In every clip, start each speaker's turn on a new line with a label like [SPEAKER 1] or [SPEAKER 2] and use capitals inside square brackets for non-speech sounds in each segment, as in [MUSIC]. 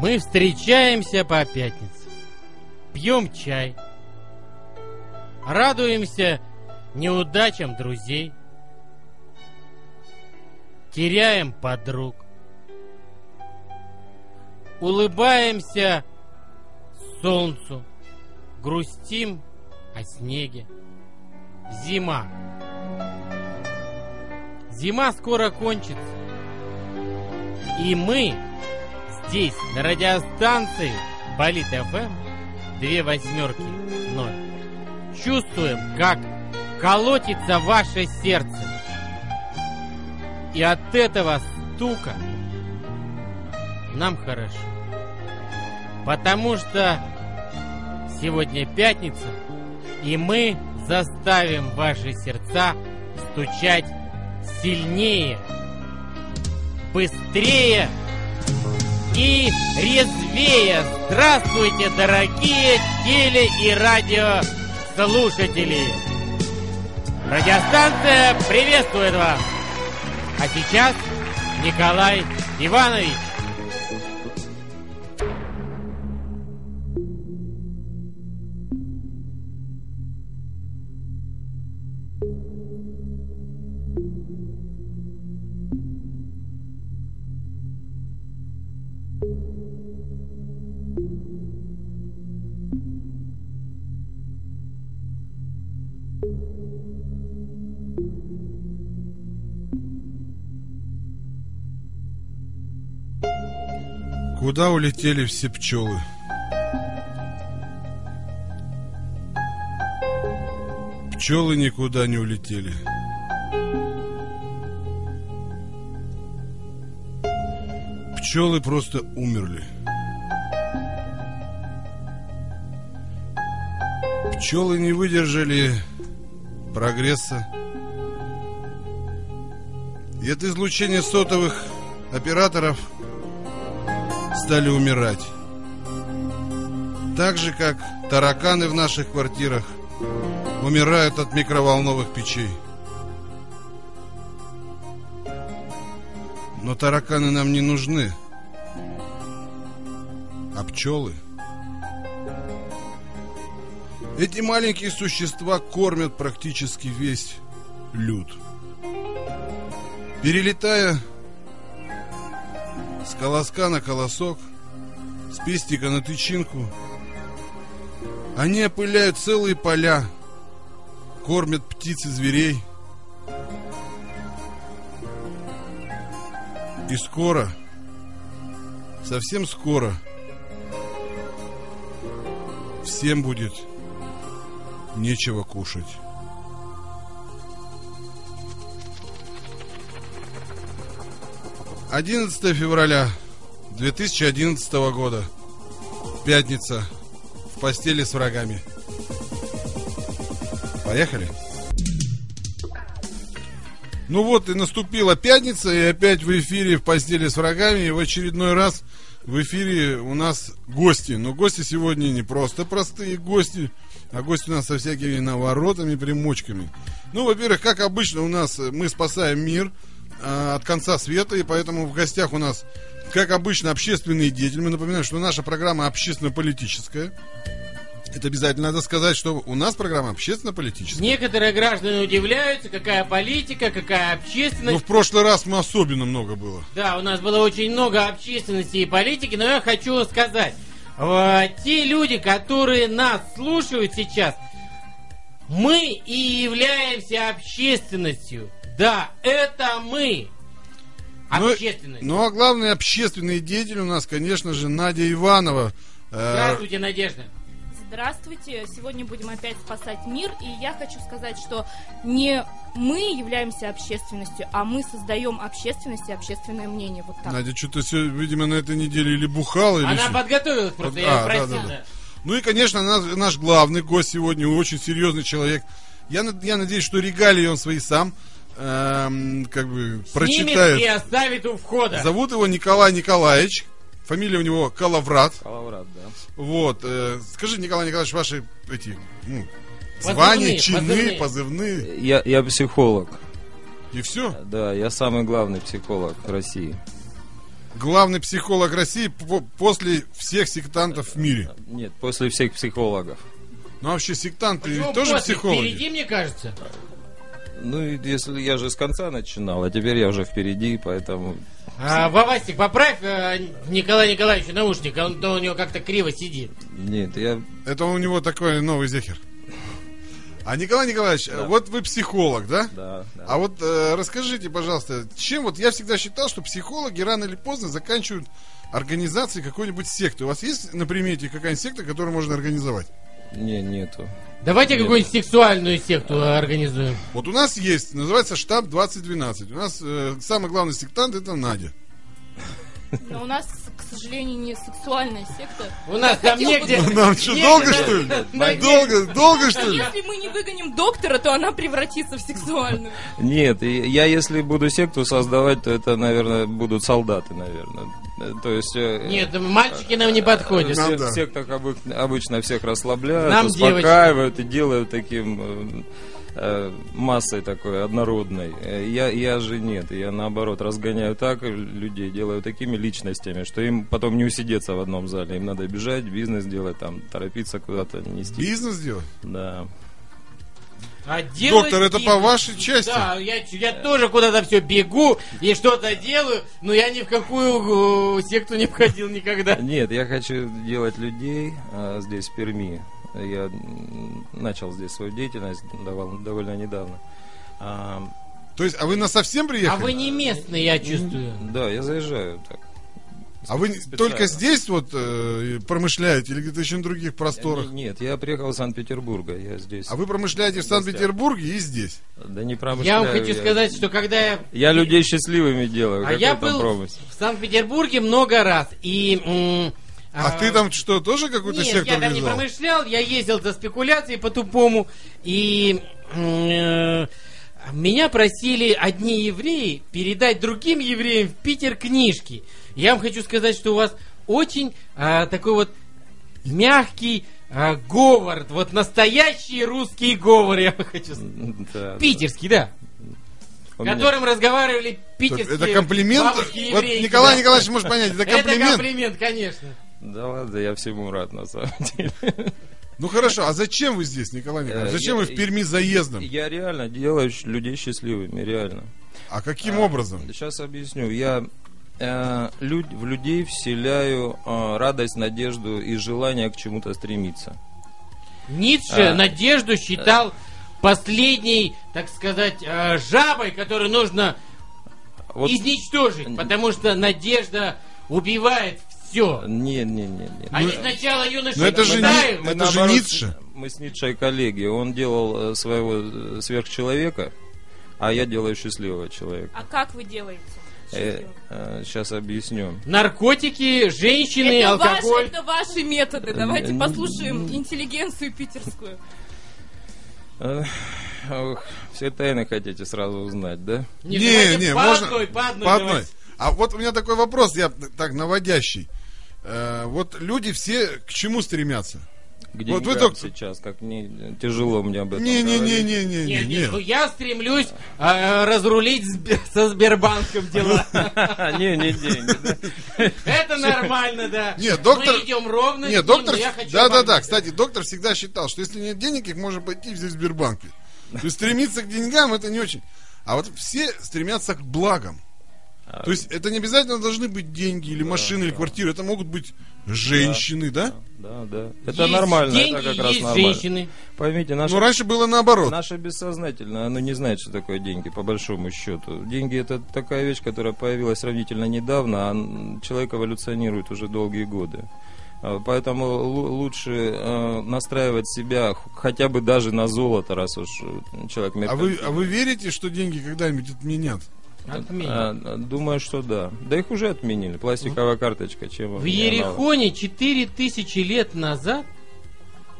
[SPEAKER 1] Мы встречаемся по пятницам, пьем чай, радуемся неудачам друзей, теряем подруг, улыбаемся солнцу, грустим о снеге. Зима. Зима скоро кончится. И мы здесь, на радиостанции Болит ФМ, две восьмерки ноль, чувствуем, как колотится ваше сердце. И от этого стука нам хорошо. Потому что сегодня пятница, и мы заставим ваши сердца стучать сильнее, быстрее и резвее. Здравствуйте, дорогие теле- и радиослушатели! Радиостанция приветствует вас! А сейчас Николай Иванович.
[SPEAKER 2] Куда улетели все пчелы? Пчелы никуда не улетели. Пчелы просто умерли. Пчелы не выдержали прогресса. И от излучения сотовых операторов стали умирать. Так же, как тараканы в наших квартирах умирают от микроволновых печей. Но тараканы нам не нужны. А пчелы? Эти маленькие существа кормят практически весь люд. Перелетая с колоска на колосок, с пестика на тычинку. Они опыляют целые поля, кормят птиц и зверей. И скоро, совсем скоро, всем будет нечего кушать. Одиннадцатое февраля 2011 года. Пятница. В постели с врагами. Поехали. Ну вот и наступила пятница, и опять в эфире в постели с врагами, и в очередной раз в эфире у нас гости. Но гости сегодня не просто простые гости, а гости у нас со всякими наворотами, примочками. Ну, во-первых, как обычно у нас э, мы спасаем мир, а, от конца света, и поэтому в гостях у нас, как обычно, общественные деятели. Мы напоминаем, что наша программа общественно-политическая. Это обязательно надо сказать, что у нас программа общественно-политическая.
[SPEAKER 1] Некоторые граждане удивляются, какая политика, какая
[SPEAKER 2] Но
[SPEAKER 1] общественность.
[SPEAKER 2] в прошлый раз мы особенно много было.
[SPEAKER 1] Да, у нас было очень много общественности и политики, но я хочу сказать, э, те люди, которые нас слушают сейчас, мы и являемся общественностью. Да, это мы.
[SPEAKER 2] Ну,
[SPEAKER 1] Общественность.
[SPEAKER 2] Ну, а главный общественный деятель у нас, конечно же, Надя Иванова. Э,
[SPEAKER 1] Здравствуйте, Надежда.
[SPEAKER 3] Здравствуйте! Сегодня будем опять спасать мир, и я хочу сказать, что не мы являемся общественностью, а мы создаем общественность и общественное мнение. Вот так.
[SPEAKER 2] Надя что-то, видимо, на этой неделе или бухала, или
[SPEAKER 1] Она
[SPEAKER 2] что-то.
[SPEAKER 1] подготовилась просто,
[SPEAKER 2] Под-
[SPEAKER 1] я
[SPEAKER 2] а,
[SPEAKER 1] её
[SPEAKER 2] да,
[SPEAKER 1] просил.
[SPEAKER 2] да,
[SPEAKER 1] да.
[SPEAKER 2] Ну и, конечно, наш, наш главный гость сегодня очень серьезный человек. Я, над- я надеюсь, что регалии он свои сам эм, как бы
[SPEAKER 1] Снимет и
[SPEAKER 2] прочитает.
[SPEAKER 1] оставит у входа.
[SPEAKER 2] Зовут его Николай Николаевич. Фамилия у него Калаврат.
[SPEAKER 4] Калаврат, да.
[SPEAKER 2] Вот. э, скажи, Николай Николаевич, ваши эти ну,
[SPEAKER 1] Позывные,
[SPEAKER 2] звания, чины,
[SPEAKER 1] позывные.
[SPEAKER 2] позывные.
[SPEAKER 4] Я, я психолог,
[SPEAKER 2] И все.
[SPEAKER 4] да, я самый главный психолог России.
[SPEAKER 2] главный психолог России по- после всех сектантов в мире.
[SPEAKER 4] Нет, после всех психологов.
[SPEAKER 2] Ну, а вообще, сектанты
[SPEAKER 1] Почему
[SPEAKER 2] тоже
[SPEAKER 1] после?
[SPEAKER 2] психологи?
[SPEAKER 1] Впереди, мне кажется.
[SPEAKER 4] Ну, и если я же с конца начинал, а теперь я уже впереди, поэтому...
[SPEAKER 1] А, Вовастик, поправь э, Николая Николаевича наушник, а он то у него как-то криво сидит.
[SPEAKER 4] Нет, я...
[SPEAKER 2] Это у него такой новый зехер. А Николай Николаевич, э, вот вы психолог, да?
[SPEAKER 4] Да, да.
[SPEAKER 2] А вот э, расскажите, пожалуйста, чем вот я всегда считал, что психологи рано или поздно заканчивают организацией какой-нибудь секты. У вас есть на примете какая-нибудь секта, которую можно организовать?
[SPEAKER 4] Не, нету.
[SPEAKER 1] Давайте какую-нибудь сексуальную секту организуем.
[SPEAKER 2] Вот у нас есть, называется штаб 2012. У нас э, самый главный сектант это Надя.
[SPEAKER 3] Но у нас, к сожалению, не сексуальная секта.
[SPEAKER 1] У нас там
[SPEAKER 3] Хотел бы-
[SPEAKER 1] негде...
[SPEAKER 2] Нам что,
[SPEAKER 1] негде-
[SPEAKER 2] долго что ли?
[SPEAKER 1] Надя.
[SPEAKER 2] Долго, долго что ли?
[SPEAKER 3] Если мы не выгоним доктора, то она превратится в сексуальную.
[SPEAKER 4] Нет, и я если буду секту создавать, то это, наверное, будут солдаты, наверное. Э, То есть... э,
[SPEAKER 1] Нет, мальчики нам не подходят.
[SPEAKER 2] Нам
[SPEAKER 4] Все-
[SPEAKER 2] да.
[SPEAKER 4] В сектах обы- обычно всех расслабляют,
[SPEAKER 1] Нам
[SPEAKER 4] успокаивают и делают таким э, э, массой такой однородной. Э, Я, я же нет, я наоборот разгоняю так э, людей, делаю такими личностями, что им потом не усидеться в одном зале, им надо бежать, бизнес делать, там торопиться куда-то нести.
[SPEAKER 2] Бизнес делать?
[SPEAKER 4] Да.
[SPEAKER 1] А делать
[SPEAKER 2] Доктор, это
[SPEAKER 1] бизнес.
[SPEAKER 2] по вашей части.
[SPEAKER 1] Да, я, ч- я тоже куда-то все бегу и что-то делаю, но я ни в какую э, секту не входил никогда.
[SPEAKER 4] Нет, я хочу делать людей э, здесь в Перми. Я м, начал здесь свою деятельность довольно, довольно недавно. А,
[SPEAKER 2] То есть, а вы на совсем
[SPEAKER 1] А
[SPEAKER 2] приехали?
[SPEAKER 1] вы не местные, я чувствую.
[SPEAKER 4] да, я заезжаю так.
[SPEAKER 2] А вы
[SPEAKER 4] специально.
[SPEAKER 2] только здесь вот э, промышляете или где-то еще на других просторах?
[SPEAKER 4] Н- Э, Нет, я приехал из Санкт-Петербурга, я здесь.
[SPEAKER 2] А вы промышляете в Санкт-Петербурге и здесь.
[SPEAKER 4] Да не промышляю.
[SPEAKER 1] Я вам хочу сказать, что когда я...
[SPEAKER 4] Я людей счастливыми делаю.
[SPEAKER 1] А
[SPEAKER 4] какой
[SPEAKER 1] я
[SPEAKER 4] там
[SPEAKER 1] был
[SPEAKER 4] промысел?
[SPEAKER 1] в Санкт-петербурге много раз, и... м,
[SPEAKER 2] А, ты там что, тоже какую-то
[SPEAKER 1] Нет,
[SPEAKER 2] секту
[SPEAKER 1] я там не
[SPEAKER 2] организовал?
[SPEAKER 1] промышлял, я ездил за спекуляцией по-тупому, и м, э, меня просили одни евреи передать другим евреям в Питер книжки. Я вам хочу сказать, что у вас очень а, такой вот мягкий а, говор, вот настоящий русский говор, я вам хочу сказать.
[SPEAKER 4] Да, да.
[SPEAKER 1] Питерский, да.
[SPEAKER 4] У меня-
[SPEAKER 1] которым разговаривали
[SPEAKER 2] Так
[SPEAKER 1] питерские
[SPEAKER 2] Это комплимент?
[SPEAKER 1] бабушки
[SPEAKER 2] Вот
[SPEAKER 1] еврейки,
[SPEAKER 2] Николай
[SPEAKER 1] да.
[SPEAKER 2] Николаевич может понять, это
[SPEAKER 1] Это
[SPEAKER 2] комплимент.
[SPEAKER 1] комплимент, конечно.
[SPEAKER 4] Да ладно, я всему рад
[SPEAKER 2] [LAUGHS]
[SPEAKER 4] на самом деле.
[SPEAKER 2] Ну хорошо, а зачем вы здесь, Николай Николаевич?
[SPEAKER 4] Э,
[SPEAKER 2] Зачем
[SPEAKER 4] я-
[SPEAKER 2] вы в Перми заездом?
[SPEAKER 4] Я реально делаю щ- людей счастливыми, реально.
[SPEAKER 2] А каким образом?
[SPEAKER 4] Сейчас объясню. Я э, люд- в людей вселяю э, радость, надежду и желание к чему-то стремиться.
[SPEAKER 1] Ницше
[SPEAKER 4] А.
[SPEAKER 1] надежду считал последней, так сказать, э, жабой, которую нужно
[SPEAKER 4] Вот...
[SPEAKER 1] изничтожить, потому что надежда убивает все.
[SPEAKER 4] Не, не, не, не.
[SPEAKER 1] Они сначала юноши
[SPEAKER 2] ну это же
[SPEAKER 1] кидают,
[SPEAKER 2] не-
[SPEAKER 4] Мы,
[SPEAKER 2] Это же
[SPEAKER 4] наоборот,
[SPEAKER 2] Ницше.
[SPEAKER 4] Мы с Ницше коллеги. Он делал э, своего э, сверхчеловека, а я делаю счастливого человека.
[SPEAKER 3] А как вы делаете?
[SPEAKER 4] Э,
[SPEAKER 3] счастливым?
[SPEAKER 4] сейчас объясню.
[SPEAKER 1] наркотики, женщины,
[SPEAKER 3] Это,
[SPEAKER 1] алкоголь.
[SPEAKER 3] ваши, это ваши методы. Давайте
[SPEAKER 4] Н-
[SPEAKER 3] послушаем интеллигенцию питерскую.
[SPEAKER 4] Э, ох, все тайны хотите сразу узнать, да?
[SPEAKER 1] Не,
[SPEAKER 2] Не,
[SPEAKER 1] давайте
[SPEAKER 2] не,
[SPEAKER 1] по
[SPEAKER 2] можно-
[SPEAKER 1] одной, по одной.
[SPEAKER 2] По одной.
[SPEAKER 1] давайте.
[SPEAKER 2] А вот у меня такой вопрос, я так наводящий. Э, Вот люди все к чему стремятся?
[SPEAKER 4] К
[SPEAKER 2] Вот вы
[SPEAKER 4] деньгам
[SPEAKER 2] только-
[SPEAKER 4] сейчас, как не тяжело мне об этом говорить. [LAUGHS]
[SPEAKER 1] Нет, нет, ну
[SPEAKER 2] Не-не-не-не-не-не.
[SPEAKER 1] я стремлюсь э, разрулить сбе- со Сбербанком
[SPEAKER 2] [LAUGHS]
[SPEAKER 1] дела.
[SPEAKER 2] Ну.
[SPEAKER 4] А, Не, не деньги, да.
[SPEAKER 1] Это нормально, да.
[SPEAKER 2] Нет, доктор-
[SPEAKER 1] Мы идем ровно. с
[SPEAKER 2] Нет,
[SPEAKER 1] ним,
[SPEAKER 2] доктор...
[SPEAKER 1] но ну, я хочу
[SPEAKER 2] Да-да-да,
[SPEAKER 1] обозначить.
[SPEAKER 2] кстати, доктор всегда считал, что если нет денег, их можно пойти взять в Сбербанке. То есть стремиться к деньгам это не очень. А вот все стремятся к благам.
[SPEAKER 4] А,
[SPEAKER 2] То есть это не обязательно должны быть деньги или машины или квартиры, это могут быть женщины, да?
[SPEAKER 4] Да, да. Это
[SPEAKER 1] Есть
[SPEAKER 4] нормально,
[SPEAKER 1] деньги,
[SPEAKER 4] это как раз
[SPEAKER 1] есть
[SPEAKER 4] нормально.
[SPEAKER 1] женщины.
[SPEAKER 4] Поймите,
[SPEAKER 2] Но
[SPEAKER 4] наше,
[SPEAKER 2] раньше было наоборот.
[SPEAKER 4] наше бессознательное, оно не знает, что такое деньги, по большому счету. Деньги это такая вещь, которая появилась сравнительно недавно, а м, человек эволюционирует уже долгие годы. А, Поэтому лу- лучше э, настраивать себя х- хотя бы даже на золото, раз уж э, человек
[SPEAKER 2] А
[SPEAKER 4] меркантильный.
[SPEAKER 2] вы, а вы верите, что деньги когда-нибудь отменят?
[SPEAKER 1] Отменим.
[SPEAKER 4] А, а, Думаю, что да. Да их уже отменили. Пластиковая карточка.
[SPEAKER 1] В
[SPEAKER 4] Чем она?
[SPEAKER 1] Ерехоне 4000 лет назад,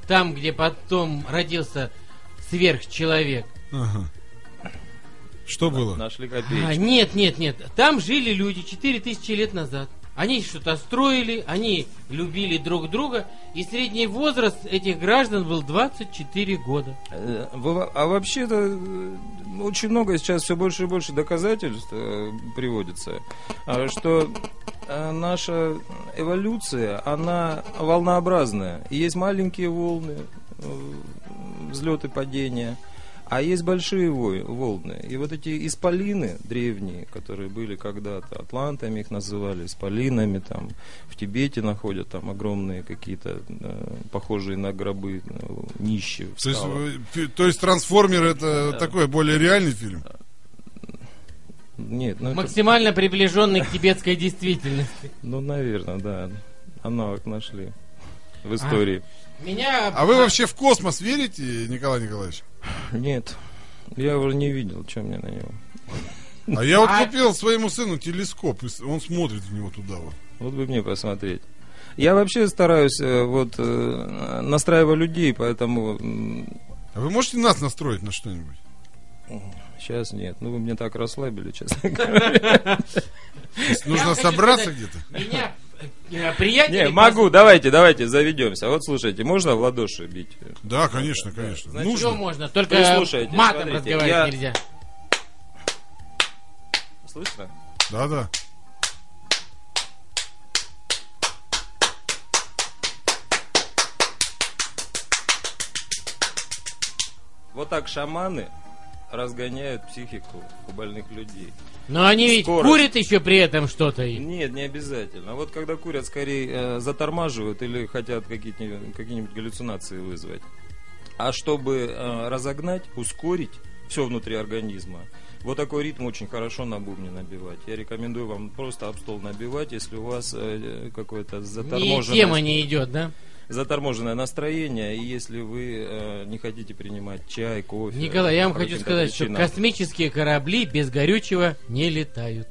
[SPEAKER 1] там, где потом родился сверхчеловек,
[SPEAKER 2] Ага. Что было?
[SPEAKER 4] Нашли
[SPEAKER 1] а,
[SPEAKER 4] копеечку.
[SPEAKER 1] нет, нет, нет, там жили люди 4000 лет назад. Они что-то строили, они любили друг друга, и средний возраст этих граждан был 24 года.
[SPEAKER 4] Э, вы во- А вообще-то э, очень много сейчас все больше и больше доказательств э, приводится, а, что э, наша эволюция, она волнообразная. И есть маленькие волны, э, взлеты, падения. А есть большие вой- волны. И вот эти исполины древние, которые были когда-то, атлантами их называли, исполинами, там, в Тибете находят там огромные какие-то, э, похожие на гробы, э, нищие. в
[SPEAKER 2] То есть,
[SPEAKER 4] скалах.
[SPEAKER 2] вы- фи- то есть трансформер это
[SPEAKER 4] Да.
[SPEAKER 2] такой более реальный фильм.
[SPEAKER 4] Нет, ну, это-
[SPEAKER 1] Максимально приближенный к тибетской действительности.
[SPEAKER 4] ну, наверное, да. Аналог нашли в истории.
[SPEAKER 1] Меня...
[SPEAKER 2] А вы вообще в космос верите, Николай Николаевич?
[SPEAKER 4] Нет, я уже не видел, что мне на него.
[SPEAKER 2] А я вот
[SPEAKER 1] А-
[SPEAKER 2] купил своему сыну телескоп, и с- он смотрит в него туда вот.
[SPEAKER 4] Вот бы мне посмотреть. Я вообще стараюсь, э, вот, э, настраиваю людей, поэтому
[SPEAKER 2] А вы можете нас настроить на что-нибудь?
[SPEAKER 4] сейчас нет. Ну, вы меня так расслабили, [LAUGHS] честно говоря.
[SPEAKER 2] То есть Нужно
[SPEAKER 1] хочу
[SPEAKER 2] собраться
[SPEAKER 1] сказать-
[SPEAKER 2] где-то?
[SPEAKER 1] Меня э, приятели...
[SPEAKER 4] Не, могу, давайте, давайте, заведемся. Вот слушайте, можно в ладоши бить?
[SPEAKER 2] Да, конечно, конечно.
[SPEAKER 4] Значит,
[SPEAKER 1] Все
[SPEAKER 2] Нужно.
[SPEAKER 1] можно, только
[SPEAKER 4] Прислушайтесь,
[SPEAKER 1] матом
[SPEAKER 4] смотрите,
[SPEAKER 1] разговаривать
[SPEAKER 4] я-
[SPEAKER 1] нельзя.
[SPEAKER 4] Слышно?
[SPEAKER 2] Да, да.
[SPEAKER 4] Вот так шаманы разгоняют психику у больных людей.
[SPEAKER 1] Но они ведь
[SPEAKER 4] Скорость.
[SPEAKER 1] курят еще при этом что-то. и-
[SPEAKER 4] Нет, не обязательно. А Вот когда курят, скорее э, затормаживают или хотят какие-нибудь, какие-нибудь галлюцинации вызвать. А чтобы э, разогнать, ускорить все внутри организма, вот такой ритм очень хорошо на бубне набивать. Я рекомендую вам просто об стол набивать, если у вас э, какое-то
[SPEAKER 1] И
[SPEAKER 4] заторможенное...
[SPEAKER 1] тема не идет, да?
[SPEAKER 4] заторможенное настроение, и если вы э, не хотите принимать чай, кофе.
[SPEAKER 1] Николай, я вам
[SPEAKER 4] по
[SPEAKER 1] хочу
[SPEAKER 4] каким-то
[SPEAKER 1] сказать, что
[SPEAKER 4] причинам.
[SPEAKER 1] космические корабли без горючего не летают.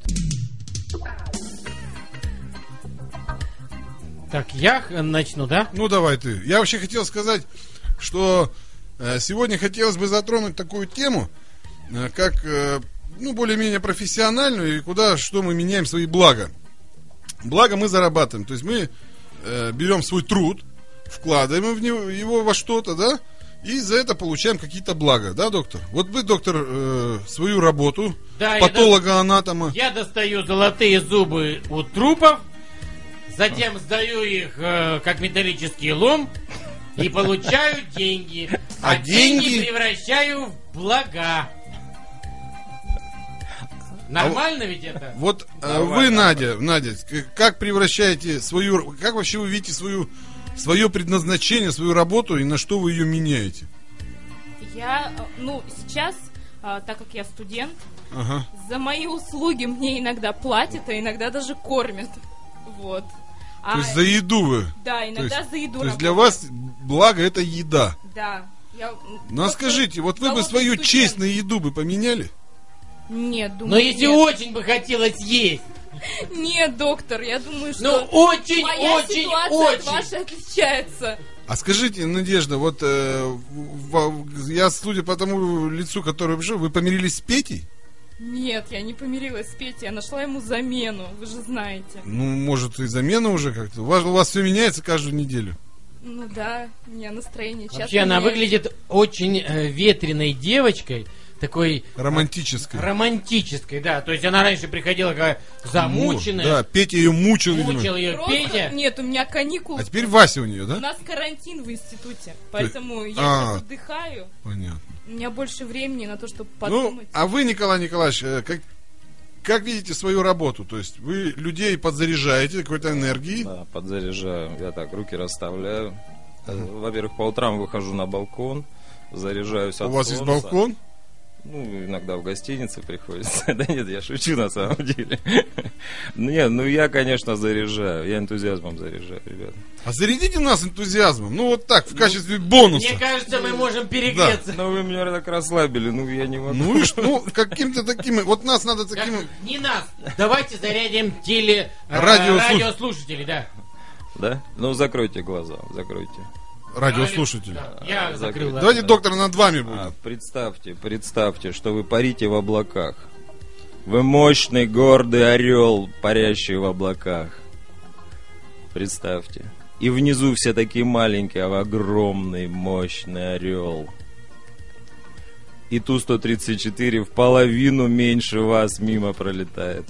[SPEAKER 1] Так, я х- начну, да?
[SPEAKER 2] Ну, давай ты. Я вообще хотел сказать, что э, сегодня хотелось бы затронуть такую тему, э, как, э, ну, более-менее профессиональную, и куда, что мы меняем свои блага. Благо мы зарабатываем. То есть мы э, берем свой труд, вкладываем в него, его во что-то, да, и за это получаем какие-то блага, да, доктор? Вот вы, доктор, э, свою работу
[SPEAKER 1] Да, я
[SPEAKER 2] патолога-анатома...
[SPEAKER 1] Я достаю золотые зубы у трупов, затем сдаю их э, как металлический лом и получаю деньги.
[SPEAKER 2] [LAUGHS] А деньги? А
[SPEAKER 1] превращаю в блага. Нормально ведь это?
[SPEAKER 2] Вот э,
[SPEAKER 4] Давай,
[SPEAKER 2] вы,
[SPEAKER 4] давай.
[SPEAKER 2] Надя, Надя, к- как превращаете свою, как вообще вы видите свою, свое предназначение, свою работу и на что вы ее меняете?
[SPEAKER 3] Я, э, ну, сейчас, э, так как я студент,
[SPEAKER 2] Ага.
[SPEAKER 3] за мои услуги мне иногда платят, а иногда даже кормят. Вот. А,
[SPEAKER 2] То есть за еду вы.
[SPEAKER 3] да,
[SPEAKER 2] То есть,
[SPEAKER 3] иногда за еду
[SPEAKER 2] то есть
[SPEAKER 3] работаю.
[SPEAKER 2] для вас благо это еда.
[SPEAKER 3] Да. Я, м,
[SPEAKER 2] Ну а
[SPEAKER 3] просто
[SPEAKER 2] скажите, вот вы бы
[SPEAKER 3] голодный
[SPEAKER 2] свою
[SPEAKER 3] студент.
[SPEAKER 2] честь на еду бы поменяли?
[SPEAKER 3] Нет, думаю,
[SPEAKER 1] Но если
[SPEAKER 3] нет.
[SPEAKER 1] очень бы хотелось есть,
[SPEAKER 3] Нет, доктор, я думаю,
[SPEAKER 1] ну
[SPEAKER 3] что...
[SPEAKER 1] очень,
[SPEAKER 3] Моя
[SPEAKER 1] очень,
[SPEAKER 3] ситуация от
[SPEAKER 1] очень.
[SPEAKER 3] вашей отличается.
[SPEAKER 2] А скажите, Надежда, вот э, в- в- я, судя по тому лицу, которое вы вы помирились с Петей?
[SPEAKER 3] Нет, я не помирилась с Петей, я нашла ему замену, вы же знаете.
[SPEAKER 2] Ну, может, и замена уже как-то. У вас, у вас все меняется каждую неделю.
[SPEAKER 3] Ну да, у меня настроение часто
[SPEAKER 1] Вообще она
[SPEAKER 3] меняется.
[SPEAKER 1] выглядит очень э, ветреной девочкой, такой
[SPEAKER 2] Романтическое.
[SPEAKER 1] романтической, да. То есть она раньше приходила какая замученная,
[SPEAKER 2] Ну, Да, Петя ее мучил, видимо.
[SPEAKER 1] мучил ее
[SPEAKER 3] Просто-
[SPEAKER 1] Петя.
[SPEAKER 3] Нет, у меня каникулы.
[SPEAKER 2] А теперь Вася у нее,
[SPEAKER 3] У
[SPEAKER 1] Ну,
[SPEAKER 2] да?
[SPEAKER 3] нас карантин в институте, поэтому я
[SPEAKER 2] А.
[SPEAKER 3] сейчас отдыхаю.
[SPEAKER 2] Понятно.
[SPEAKER 3] У меня больше времени на то, чтобы
[SPEAKER 2] Ну,
[SPEAKER 3] подумать.
[SPEAKER 2] а вы, Николай Николаевич, э, как, как видите свою работу? То есть вы людей подзаряжаете какой-то энергией.
[SPEAKER 4] Да, подзаряжаю. Я так руки расставляю. Э, Во-первых, по утрам выхожу на балкон, заряжаюсь
[SPEAKER 2] У
[SPEAKER 4] от
[SPEAKER 2] вас есть
[SPEAKER 4] солнца.
[SPEAKER 2] балкон?
[SPEAKER 4] Ну, иногда в гостинице приходится. [LAUGHS] Да нет, я шучу на самом деле. [LAUGHS] Не, ну я, конечно, заряжаю. Я энтузиазмом заряжаю, ребят.
[SPEAKER 2] А зарядите нас энтузиазмом. Ну, вот так, в качестве
[SPEAKER 1] Мне
[SPEAKER 2] бонуса.
[SPEAKER 1] кажется, мы можем перегреться.
[SPEAKER 4] Ну вы меня так расслабили, ну я не могу.
[SPEAKER 2] Ну и что? Ну, каким-то таким... Вот нас надо
[SPEAKER 1] Как-
[SPEAKER 2] таким...
[SPEAKER 1] Не нас. Давайте зарядим теле э,
[SPEAKER 2] Радиослуш-
[SPEAKER 1] радиослушателей, да.
[SPEAKER 4] Да? Ну закройте глаза, закройте.
[SPEAKER 2] Радиослушатель.
[SPEAKER 1] Да, Я закрыл. ладно.
[SPEAKER 2] Давайте доктор над вами
[SPEAKER 4] А,
[SPEAKER 2] будет.
[SPEAKER 4] представьте, представьте, что вы парите в облаках. Вы мощный, гордый орел, парящий в облаках. Представьте. И внизу все такие маленькие, а вы огромный, мощный орел. И Ту-134 в половину меньше вас мимо пролетает.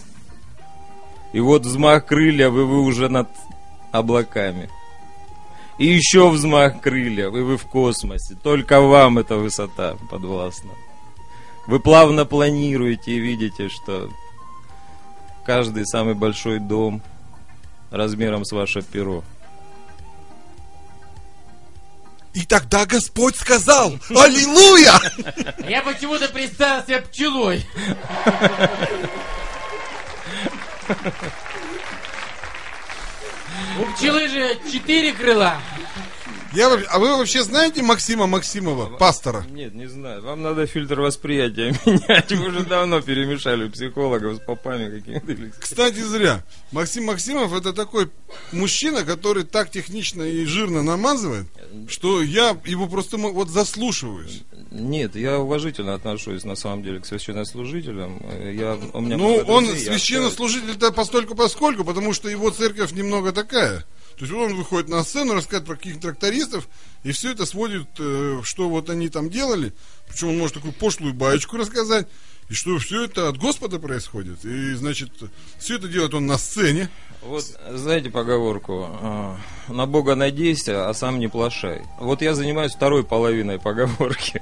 [SPEAKER 4] И И вот взмах крыльев, и вы уже над облаками. И еще взмах крыльев, и вы в космосе. Только вам эта высота подвластна. Вы плавно планируете и видите, что каждый самый большой дом размером с ваше перо.
[SPEAKER 2] И тогда Господь сказал, аллилуйя!
[SPEAKER 1] А Я почему-то представил себя пчелой. У пчелы же четыре крыла.
[SPEAKER 2] Я, вообще- а вы вообще знаете Максима Максимова, пастора?
[SPEAKER 4] Нет, не знаю. Вам надо фильтр восприятия [LAUGHS] менять. Вы уже давно перемешали психологов с попами какими-то. или с-
[SPEAKER 2] Кстати, зря. Максим Максимов это такой мужчина, который так технично и жирно намазывает, что я его просто мо- вот заслушиваюсь.
[SPEAKER 4] Нет, я уважительно отношусь на самом деле к священнослужителям. Э, Я, у меня
[SPEAKER 2] Ну,
[SPEAKER 4] много
[SPEAKER 2] он
[SPEAKER 4] друзей, я общаюсь.
[SPEAKER 2] священнослужитель-то постольку поскольку, потому что его церковь немного такая. То есть он выходит на сцену, рассказывает про каких-то трактористов, и все это сводит, э, что вот они там делали. Причем он может такую пошлую баечку рассказать, и что все это от Господа происходит. И, значит, все это делает он на сцене.
[SPEAKER 4] Вот знаете поговорку а, На Бога надейся, а сам не плашай Вот я занимаюсь второй половиной поговорки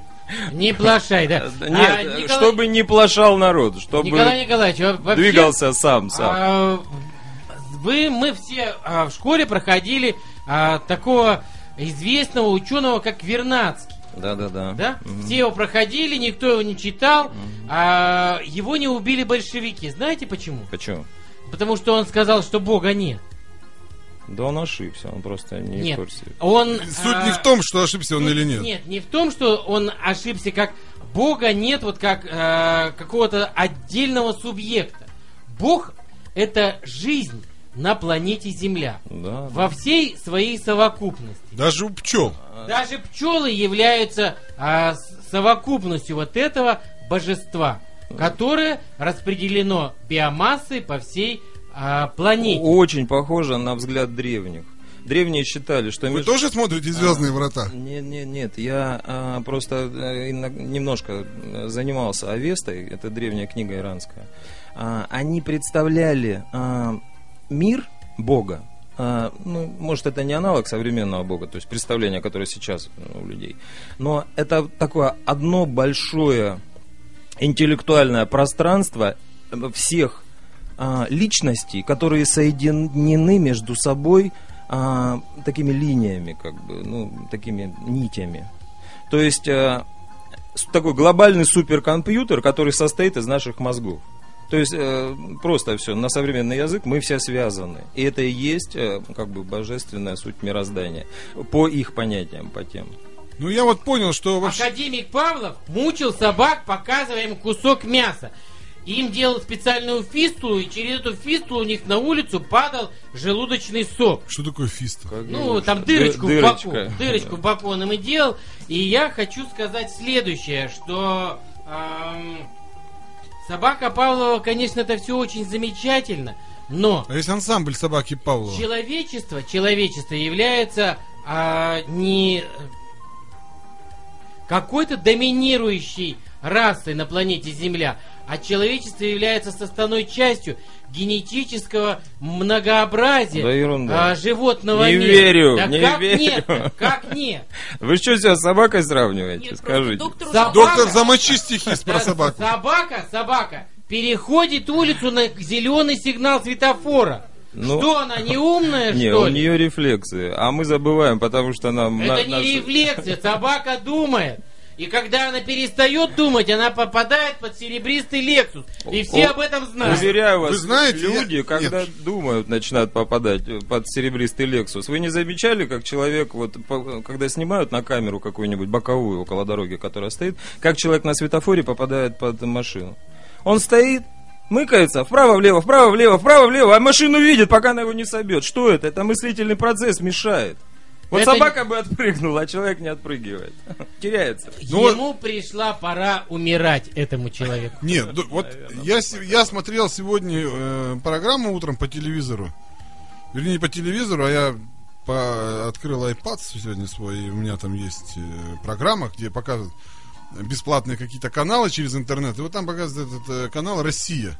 [SPEAKER 1] Не плашай, да.
[SPEAKER 4] [LAUGHS] Нет,
[SPEAKER 1] А,
[SPEAKER 4] э,
[SPEAKER 1] Николай-
[SPEAKER 4] чтобы не плашал народ Чтобы
[SPEAKER 1] Николай Николаевич, а вообще,
[SPEAKER 4] двигался сам, сам
[SPEAKER 1] а, вы, мы все а, в школе проходили а, такого известного ученого, как Вернадский.
[SPEAKER 4] Да-да-да
[SPEAKER 1] Да?
[SPEAKER 4] Мгм.
[SPEAKER 1] Все его проходили, никто его не читал, а, его не убили большевики. Знаете почему?
[SPEAKER 4] Почему?
[SPEAKER 1] Потому что он сказал, что Бога нет.
[SPEAKER 4] Да он ошибся, он просто не
[SPEAKER 1] Нет.
[SPEAKER 4] в курсе
[SPEAKER 1] Он,
[SPEAKER 2] Суть
[SPEAKER 1] а,
[SPEAKER 2] не в том, что ошибся он
[SPEAKER 1] Тут
[SPEAKER 2] или нет.
[SPEAKER 1] Нет, не в том, что он ошибся, как Бога нет, вот как э, какого-то отдельного субъекта. Бог это жизнь на планете Земля
[SPEAKER 4] Да,
[SPEAKER 1] во всей своей совокупности.
[SPEAKER 2] Даже у пчел.
[SPEAKER 1] Даже пчелы являются а, с- совокупностью вот этого божества, которое распределено биомассой по всей а, планете.
[SPEAKER 4] Очень похоже на взгляд древних Древние считали, что
[SPEAKER 2] Вы
[SPEAKER 4] между
[SPEAKER 2] тоже смотрите «Звездные врата»?
[SPEAKER 4] Нет, нет, нет, я а, просто э, иног- немножко э, занимался Авестой, это древняя книга иранская. А, они представляли а, мир Бога. а, ну, может, это не аналог современного Бога, то есть представление, которое сейчас э, у людей. Но это такое одно большое интеллектуальное пространство э, всех а, личностей, которые соединены между собой а, такими линиями, как бы, ну, такими нитями. То есть э, с- такой глобальный суперкомпьютер, который состоит из наших мозгов. То есть э, просто все на современный язык мы все связаны, и это и есть э, как бы божественная суть мироздания по их понятиям, по тем.
[SPEAKER 2] Ну, я вот понял,
[SPEAKER 1] А
[SPEAKER 2] что вообще...
[SPEAKER 1] Академик Павлов мучил собак, показывая им кусок мяса. Им делал специальную фистулу, и через эту фистулу у них на улицу падал желудочный сок.
[SPEAKER 2] Что такое фист?
[SPEAKER 1] Ну, там
[SPEAKER 4] Ды-
[SPEAKER 1] дырочку в боку.
[SPEAKER 4] дырочка.
[SPEAKER 1] [LAUGHS] Дырочку в боку он им и делал. И я хочу сказать следующее, что эм, собака Павлова, конечно, это все очень замечательно, но
[SPEAKER 2] А есть ансамбль собаки Павлова?
[SPEAKER 1] человечество, человечество является а, не какой-то доминирующей расой на планете Земля, а человечество является составной частью генетического многообразия
[SPEAKER 4] Да ерунда.
[SPEAKER 1] а, животного
[SPEAKER 4] Не
[SPEAKER 1] мира.
[SPEAKER 4] верю,
[SPEAKER 1] Да
[SPEAKER 4] не
[SPEAKER 1] как
[SPEAKER 4] верю.
[SPEAKER 1] нет, как нет.
[SPEAKER 4] Вы что себя с собакой сравниваете?
[SPEAKER 3] Нет, просто
[SPEAKER 4] Скажите.
[SPEAKER 3] доктор
[SPEAKER 1] За-
[SPEAKER 3] уже-
[SPEAKER 2] Доктор, замочи стихи с- про
[SPEAKER 1] Да,
[SPEAKER 2] собаку.
[SPEAKER 1] Собака, собака переходит улицу на зеленый сигнал светофора.
[SPEAKER 4] Ну,
[SPEAKER 1] что она не умная,
[SPEAKER 4] Не,
[SPEAKER 1] что
[SPEAKER 4] у
[SPEAKER 1] ли?
[SPEAKER 4] нее рефлексы, а мы забываем, потому что нам
[SPEAKER 1] Это
[SPEAKER 4] на-
[SPEAKER 1] не
[SPEAKER 4] наши-
[SPEAKER 1] рефлексия, собака думает. И когда она перестает думать, она попадает под серебристый Лексус. И все
[SPEAKER 4] О,
[SPEAKER 1] об этом знают.
[SPEAKER 4] Уверяю вас,
[SPEAKER 2] Вы знаете,
[SPEAKER 4] люди,
[SPEAKER 2] я-
[SPEAKER 4] когда
[SPEAKER 2] нет.
[SPEAKER 4] думают, начинают попадать э, под серебристый Лексус. Вы не замечали, как человек, вот, по- когда снимают на камеру какую-нибудь боковую около дороги, которая стоит, как человек на светофоре попадает под машину? Он стоит, мыкается вправо-влево, вправо-влево, вправо-влево, а машину видит, пока она его не собьет. Что это? Это мыслительный процесс мешает. Вот
[SPEAKER 1] Это
[SPEAKER 4] собака бы отпрыгнула, а человек не отпрыгивает. [LAUGHS] Теряется.
[SPEAKER 2] Ну,
[SPEAKER 1] Ему пришла пора умирать этому человеку.
[SPEAKER 2] Нет, да, вот я, се- я смотрел сегодня э, программу утром по телевизору. Вернее, не по телевизору, а я по- открыл iPad сегодня свой, и у меня там есть э, программа, где показывают бесплатные какие-то каналы через интернет. И вот там показывают этот э, канал «Россия».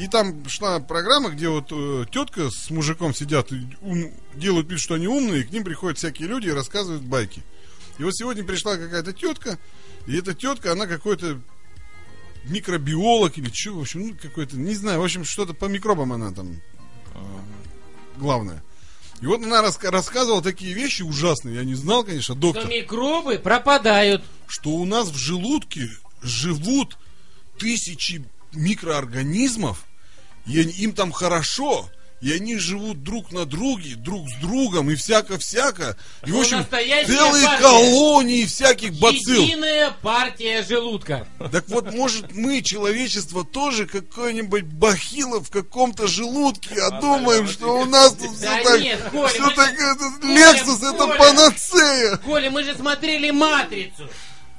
[SPEAKER 2] И там шла программа, где вот э, тетка с мужиком сидят, и ум- делают вид, что они умные, и к ним приходят всякие люди и рассказывают байки. И вот сегодня пришла какая-то тетка, и эта тетка, она какой-то микробиолог или что, в общем, ну, какой-то, не знаю, в общем, что-то по микробам она там э, главное. И вот она раска- рассказывала такие вещи ужасные, я не знал,
[SPEAKER 1] Что
[SPEAKER 2] конечно, доктор
[SPEAKER 1] микробы пропадают.
[SPEAKER 2] что у нас в желудке живут тысячи микроорганизмов, и они- им там хорошо, и они живут друг на друге, друг с другом, и всяко-всяко. И, в
[SPEAKER 1] Ну,
[SPEAKER 2] общем,
[SPEAKER 1] настоящая
[SPEAKER 2] целые
[SPEAKER 1] партия.
[SPEAKER 2] колонии всяких бацилл.
[SPEAKER 1] Единая партия желудка.
[SPEAKER 2] Так вот, может, мы, человечество, тоже какое-нибудь бахило в каком-то желудке, а думаем, что у нас тут все
[SPEAKER 1] Да
[SPEAKER 2] так...
[SPEAKER 1] нет, Коля,
[SPEAKER 2] всё
[SPEAKER 1] мы же-
[SPEAKER 2] так... этот Лексус, это
[SPEAKER 1] Коля.
[SPEAKER 2] панацея!
[SPEAKER 1] Коля, мы же смотрели «Матрицу».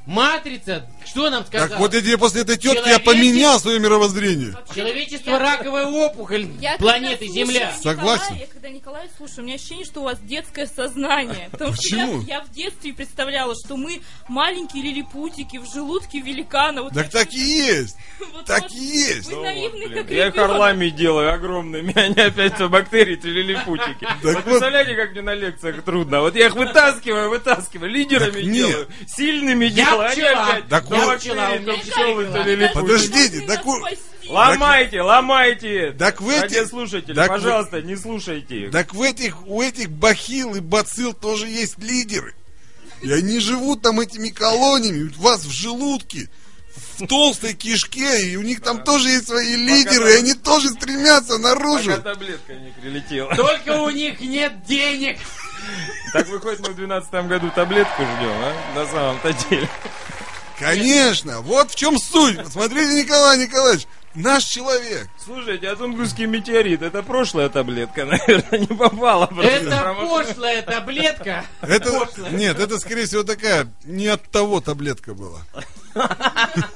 [SPEAKER 1] «Матрица», что нам сказала?
[SPEAKER 2] Так вот, я тебе после этой тетки я
[SPEAKER 1] Человече-
[SPEAKER 2] поменял свое мировоззрение.
[SPEAKER 3] Вообще,
[SPEAKER 1] Человечество
[SPEAKER 3] я-
[SPEAKER 1] раковая опухоль
[SPEAKER 3] я
[SPEAKER 1] планеты
[SPEAKER 3] когда
[SPEAKER 1] Земля.
[SPEAKER 3] слушаю Николая,
[SPEAKER 2] Согласен.
[SPEAKER 3] Я когда Николая слушаю, у меня ощущение, что у вас детское
[SPEAKER 2] [LAUGHS]
[SPEAKER 3] сознание. Потому что я,
[SPEAKER 2] Почему?
[SPEAKER 3] я в детстве представляла, что мы маленькие лилипутики в желудке великана. Вот
[SPEAKER 2] Так так и есть.
[SPEAKER 3] [LAUGHS] вот-
[SPEAKER 2] Так
[SPEAKER 3] вот
[SPEAKER 2] и есть. Ну
[SPEAKER 3] Вы наивны,
[SPEAKER 4] блин,
[SPEAKER 3] как
[SPEAKER 4] я их
[SPEAKER 3] ребенок.
[SPEAKER 4] орлами делаю огромными, они опять все бактерии трилилипутики.
[SPEAKER 2] вот.
[SPEAKER 4] Вот представляете, как мне на лекциях трудно. Вот я их вытаскиваю, вытаскиваю, лидерами
[SPEAKER 2] Так нет.
[SPEAKER 4] делаю, сильными
[SPEAKER 1] Я
[SPEAKER 4] делаю, они
[SPEAKER 1] пчела.
[SPEAKER 4] опять
[SPEAKER 2] Так
[SPEAKER 4] то
[SPEAKER 2] вот.
[SPEAKER 1] Я
[SPEAKER 4] бактерии, то
[SPEAKER 1] пчела,
[SPEAKER 4] пчелы,
[SPEAKER 1] Николай.
[SPEAKER 4] то лилипутики.
[SPEAKER 2] Подождите,
[SPEAKER 3] Вы
[SPEAKER 2] так
[SPEAKER 3] нас
[SPEAKER 2] у-
[SPEAKER 3] спасти.
[SPEAKER 4] Ломайте, ломайте!
[SPEAKER 2] Так вы эти-
[SPEAKER 4] слушатели,
[SPEAKER 2] так вы-
[SPEAKER 4] пожалуйста, не слушайте их.
[SPEAKER 2] Так в этих, у этих бахил и бацил тоже есть лидеры. И они живут там этими колониями, у вас в желудке, в толстой кишке, и у них там тоже есть свои лидеры, и они тоже стремятся
[SPEAKER 4] Пока
[SPEAKER 2] наружу.
[SPEAKER 4] таблетка не прилетела.
[SPEAKER 1] Только у них нет денег.
[SPEAKER 4] Так выходит, мы в 2012 году таблетку ждем, а? На самом-то деле.
[SPEAKER 2] Конечно, вот в чем суть. Смотрите, Николай Николаевич, наш человек.
[SPEAKER 4] Слушайте, а Тунгусский метеорит, это прошлая таблетка, наверное, не попала. просто
[SPEAKER 1] Это
[SPEAKER 4] промах-
[SPEAKER 1] пошлая таблетка.
[SPEAKER 2] Это, нет, это, скорее всего, такая не от того таблетка была.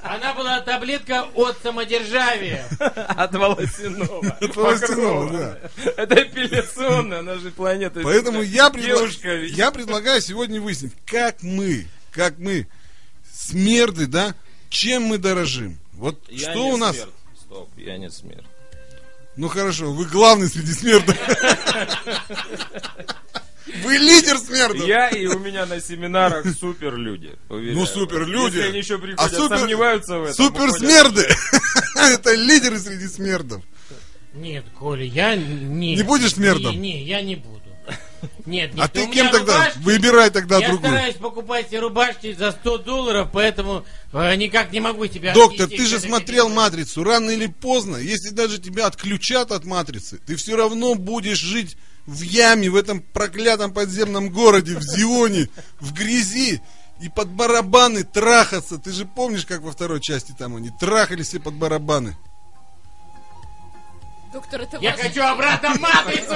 [SPEAKER 1] Она была таблетка от самодержавия.
[SPEAKER 4] От волосяного.
[SPEAKER 2] [LAUGHS] От волосяного,
[SPEAKER 4] Покрова. Это эпиляционная, она же планета. [LAUGHS]
[SPEAKER 2] Поэтому я, предла-
[SPEAKER 4] Девушка ведь.
[SPEAKER 2] я предлагаю сегодня выяснить, как мы, как мы, смерды, да, чем мы дорожим. Вот
[SPEAKER 4] Я
[SPEAKER 2] что
[SPEAKER 4] не
[SPEAKER 2] у нас...
[SPEAKER 4] смерть. Стоп, я не смерть.
[SPEAKER 2] Ну хорошо, вы главный среди
[SPEAKER 4] [LAUGHS]
[SPEAKER 2] смертных. Вы лидер смертных.
[SPEAKER 4] Я и у меня на семинарах супер люди.
[SPEAKER 2] Ну, суперлюди.
[SPEAKER 4] Если они еще
[SPEAKER 2] А
[SPEAKER 4] приходят,
[SPEAKER 2] супер...
[SPEAKER 4] сомневаются в этом. уходят.
[SPEAKER 2] Суперсмерды! [LAUGHS] Это лидеры среди смердов.
[SPEAKER 1] Нет, Коля, я не...
[SPEAKER 2] Не будешь смердом?
[SPEAKER 1] Не, не, я не буду. Нет, нет.
[SPEAKER 4] Ну,
[SPEAKER 2] А
[SPEAKER 1] у
[SPEAKER 2] ты
[SPEAKER 1] меня
[SPEAKER 2] кем тогда?
[SPEAKER 1] рубашки-
[SPEAKER 2] Выбирай тогда
[SPEAKER 1] Я
[SPEAKER 2] другую.
[SPEAKER 1] стараюсь покупать все рубашки за 100 долларов, поэтому э, никак не могу тебя...
[SPEAKER 2] Доктор,
[SPEAKER 1] отнести
[SPEAKER 2] ты
[SPEAKER 1] к
[SPEAKER 2] же
[SPEAKER 1] этой
[SPEAKER 2] смотрел
[SPEAKER 1] категории.
[SPEAKER 2] матрицу. Рано или поздно, если даже тебя отключат от матрицы, ты все равно будешь жить в яме, в этом проклятом подземном городе, в Зионе, в грязи. И под барабаны трахаться. Ты же помнишь, как во второй части там они трахались все под барабаны.
[SPEAKER 3] Доктор, это
[SPEAKER 1] Я
[SPEAKER 3] ваш-
[SPEAKER 1] хочу обратно в матрицу.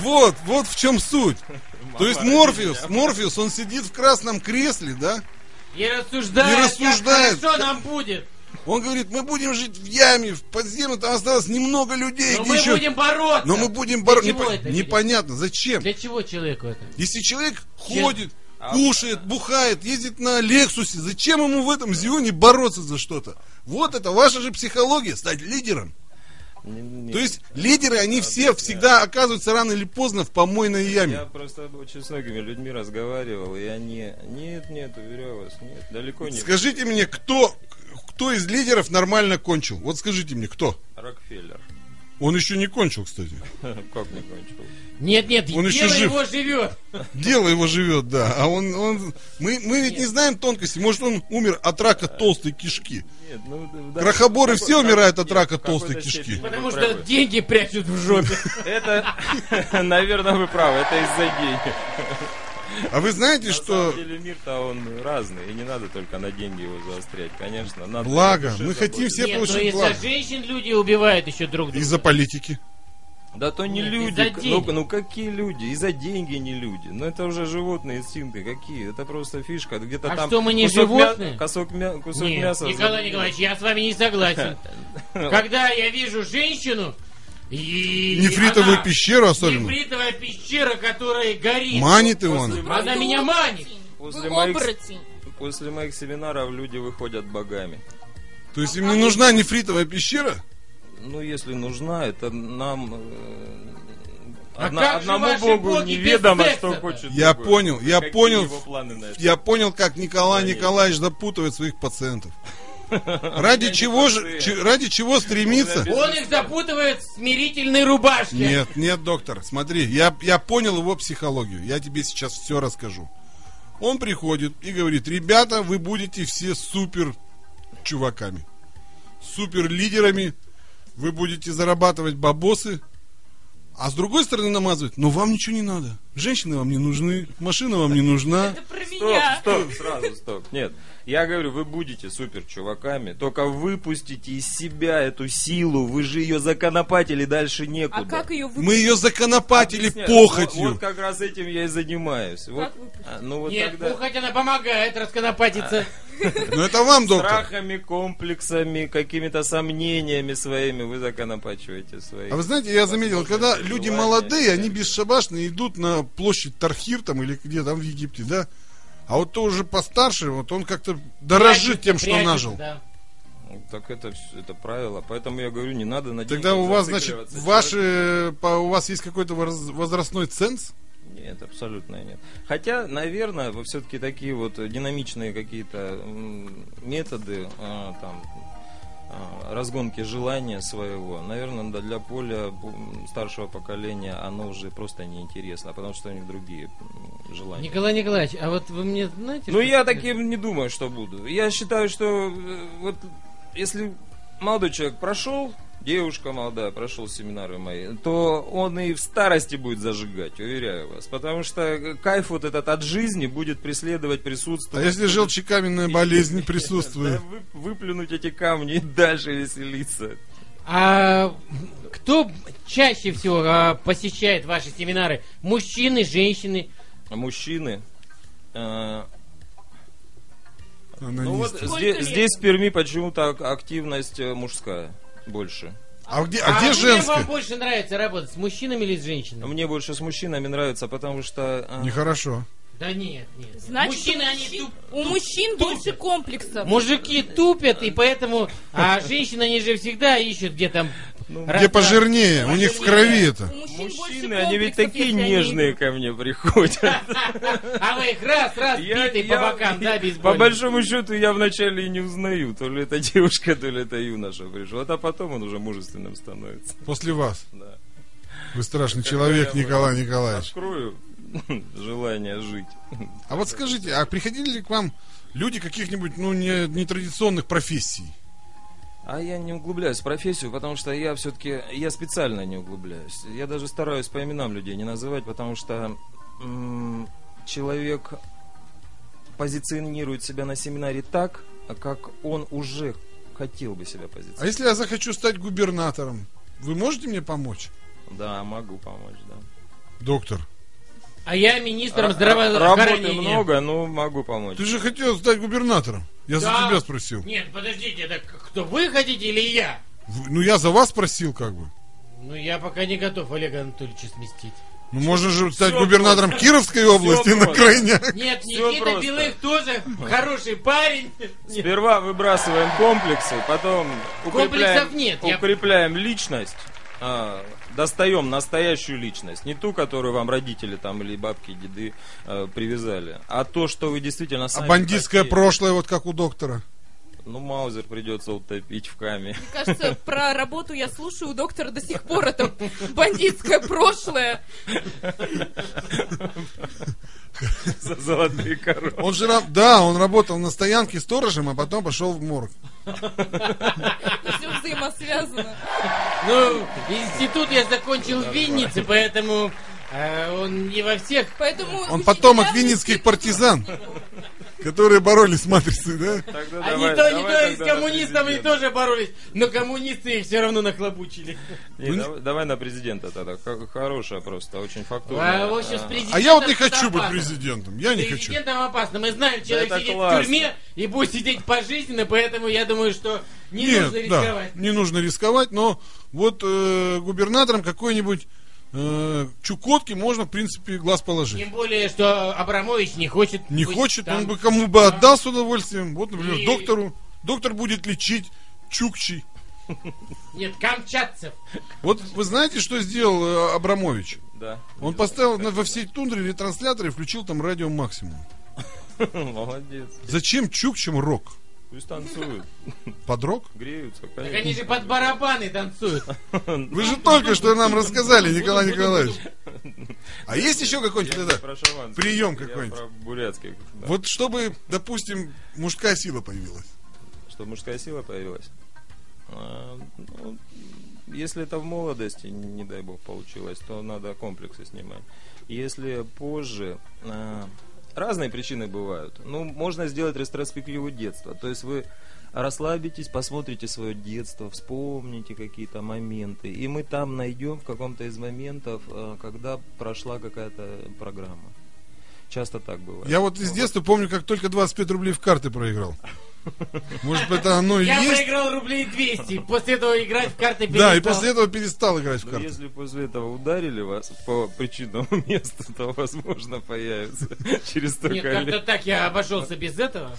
[SPEAKER 2] Вот, вот в чем суть. То есть
[SPEAKER 4] Мама
[SPEAKER 2] Морфеус, Морфеус, он сидит в красном кресле, да?
[SPEAKER 1] И рассуждает,
[SPEAKER 2] И рассуждает.
[SPEAKER 1] как хорошо нам будет.
[SPEAKER 2] Он говорит, мы будем жить в яме, в подземном, там осталось немного людей.
[SPEAKER 1] Но
[SPEAKER 2] где
[SPEAKER 1] мы
[SPEAKER 2] еще-
[SPEAKER 1] будем бороться.
[SPEAKER 2] Но мы будем бороться.
[SPEAKER 1] чего это люди?
[SPEAKER 2] Непонятно, зачем?
[SPEAKER 1] Для чего человеку это?
[SPEAKER 2] Если человек
[SPEAKER 1] Честно.
[SPEAKER 2] ходит,
[SPEAKER 4] А-
[SPEAKER 2] кушает, бухает, ездит на Лексусе, зачем ему в этом Зионе бороться за что-то? Вот это ваша же психология, стать лидером.
[SPEAKER 4] Не-
[SPEAKER 2] То есть лидеры, они все всегда оказываются рано или поздно в помойной
[SPEAKER 4] Я
[SPEAKER 2] яме.
[SPEAKER 4] просто очень с многими людьми разговаривал, и они... Нет, нет, уверяю вас, нет, далеко не
[SPEAKER 2] Скажите мне, кто, кто из лидеров нормально кончил? Вот скажите мне, кто?
[SPEAKER 4] Рокфеллер. [LAUGHS]
[SPEAKER 2] Он еще не кончил, кстати.
[SPEAKER 4] Как не кончил?
[SPEAKER 1] Нет, нет,
[SPEAKER 2] Он еще
[SPEAKER 1] дело
[SPEAKER 2] жив.
[SPEAKER 1] его живет.
[SPEAKER 2] Дело его живет, да. А он, он... Мы, мы ведь не знаем тонкости. Может, он умер от рака толстой кишки.
[SPEAKER 4] Нет, ну... Э, да.
[SPEAKER 2] Крохоборы все
[SPEAKER 4] Какой-
[SPEAKER 2] умирают от
[SPEAKER 4] нет,
[SPEAKER 2] рака
[SPEAKER 4] в какой-то
[SPEAKER 2] толстой кишки.
[SPEAKER 4] степени вы
[SPEAKER 1] Потому что
[SPEAKER 4] правы.
[SPEAKER 1] деньги прячут в жопе.
[SPEAKER 4] Это, [LAUGHS] наверное, вы правы, это из-за денег.
[SPEAKER 2] А вы знаете,
[SPEAKER 4] На
[SPEAKER 2] что...
[SPEAKER 4] самом деле мир-то он разный, и не надо только на деньги его заострять, конечно. Надо
[SPEAKER 2] Благо,
[SPEAKER 4] о душе
[SPEAKER 2] мы хотим
[SPEAKER 4] заботиться.
[SPEAKER 2] все
[SPEAKER 1] Нет,
[SPEAKER 2] получат
[SPEAKER 1] но из-за
[SPEAKER 2] благо.
[SPEAKER 1] женщин люди убивают еще друг друга.
[SPEAKER 2] Из-за политики.
[SPEAKER 4] Да то не
[SPEAKER 1] Нет, из-за
[SPEAKER 4] люди, ну,
[SPEAKER 1] денег.
[SPEAKER 4] ну какие люди, и за деньги не люди. Ну это уже животные инстинкты какие, это просто фишка. Где-то
[SPEAKER 1] А
[SPEAKER 4] там
[SPEAKER 1] что, мы не
[SPEAKER 4] кусок мя-
[SPEAKER 1] животные?
[SPEAKER 4] кусок мя- кусок
[SPEAKER 1] Нет,
[SPEAKER 4] мяса.
[SPEAKER 1] Николай Николаевич, я с вами не
[SPEAKER 4] [LAUGHS]
[SPEAKER 1] согласен. Когда я вижу женщину и...
[SPEAKER 2] Нефритовую
[SPEAKER 1] она-
[SPEAKER 2] пещеру особенно.
[SPEAKER 1] Нефритовая пещера, которая горит.
[SPEAKER 2] Манит
[SPEAKER 4] после
[SPEAKER 2] Иван.
[SPEAKER 3] Вы
[SPEAKER 1] Она меня манит.
[SPEAKER 3] оборотень.
[SPEAKER 4] После
[SPEAKER 3] Вы
[SPEAKER 4] моих-
[SPEAKER 3] оборотень.
[SPEAKER 4] После моих семинаров люди выходят богами.
[SPEAKER 2] То есть им не нужна нефритовая пещера?
[SPEAKER 4] Ну, если нужна, это нам... э,
[SPEAKER 1] А
[SPEAKER 4] одна-
[SPEAKER 1] как же
[SPEAKER 4] одному
[SPEAKER 1] ваши
[SPEAKER 4] Богу
[SPEAKER 1] боги
[SPEAKER 4] неведомо,
[SPEAKER 1] без
[SPEAKER 4] что
[SPEAKER 1] секса-то?
[SPEAKER 4] хочет
[SPEAKER 2] Я
[SPEAKER 4] другой.
[SPEAKER 2] понял, я
[SPEAKER 4] Какие
[SPEAKER 2] понял.
[SPEAKER 4] его планы на это?
[SPEAKER 2] Я понял, как Николай
[SPEAKER 4] Конечно.
[SPEAKER 2] Николаевич запутывает своих пациентов. Ради чего же,
[SPEAKER 4] пациент.
[SPEAKER 2] че- ради чего стремиться?
[SPEAKER 1] Он их запутывает в смирительной рубашке.
[SPEAKER 2] Нет, нет, доктор, смотри, я, я понял его психологию. Я тебе сейчас все расскажу. Он приходит и говорит, ребята, вы будете все супер чуваками, супер лидерами, вы будете зарабатывать бабосы, а с другой стороны намазывает, но вам ничего не надо. Женщины вам не нужны, машина вам не нужна.
[SPEAKER 3] Это про
[SPEAKER 4] Стоп,
[SPEAKER 3] меня. [LAUGHS]
[SPEAKER 4] стоп, сразу стоп. Нет, я говорю, вы будете супер чуваками, только выпустите из себя эту силу, вы же ее законопатили, дальше некуда.
[SPEAKER 3] А как ее
[SPEAKER 2] Мы ее законопатили
[SPEAKER 4] Объясняю, Вот,
[SPEAKER 2] похотью.
[SPEAKER 4] вот как раз этим я и занимаюсь. Вот,
[SPEAKER 3] выпустить?
[SPEAKER 4] а, ну вот
[SPEAKER 1] Нет,
[SPEAKER 4] тогда
[SPEAKER 1] пухать она помогает
[SPEAKER 2] [LAUGHS]
[SPEAKER 1] расконопатиться.
[SPEAKER 2] Но это вам, доктор.
[SPEAKER 4] страхами, комплексами, какими-то сомнениями своими вы законопачиваете свои.
[SPEAKER 2] А вы знаете, я заметил, когда
[SPEAKER 4] Желание,
[SPEAKER 2] люди молодые, они
[SPEAKER 4] энергия.
[SPEAKER 2] бесшабашные идут на площадь Тархир там или где там в Египте, да? А вот то уже постарше, вот он как-то дорожит тем, что
[SPEAKER 1] Прячется,
[SPEAKER 2] нажил.
[SPEAKER 1] да.
[SPEAKER 4] Ну, Так это, вс- это правило, поэтому я говорю, не надо на
[SPEAKER 2] Тогда
[SPEAKER 4] деньгах
[SPEAKER 2] у вас, значит,
[SPEAKER 4] зацикливаться.
[SPEAKER 2] ваши, по- у вас есть какой-то воз- возрастной ценз?
[SPEAKER 4] Нет, абсолютно нет. Хотя, наверное, вот все-таки такие вот динамичные какие-то м, методы, а, там, а, разгонки желания своего, наверное, да, для поля бу- старшего поколения оно уже просто неинтересно, потому что у них другие м, желания.
[SPEAKER 1] Николай Николаевич, а вот вы мне знаете...
[SPEAKER 4] Ну,
[SPEAKER 1] что
[SPEAKER 4] я
[SPEAKER 1] сказать?
[SPEAKER 4] таким не думаю, что буду. Я считаю, что э, вот если молодой человек прошел, девушка молодая, прошел семинары мои, то он и в старости будет зажигать, уверяю вас. Потому что э, кайф вот этот от жизни будет преследовать,
[SPEAKER 2] А
[SPEAKER 4] присутствовать.
[SPEAKER 2] если желчекаменная болезнь присутствует?
[SPEAKER 4] Да, вы- выплюнуть эти камни и дальше веселиться.
[SPEAKER 1] А кто чаще всего а, посещает ваши семинары? Мужчины, женщины?
[SPEAKER 4] А Мужчины. э,
[SPEAKER 2] Она
[SPEAKER 4] ну
[SPEAKER 2] не
[SPEAKER 4] вот
[SPEAKER 2] ст-
[SPEAKER 3] Сколько
[SPEAKER 4] здесь,
[SPEAKER 3] лет?
[SPEAKER 4] здесь в Перми почему-то ак- активность э, мужская больше.
[SPEAKER 2] А где, а где
[SPEAKER 1] кем
[SPEAKER 2] женская?
[SPEAKER 1] вам больше нравится работать, с мужчинами или с женщинами?
[SPEAKER 4] Мне больше с мужчинами нравится, потому что... э,
[SPEAKER 2] Нехорошо.
[SPEAKER 1] Да нет, нет. нет.
[SPEAKER 3] Значит,
[SPEAKER 1] Мужчины,
[SPEAKER 3] у
[SPEAKER 1] они
[SPEAKER 3] мужчин-
[SPEAKER 1] туп-
[SPEAKER 3] У мужчин
[SPEAKER 1] тупят.
[SPEAKER 3] больше комплексов.
[SPEAKER 1] Мужики тупят, и поэтому... А женщины, они же всегда ищут, где там...
[SPEAKER 4] Ну,
[SPEAKER 1] раз-
[SPEAKER 2] Где пожирнее, у них в крови
[SPEAKER 3] У
[SPEAKER 2] это.
[SPEAKER 3] мужчин больше
[SPEAKER 4] Мужчины, они ведь
[SPEAKER 3] комплексов,
[SPEAKER 4] такие
[SPEAKER 3] если они
[SPEAKER 4] нежные
[SPEAKER 3] идут.
[SPEAKER 4] ко мне приходят.
[SPEAKER 1] А вы их раз-раз
[SPEAKER 4] Я-
[SPEAKER 1] битой по
[SPEAKER 4] я-
[SPEAKER 1] бокам, да,
[SPEAKER 4] [LAUGHS] По
[SPEAKER 1] бейсбольной?
[SPEAKER 4] большому счету, я вначале и не узнаю, то ли это девушка, то ли это юноша пришел. А потом он уже мужественным становится.
[SPEAKER 2] После вас.
[SPEAKER 4] Да.
[SPEAKER 2] Вы страшный человек,
[SPEAKER 4] я
[SPEAKER 2] Николай Николаевич.
[SPEAKER 4] Открою [LAUGHS] желание жить.
[SPEAKER 2] А вот скажите, а приходили ли к вам люди каких-нибудь, ну, не, нетрадиционных профессий?
[SPEAKER 4] А я не углубляюсь в профессию, потому что я все-таки, я специально не углубляюсь. Я даже стараюсь по именам людей не называть, потому что м, человек позиционирует себя на семинаре так, как он уже хотел бы себя позиционировать.
[SPEAKER 2] А если я захочу стать губернатором, вы можете мне помочь,
[SPEAKER 4] А Да, могу помочь, да.
[SPEAKER 2] доктор?
[SPEAKER 1] А я министром
[SPEAKER 4] а, Работы
[SPEAKER 1] здравоохранения.
[SPEAKER 4] много, но могу помочь.
[SPEAKER 2] Ты же хотел стать губернатором. Я
[SPEAKER 1] Да.
[SPEAKER 2] за тебя спросил.
[SPEAKER 1] Нет, подождите, так кто, вы хотите или я?
[SPEAKER 2] В- Ну, я за вас спросил, как бы.
[SPEAKER 1] Ну, я пока не готов Олега Анатольевича сместить.
[SPEAKER 2] Ну, можно же стать
[SPEAKER 4] Всё
[SPEAKER 2] губернатором Кировской области на
[SPEAKER 4] просто.
[SPEAKER 2] крайняк.
[SPEAKER 1] Нет,
[SPEAKER 4] Всё
[SPEAKER 1] Никита
[SPEAKER 4] просто.
[SPEAKER 1] Белых тоже хороший парень. Нет.
[SPEAKER 4] Сперва выбрасываем комплексы, потом укрепляем,
[SPEAKER 1] Комплексов нет, я-
[SPEAKER 4] укрепляем личность, а, достаем настоящую личность, не ту, которую вам родители там или бабки, деды э, привязали, а то, что вы действительно
[SPEAKER 2] А
[SPEAKER 4] сами.
[SPEAKER 2] бандитское
[SPEAKER 4] хотите.
[SPEAKER 2] прошлое, вот как у доктора.
[SPEAKER 4] Ну, Маузер придется утопить в каме.
[SPEAKER 3] Мне кажется, про работу я слушаю у доктора до сих пор. Это бандитское прошлое.
[SPEAKER 4] [LAUGHS] за золотые коровы.
[SPEAKER 2] Он же, раб- да, он работал на стоянке сторожем, а потом пошел в морг.
[SPEAKER 3] Все взаимосвязано.
[SPEAKER 1] Ну, институт я закончил в Виннице, поэтому э, он не во всех.
[SPEAKER 3] Поэтому
[SPEAKER 2] Он
[SPEAKER 3] учителя-
[SPEAKER 2] потомок винницких партизан, которые боролись с матрицей, да?
[SPEAKER 4] Тогда
[SPEAKER 1] Они
[SPEAKER 4] Ну, давай-
[SPEAKER 1] то, они
[SPEAKER 4] давай
[SPEAKER 1] то
[SPEAKER 4] тогда
[SPEAKER 1] с
[SPEAKER 4] на
[SPEAKER 1] коммунистами
[SPEAKER 4] президента.
[SPEAKER 1] тоже боролись, но коммунисты их все равно нахлобучили.
[SPEAKER 4] Не,
[SPEAKER 2] Ну, не-
[SPEAKER 4] давай, давай на президента тогда. Хо- Хорошая просто, очень фактурная.
[SPEAKER 1] А, в общем, с
[SPEAKER 4] А.
[SPEAKER 1] президентом
[SPEAKER 2] А я вот не хочу
[SPEAKER 1] опасно.
[SPEAKER 2] быть президентом. Я не хочу.
[SPEAKER 1] Президентом опасно. Мы знаем, человек
[SPEAKER 4] это
[SPEAKER 1] сидит
[SPEAKER 4] классно.
[SPEAKER 1] в тюрьме и будет сидеть пожизненно, поэтому я думаю, что не нужно
[SPEAKER 2] Нет, да,
[SPEAKER 1] рисковать.
[SPEAKER 2] не нужно рисковать, но вот э, губернатором какой-нибудь э, Чукотке можно, в принципе, глаз положить.
[SPEAKER 1] Тем более, что Абрамович не хочет.
[SPEAKER 2] Не
[SPEAKER 1] быть
[SPEAKER 2] хочет,
[SPEAKER 1] там.
[SPEAKER 2] он бы кому бы отдал с удовольствием. Вот, например,
[SPEAKER 1] И-
[SPEAKER 2] доктору. Доктор будет лечить чукчи.
[SPEAKER 1] Нет, камчатцев.
[SPEAKER 2] Вот вы знаете, что сделал э, Абрамович?
[SPEAKER 4] Да. [LAUGHS]
[SPEAKER 2] Он поставил на, во всей тундре ретранслятор и включил там радио максимум.
[SPEAKER 4] Молодец.
[SPEAKER 2] Зачем чукчим рок?
[SPEAKER 4] Пусть танцуют,
[SPEAKER 2] Под рок?
[SPEAKER 4] греются,
[SPEAKER 1] Так
[SPEAKER 4] конечно.
[SPEAKER 1] они же под барабаны танцуют.
[SPEAKER 2] Вы же только что нам рассказали, Николай Николаевич. А есть еще какой-нибудь
[SPEAKER 4] Я
[SPEAKER 2] тогда
[SPEAKER 4] про шаманских,
[SPEAKER 2] прием
[SPEAKER 4] я
[SPEAKER 2] какой-нибудь?
[SPEAKER 4] про бурятских. да.
[SPEAKER 2] Вот чтобы, допустим, мужская сила появилась.
[SPEAKER 4] Что мужская сила появилась? А, ну, если это в молодости, не дай бог, получилось, то надо комплексы снимать. Если позже... а, разные причины бывают. Ну, можно сделать ретроспективу детства. То есть вы расслабитесь, посмотрите свое детство, вспомните какие-то моменты. И мы там найдем в каком-то из моментов, а, когда прошла какая-то программа. Часто так бывает.
[SPEAKER 2] Я вот из детства помню, как только 25 рублей в карты проиграл. Может, это оно и
[SPEAKER 1] Я
[SPEAKER 2] Ну, есть?
[SPEAKER 1] проиграл рублей 200. После этого играть в карты
[SPEAKER 2] Да, и
[SPEAKER 1] перестал.
[SPEAKER 2] после этого перестал играть в
[SPEAKER 4] Но
[SPEAKER 2] карты.
[SPEAKER 4] Ну, если после этого ударили вас по причинному [LAUGHS] месту, то, возможно, появится [LAUGHS] через
[SPEAKER 1] Нет,
[SPEAKER 4] столько
[SPEAKER 1] как-то
[SPEAKER 4] лет.
[SPEAKER 1] так я обошелся без этого.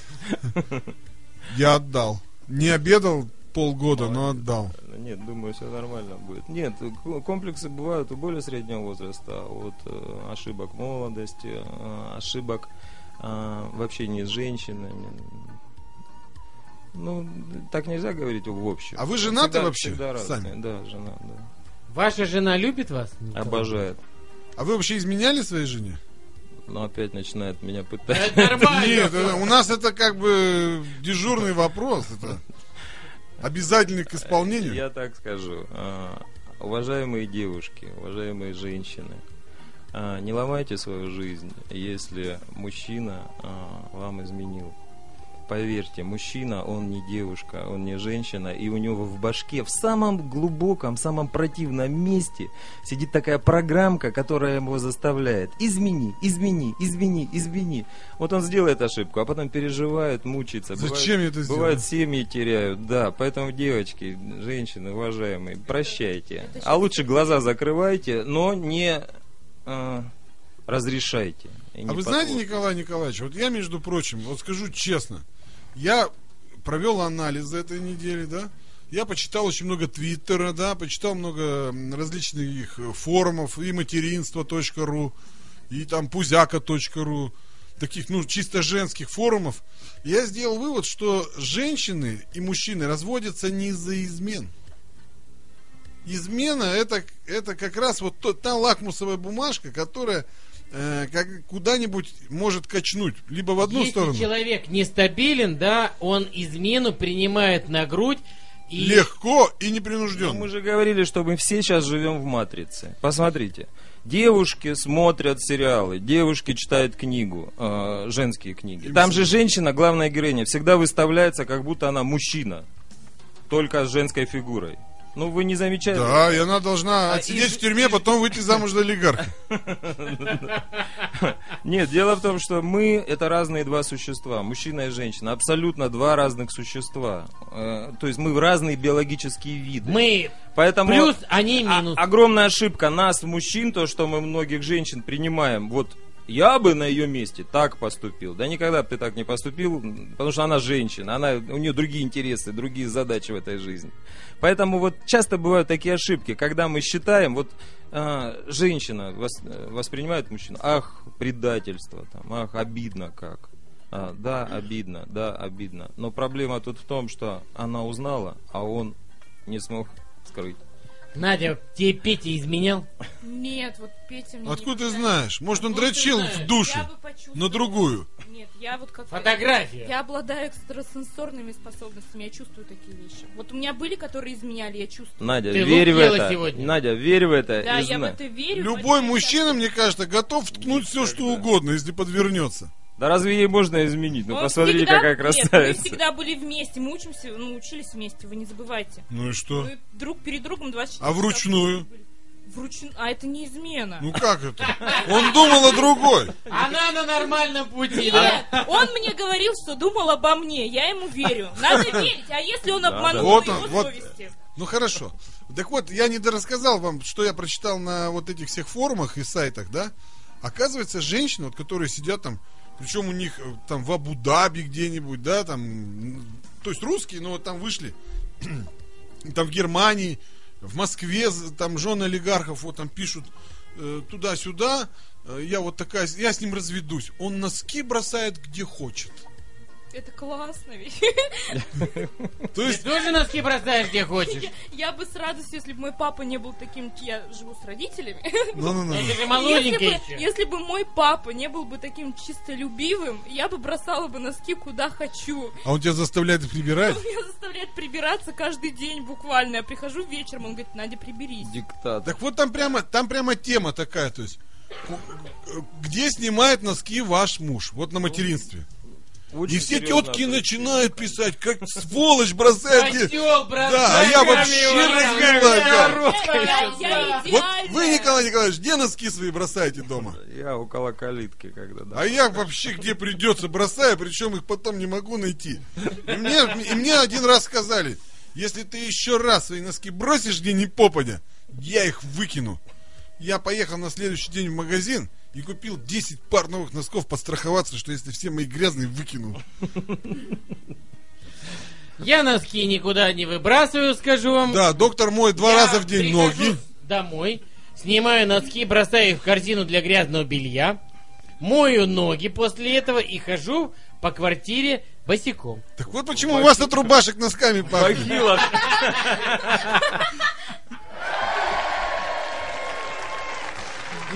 [SPEAKER 2] Я отдал. Не обедал полгода, но отдал.
[SPEAKER 4] Ну, Нет, думаю, все нормально будет. Нет, к- комплексы бывают у более среднего возраста, от э, ошибок молодости, э, ошибок э, в общении с женщинами. Ну, так нельзя говорить в общем.
[SPEAKER 2] А вы женаты
[SPEAKER 4] Всегда-
[SPEAKER 2] вообще
[SPEAKER 4] всегда разные.
[SPEAKER 2] сами?
[SPEAKER 4] Да, жена, да.
[SPEAKER 1] Ваша жена любит вас? Николай?
[SPEAKER 4] Обожает.
[SPEAKER 2] А вы вообще изменяли своей жене?
[SPEAKER 4] Но опять начинает меня пытать.
[SPEAKER 1] Это нормально.
[SPEAKER 2] Нет, это- у нас это как бы дежурный вопрос. Это обязательный к исполнению.
[SPEAKER 4] Я так скажу. А, Уважаемые девушки, уважаемые женщины, а, не ломайте свою жизнь, если мужчина а, вам изменил. Поверьте, мужчина, он не девушка, он не женщина, и у него в башке, в самом глубоком, самом противном месте сидит такая программка, которая его заставляет «измени, измени, измени, измени». Вот он сделает ошибку, а потом переживает, мучается. бывает-
[SPEAKER 2] Зачем я это сделал?
[SPEAKER 4] Бывают семьи теряют, да. Поэтому, девочки, женщины, уважаемые, прощайте.
[SPEAKER 3] Это
[SPEAKER 4] А лучше глаза закрывайте, но не э, разрешайте. и не
[SPEAKER 2] А вы знаете,
[SPEAKER 4] послушайте.
[SPEAKER 2] Николай Николаевич, вот я, между прочим, вот скажу честно, я провел анализ за этой неделе, да, я почитал очень много твиттера, да, почитал много м, различных э, форумов, и материнство.ру, и там пузяка.ру, таких, ну, чисто женских форумов. Я сделал вывод, что женщины и мужчины разводятся не из-за измен. Измена это, это как раз вот то- та лакмусовая бумажка, которая э, как, куда-нибудь может качнуть. Либо в одну
[SPEAKER 1] Если
[SPEAKER 2] сторону.
[SPEAKER 1] человек нестабилен, да, он измену принимает на грудь и
[SPEAKER 2] Легко и
[SPEAKER 4] Ну, Мы
[SPEAKER 2] непринужденно.
[SPEAKER 4] же говорили, что мы все сейчас живем в матрице. Посмотрите. Девушки смотрят сериалы, девушки читают книгу, э, женские книги.
[SPEAKER 2] Им
[SPEAKER 4] Там
[SPEAKER 2] всё-
[SPEAKER 4] же женщина, главная героиня, всегда выставляется, как будто она мужчина, только с женской фигурой. Ну, вы не замечаете?
[SPEAKER 2] Да, и она должна
[SPEAKER 4] А
[SPEAKER 2] отсидеть
[SPEAKER 4] из-
[SPEAKER 2] в тюрьме, потом выйти замуж за олигарха.
[SPEAKER 4] Нет, дело в том, что мы это разные два существа, мужчина и женщина, абсолютно два разных существа. Э, То есть мы в разные биологические виды.
[SPEAKER 1] мы
[SPEAKER 4] Поэтому
[SPEAKER 1] плюс, они
[SPEAKER 3] А-
[SPEAKER 4] о-
[SPEAKER 1] минус.
[SPEAKER 4] огромная ошибка нас мужчин то, что мы многих женщин принимаем. Вот я бы на ее месте так поступил. Да никогда бы ты так не поступил, потому что она женщина, она, у нее другие интересы, другие задачи в этой жизни. Поэтому вот часто бывают такие ошибки, когда мы считаем, вот а, женщина вос- э, воспринимает мужчину, ах, предательство, там, ах, обидно как. А, да, обидно, да, обидно. Но проблема тут в том, что она узнала, а он не смог скрыть.
[SPEAKER 1] Надя, тебе Петя изменял?
[SPEAKER 3] Нет, вот Петя мне
[SPEAKER 2] Откуда
[SPEAKER 3] не
[SPEAKER 2] ты
[SPEAKER 3] понравился.
[SPEAKER 2] знаешь? Может, он
[SPEAKER 1] Откуда ты
[SPEAKER 2] дрочил
[SPEAKER 1] знаешь?
[SPEAKER 2] в душе
[SPEAKER 3] Я бы почувствовала.
[SPEAKER 2] на другую.
[SPEAKER 3] Нет, я вот как...
[SPEAKER 1] Фотография.
[SPEAKER 3] Я обладаю экстрасенсорными способностями, я чувствую такие вещи. Вот у меня были, которые изменяли, я чувствую.
[SPEAKER 4] Надя,
[SPEAKER 1] Ты
[SPEAKER 4] верь в
[SPEAKER 1] лупила
[SPEAKER 4] это.
[SPEAKER 1] сегодня.
[SPEAKER 4] Надя, верь в это.
[SPEAKER 3] Да,
[SPEAKER 4] и
[SPEAKER 3] я в
[SPEAKER 4] знай.
[SPEAKER 3] это верю.
[SPEAKER 2] Любой
[SPEAKER 3] поэтому я
[SPEAKER 2] мужчина, мне кажется, готов вткнуть все, что угодно, если подвернется.
[SPEAKER 4] Да разве ей можно изменить? Ну
[SPEAKER 3] Он
[SPEAKER 4] посмотрите,
[SPEAKER 3] всегда-
[SPEAKER 4] какая
[SPEAKER 3] Нет,
[SPEAKER 4] красавица.
[SPEAKER 3] мы всегда были вместе, мы учимся, ну, учились вместе, вы не забывайте.
[SPEAKER 2] Ну и что?
[SPEAKER 3] Мы друг перед другом 24
[SPEAKER 2] А вручную?
[SPEAKER 3] Вручную? А это не измена.
[SPEAKER 2] Ну как это? Он думал о другой.
[SPEAKER 1] Она на нормальном пути, да?
[SPEAKER 3] Нет, он мне говорил, что думал обо мне, я ему верю. Надо верить, а если он
[SPEAKER 4] Надо.
[SPEAKER 3] обманул
[SPEAKER 2] Вот
[SPEAKER 3] на
[SPEAKER 2] он,
[SPEAKER 3] его
[SPEAKER 2] вот.
[SPEAKER 3] совести?
[SPEAKER 2] Ну хорошо. Так вот, я не дорассказал вам, что я прочитал на вот этих всех форумах и сайтах, да? Оказывается, женщины, вот, которые сидят там, причем у них э, там в Абу-Даби где-нибудь, да, там, м, то есть русские, но вот там вышли, [CLEARS THROAT] там в Германии, в Москве, з- там жены олигархов, вот там пишут э, туда-сюда, э, я вот такая, с- я с ним разведусь. Он носки бросает где хочет.
[SPEAKER 3] Это классно ведь.
[SPEAKER 2] То
[SPEAKER 1] Ты
[SPEAKER 2] есть
[SPEAKER 1] тоже носки бросаешь, где хочешь.
[SPEAKER 3] Я бы с радостью, если бы мой папа не был таким, я живу с родителями.
[SPEAKER 2] Ну-ну-ну.
[SPEAKER 1] Ты же
[SPEAKER 3] Если
[SPEAKER 1] молоденький
[SPEAKER 3] бы,
[SPEAKER 1] еще.
[SPEAKER 3] если бы мой папа не был бы таким чистолюбивым, я бы бросала бы носки куда хочу.
[SPEAKER 2] А он тебя заставляет их прибирать?
[SPEAKER 3] Он меня заставляет прибираться каждый день буквально. Я прихожу вечером, он говорит, Надя, приберись.
[SPEAKER 4] Диктат.
[SPEAKER 2] Так вот там прямо, там прямо тема такая, то есть, ку- к- где снимает носки ваш муж? Вот на материнстве.
[SPEAKER 4] Ну, Очень
[SPEAKER 2] И все
[SPEAKER 4] серьезно
[SPEAKER 2] тетки
[SPEAKER 4] относится.
[SPEAKER 2] начинают писать, как сволочь бросает. где-
[SPEAKER 1] Козёл, брат,
[SPEAKER 2] Да, а я
[SPEAKER 1] закрывай
[SPEAKER 2] вообще
[SPEAKER 1] его,
[SPEAKER 2] разгневался.
[SPEAKER 1] да, русская
[SPEAKER 3] Я- я-
[SPEAKER 1] сейчас,
[SPEAKER 3] я
[SPEAKER 1] да.
[SPEAKER 2] Вот
[SPEAKER 3] идеальная.
[SPEAKER 2] вы, Николай Николаевич, где носки свои бросаете дома?
[SPEAKER 4] Я около калитки, когда, да.
[SPEAKER 2] А я вообще где придется бросаю, причем их потом не могу найти. И мне, и мне один раз сказали, если ты еще раз свои носки бросишь где ни попадя, я их выкину. Я поехал на следующий день в магазин и купил 10 пар новых носков подстраховаться, что если все мои грязные выкину.
[SPEAKER 1] Я носки никуда не выбрасываю, скажу вам.
[SPEAKER 2] Да, доктор мой два
[SPEAKER 1] Я
[SPEAKER 2] раза в день
[SPEAKER 1] прихожу
[SPEAKER 2] ноги.
[SPEAKER 1] Домой, снимаю носки, бросаю их в корзину для грязного белья, мою ноги после этого и хожу по квартире босиком.
[SPEAKER 2] Так вот почему у вас от рубашек носками пахнет. [LAUGHS]
[SPEAKER 4] Бахилов.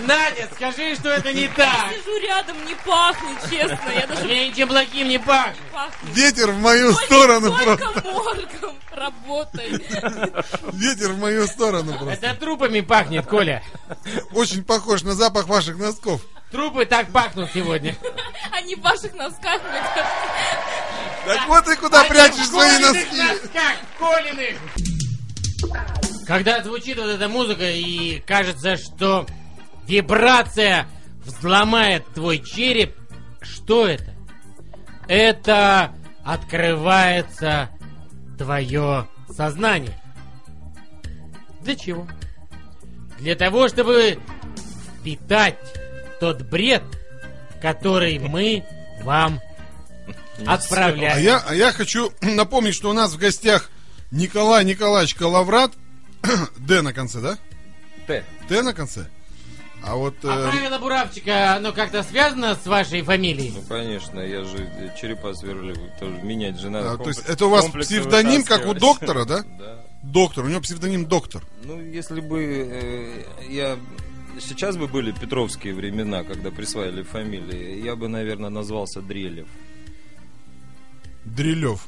[SPEAKER 1] Надя, скажи, что это не так.
[SPEAKER 3] Сижу рядом, не пахнет, честно. Я даже
[SPEAKER 1] Меня ничем плохим не пахнет.
[SPEAKER 3] пахну.
[SPEAKER 2] Ветер в мою сторону просто.
[SPEAKER 3] Только моргом работай.
[SPEAKER 2] Ветер в мою сторону просто.
[SPEAKER 1] Это трупами пахнет, Коля.
[SPEAKER 2] Очень похож на запах ваших носков.
[SPEAKER 1] Трупы так пахнут сегодня.
[SPEAKER 3] А не в ваших носках, мне кажется.
[SPEAKER 2] Так вот ты куда прячешь свои
[SPEAKER 1] Колиных
[SPEAKER 2] носки.
[SPEAKER 1] носках, Колиных. Когда звучит вот эта музыка и кажется, что вибрация взломает твой череп, что это? Это открывается твое сознание. Для чего? Для того, чтобы впитать тот бред, который мы вам отправляем.
[SPEAKER 2] А я, а я хочу [CLEARS THROAT] напомнить, что у нас в гостях Николай Николаевич Калаврат. [CLEARS THROAT] Д на конце, да?
[SPEAKER 4] Т.
[SPEAKER 2] Т на конце. А вот...
[SPEAKER 1] А
[SPEAKER 2] э,
[SPEAKER 1] правило Буравчика, оно как-то связано с вашей фамилией?
[SPEAKER 4] Ну, конечно, я же черепа сверлю, тоже менять же надо.
[SPEAKER 2] а, то есть
[SPEAKER 4] комплекс-
[SPEAKER 2] это у вас
[SPEAKER 4] комплексы
[SPEAKER 2] псевдоним, как у
[SPEAKER 4] вытаскивать.
[SPEAKER 2] доктора, да?
[SPEAKER 4] Да.
[SPEAKER 2] Доктор, у него псевдоним доктор.
[SPEAKER 4] Ну, если бы э, я... Сейчас бы были петровские времена, когда присваивали фамилии, я бы, наверное, назвался Дрелев.
[SPEAKER 2] Дрилев.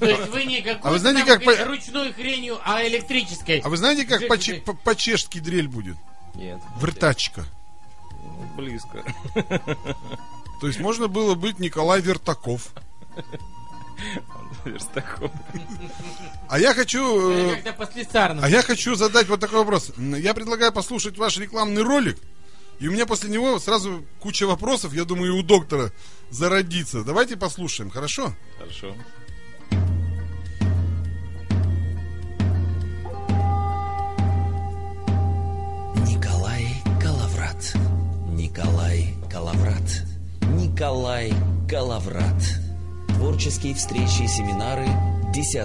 [SPEAKER 1] То есть вы не какой-то
[SPEAKER 2] А вы знаете,
[SPEAKER 1] там
[SPEAKER 2] как по-
[SPEAKER 1] ручной хренью, а электрической?
[SPEAKER 2] А вы знаете, как
[SPEAKER 1] Где-
[SPEAKER 2] по-че-
[SPEAKER 1] где?
[SPEAKER 2] по- по-чешски дрель будет?
[SPEAKER 4] Нет.
[SPEAKER 2] Вертачка.
[SPEAKER 4] Ну, Близко. [LAUGHS]
[SPEAKER 2] То есть можно было быть Николай Вертаков.
[SPEAKER 4] Верстаков.
[SPEAKER 2] А я хочу... э,
[SPEAKER 1] Это Как-то по-слесарному.
[SPEAKER 2] А я хочу задать вот такой вопрос. М, Я предлагаю послушать ваш рекламный ролик. И у меня после него сразу куча вопросов, я думаю, и у доктора зародится. Давайте послушаем, хорошо?
[SPEAKER 4] Хорошо.
[SPEAKER 5] Николай Калаврат. Николай Калаврат. Николай Калаврат. Творческие встречи и семинары 10,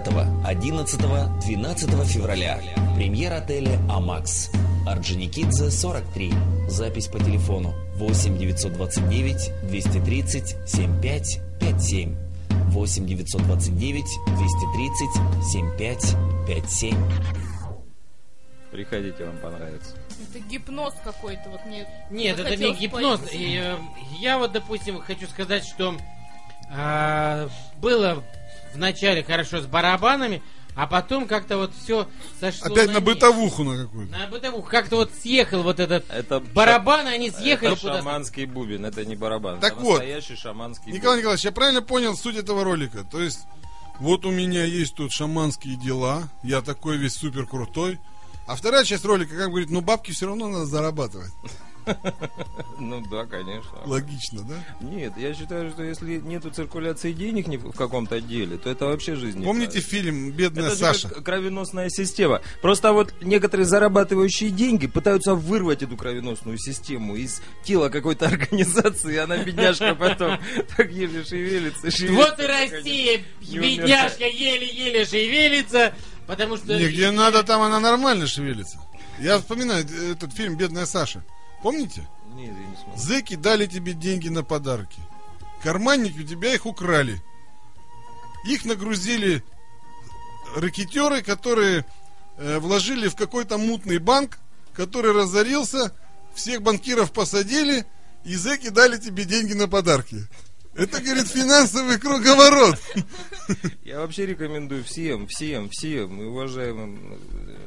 [SPEAKER 5] 11, 12 февраля. Премьер отеля «Амакс». Орджоникидзе, 43. Запись по телефону 8 929 230 7557. 8 929 230 7557.
[SPEAKER 4] Приходите, вам понравится.
[SPEAKER 3] Это гипноз какой-то. Вот мне
[SPEAKER 1] Нет, это не
[SPEAKER 3] захотелось
[SPEAKER 1] гипноз.
[SPEAKER 3] пойти.
[SPEAKER 1] И, э, я вот, допустим, хочу сказать, что а, было вначале хорошо с барабанами, а потом как-то вот все сошло
[SPEAKER 2] Опять на
[SPEAKER 1] нет.
[SPEAKER 2] бытовуху на какую-то.
[SPEAKER 1] На бытовую. Как-то вот съехал вот этот
[SPEAKER 4] Это
[SPEAKER 1] барабан, и они съехали
[SPEAKER 4] Э, Это
[SPEAKER 1] куда-то.
[SPEAKER 4] шаманский бубен, это не барабан.
[SPEAKER 2] Так
[SPEAKER 4] это
[SPEAKER 2] вот.
[SPEAKER 4] настоящий шаманский
[SPEAKER 2] Николай
[SPEAKER 4] бубен.
[SPEAKER 2] Николаевич, я правильно понял суть этого ролика? То есть, вот у меня есть тут шаманские дела, я такой весь супер крутой. А вторая часть ролика, как говорит, ну бабки все равно надо зарабатывать.
[SPEAKER 4] Ну да, конечно.
[SPEAKER 2] Логично, да?
[SPEAKER 4] Нет, я считаю, что если нету циркуляции денег ни в в каком-то деле, то это вообще жизнь. не
[SPEAKER 2] Помните
[SPEAKER 4] правильно.
[SPEAKER 2] фильм «Бедная
[SPEAKER 4] э, Это же
[SPEAKER 2] Саша»?
[SPEAKER 4] как кровеносная система. Просто вот некоторые зарабатывающие деньги пытаются вырвать эту кровеносную систему из тела какой-то [LAUGHS] организации, и она, бедняжка, потом [LAUGHS] так еле шевелится, шевелится.
[SPEAKER 1] Вот и Россия,
[SPEAKER 4] не
[SPEAKER 1] бедняжка, еле-еле шевелится, потому что...
[SPEAKER 2] Не, где надо, там она нормально шевелится. Я вспоминаю э, этот фильм «Бедная Саша». Помните?
[SPEAKER 4] Нет, я не смотрю.
[SPEAKER 2] Зеки дали тебе деньги на подарки. Карманники у тебя их украли. Их нагрузили ракетеры, которые э, вложили в какой-то мутный банк, который разорился, всех банкиров посадили, и зеки дали тебе деньги на подарки. Это, говорит, финансовый круговорот.
[SPEAKER 4] Я вообще рекомендую всем, всем, всем уважаемым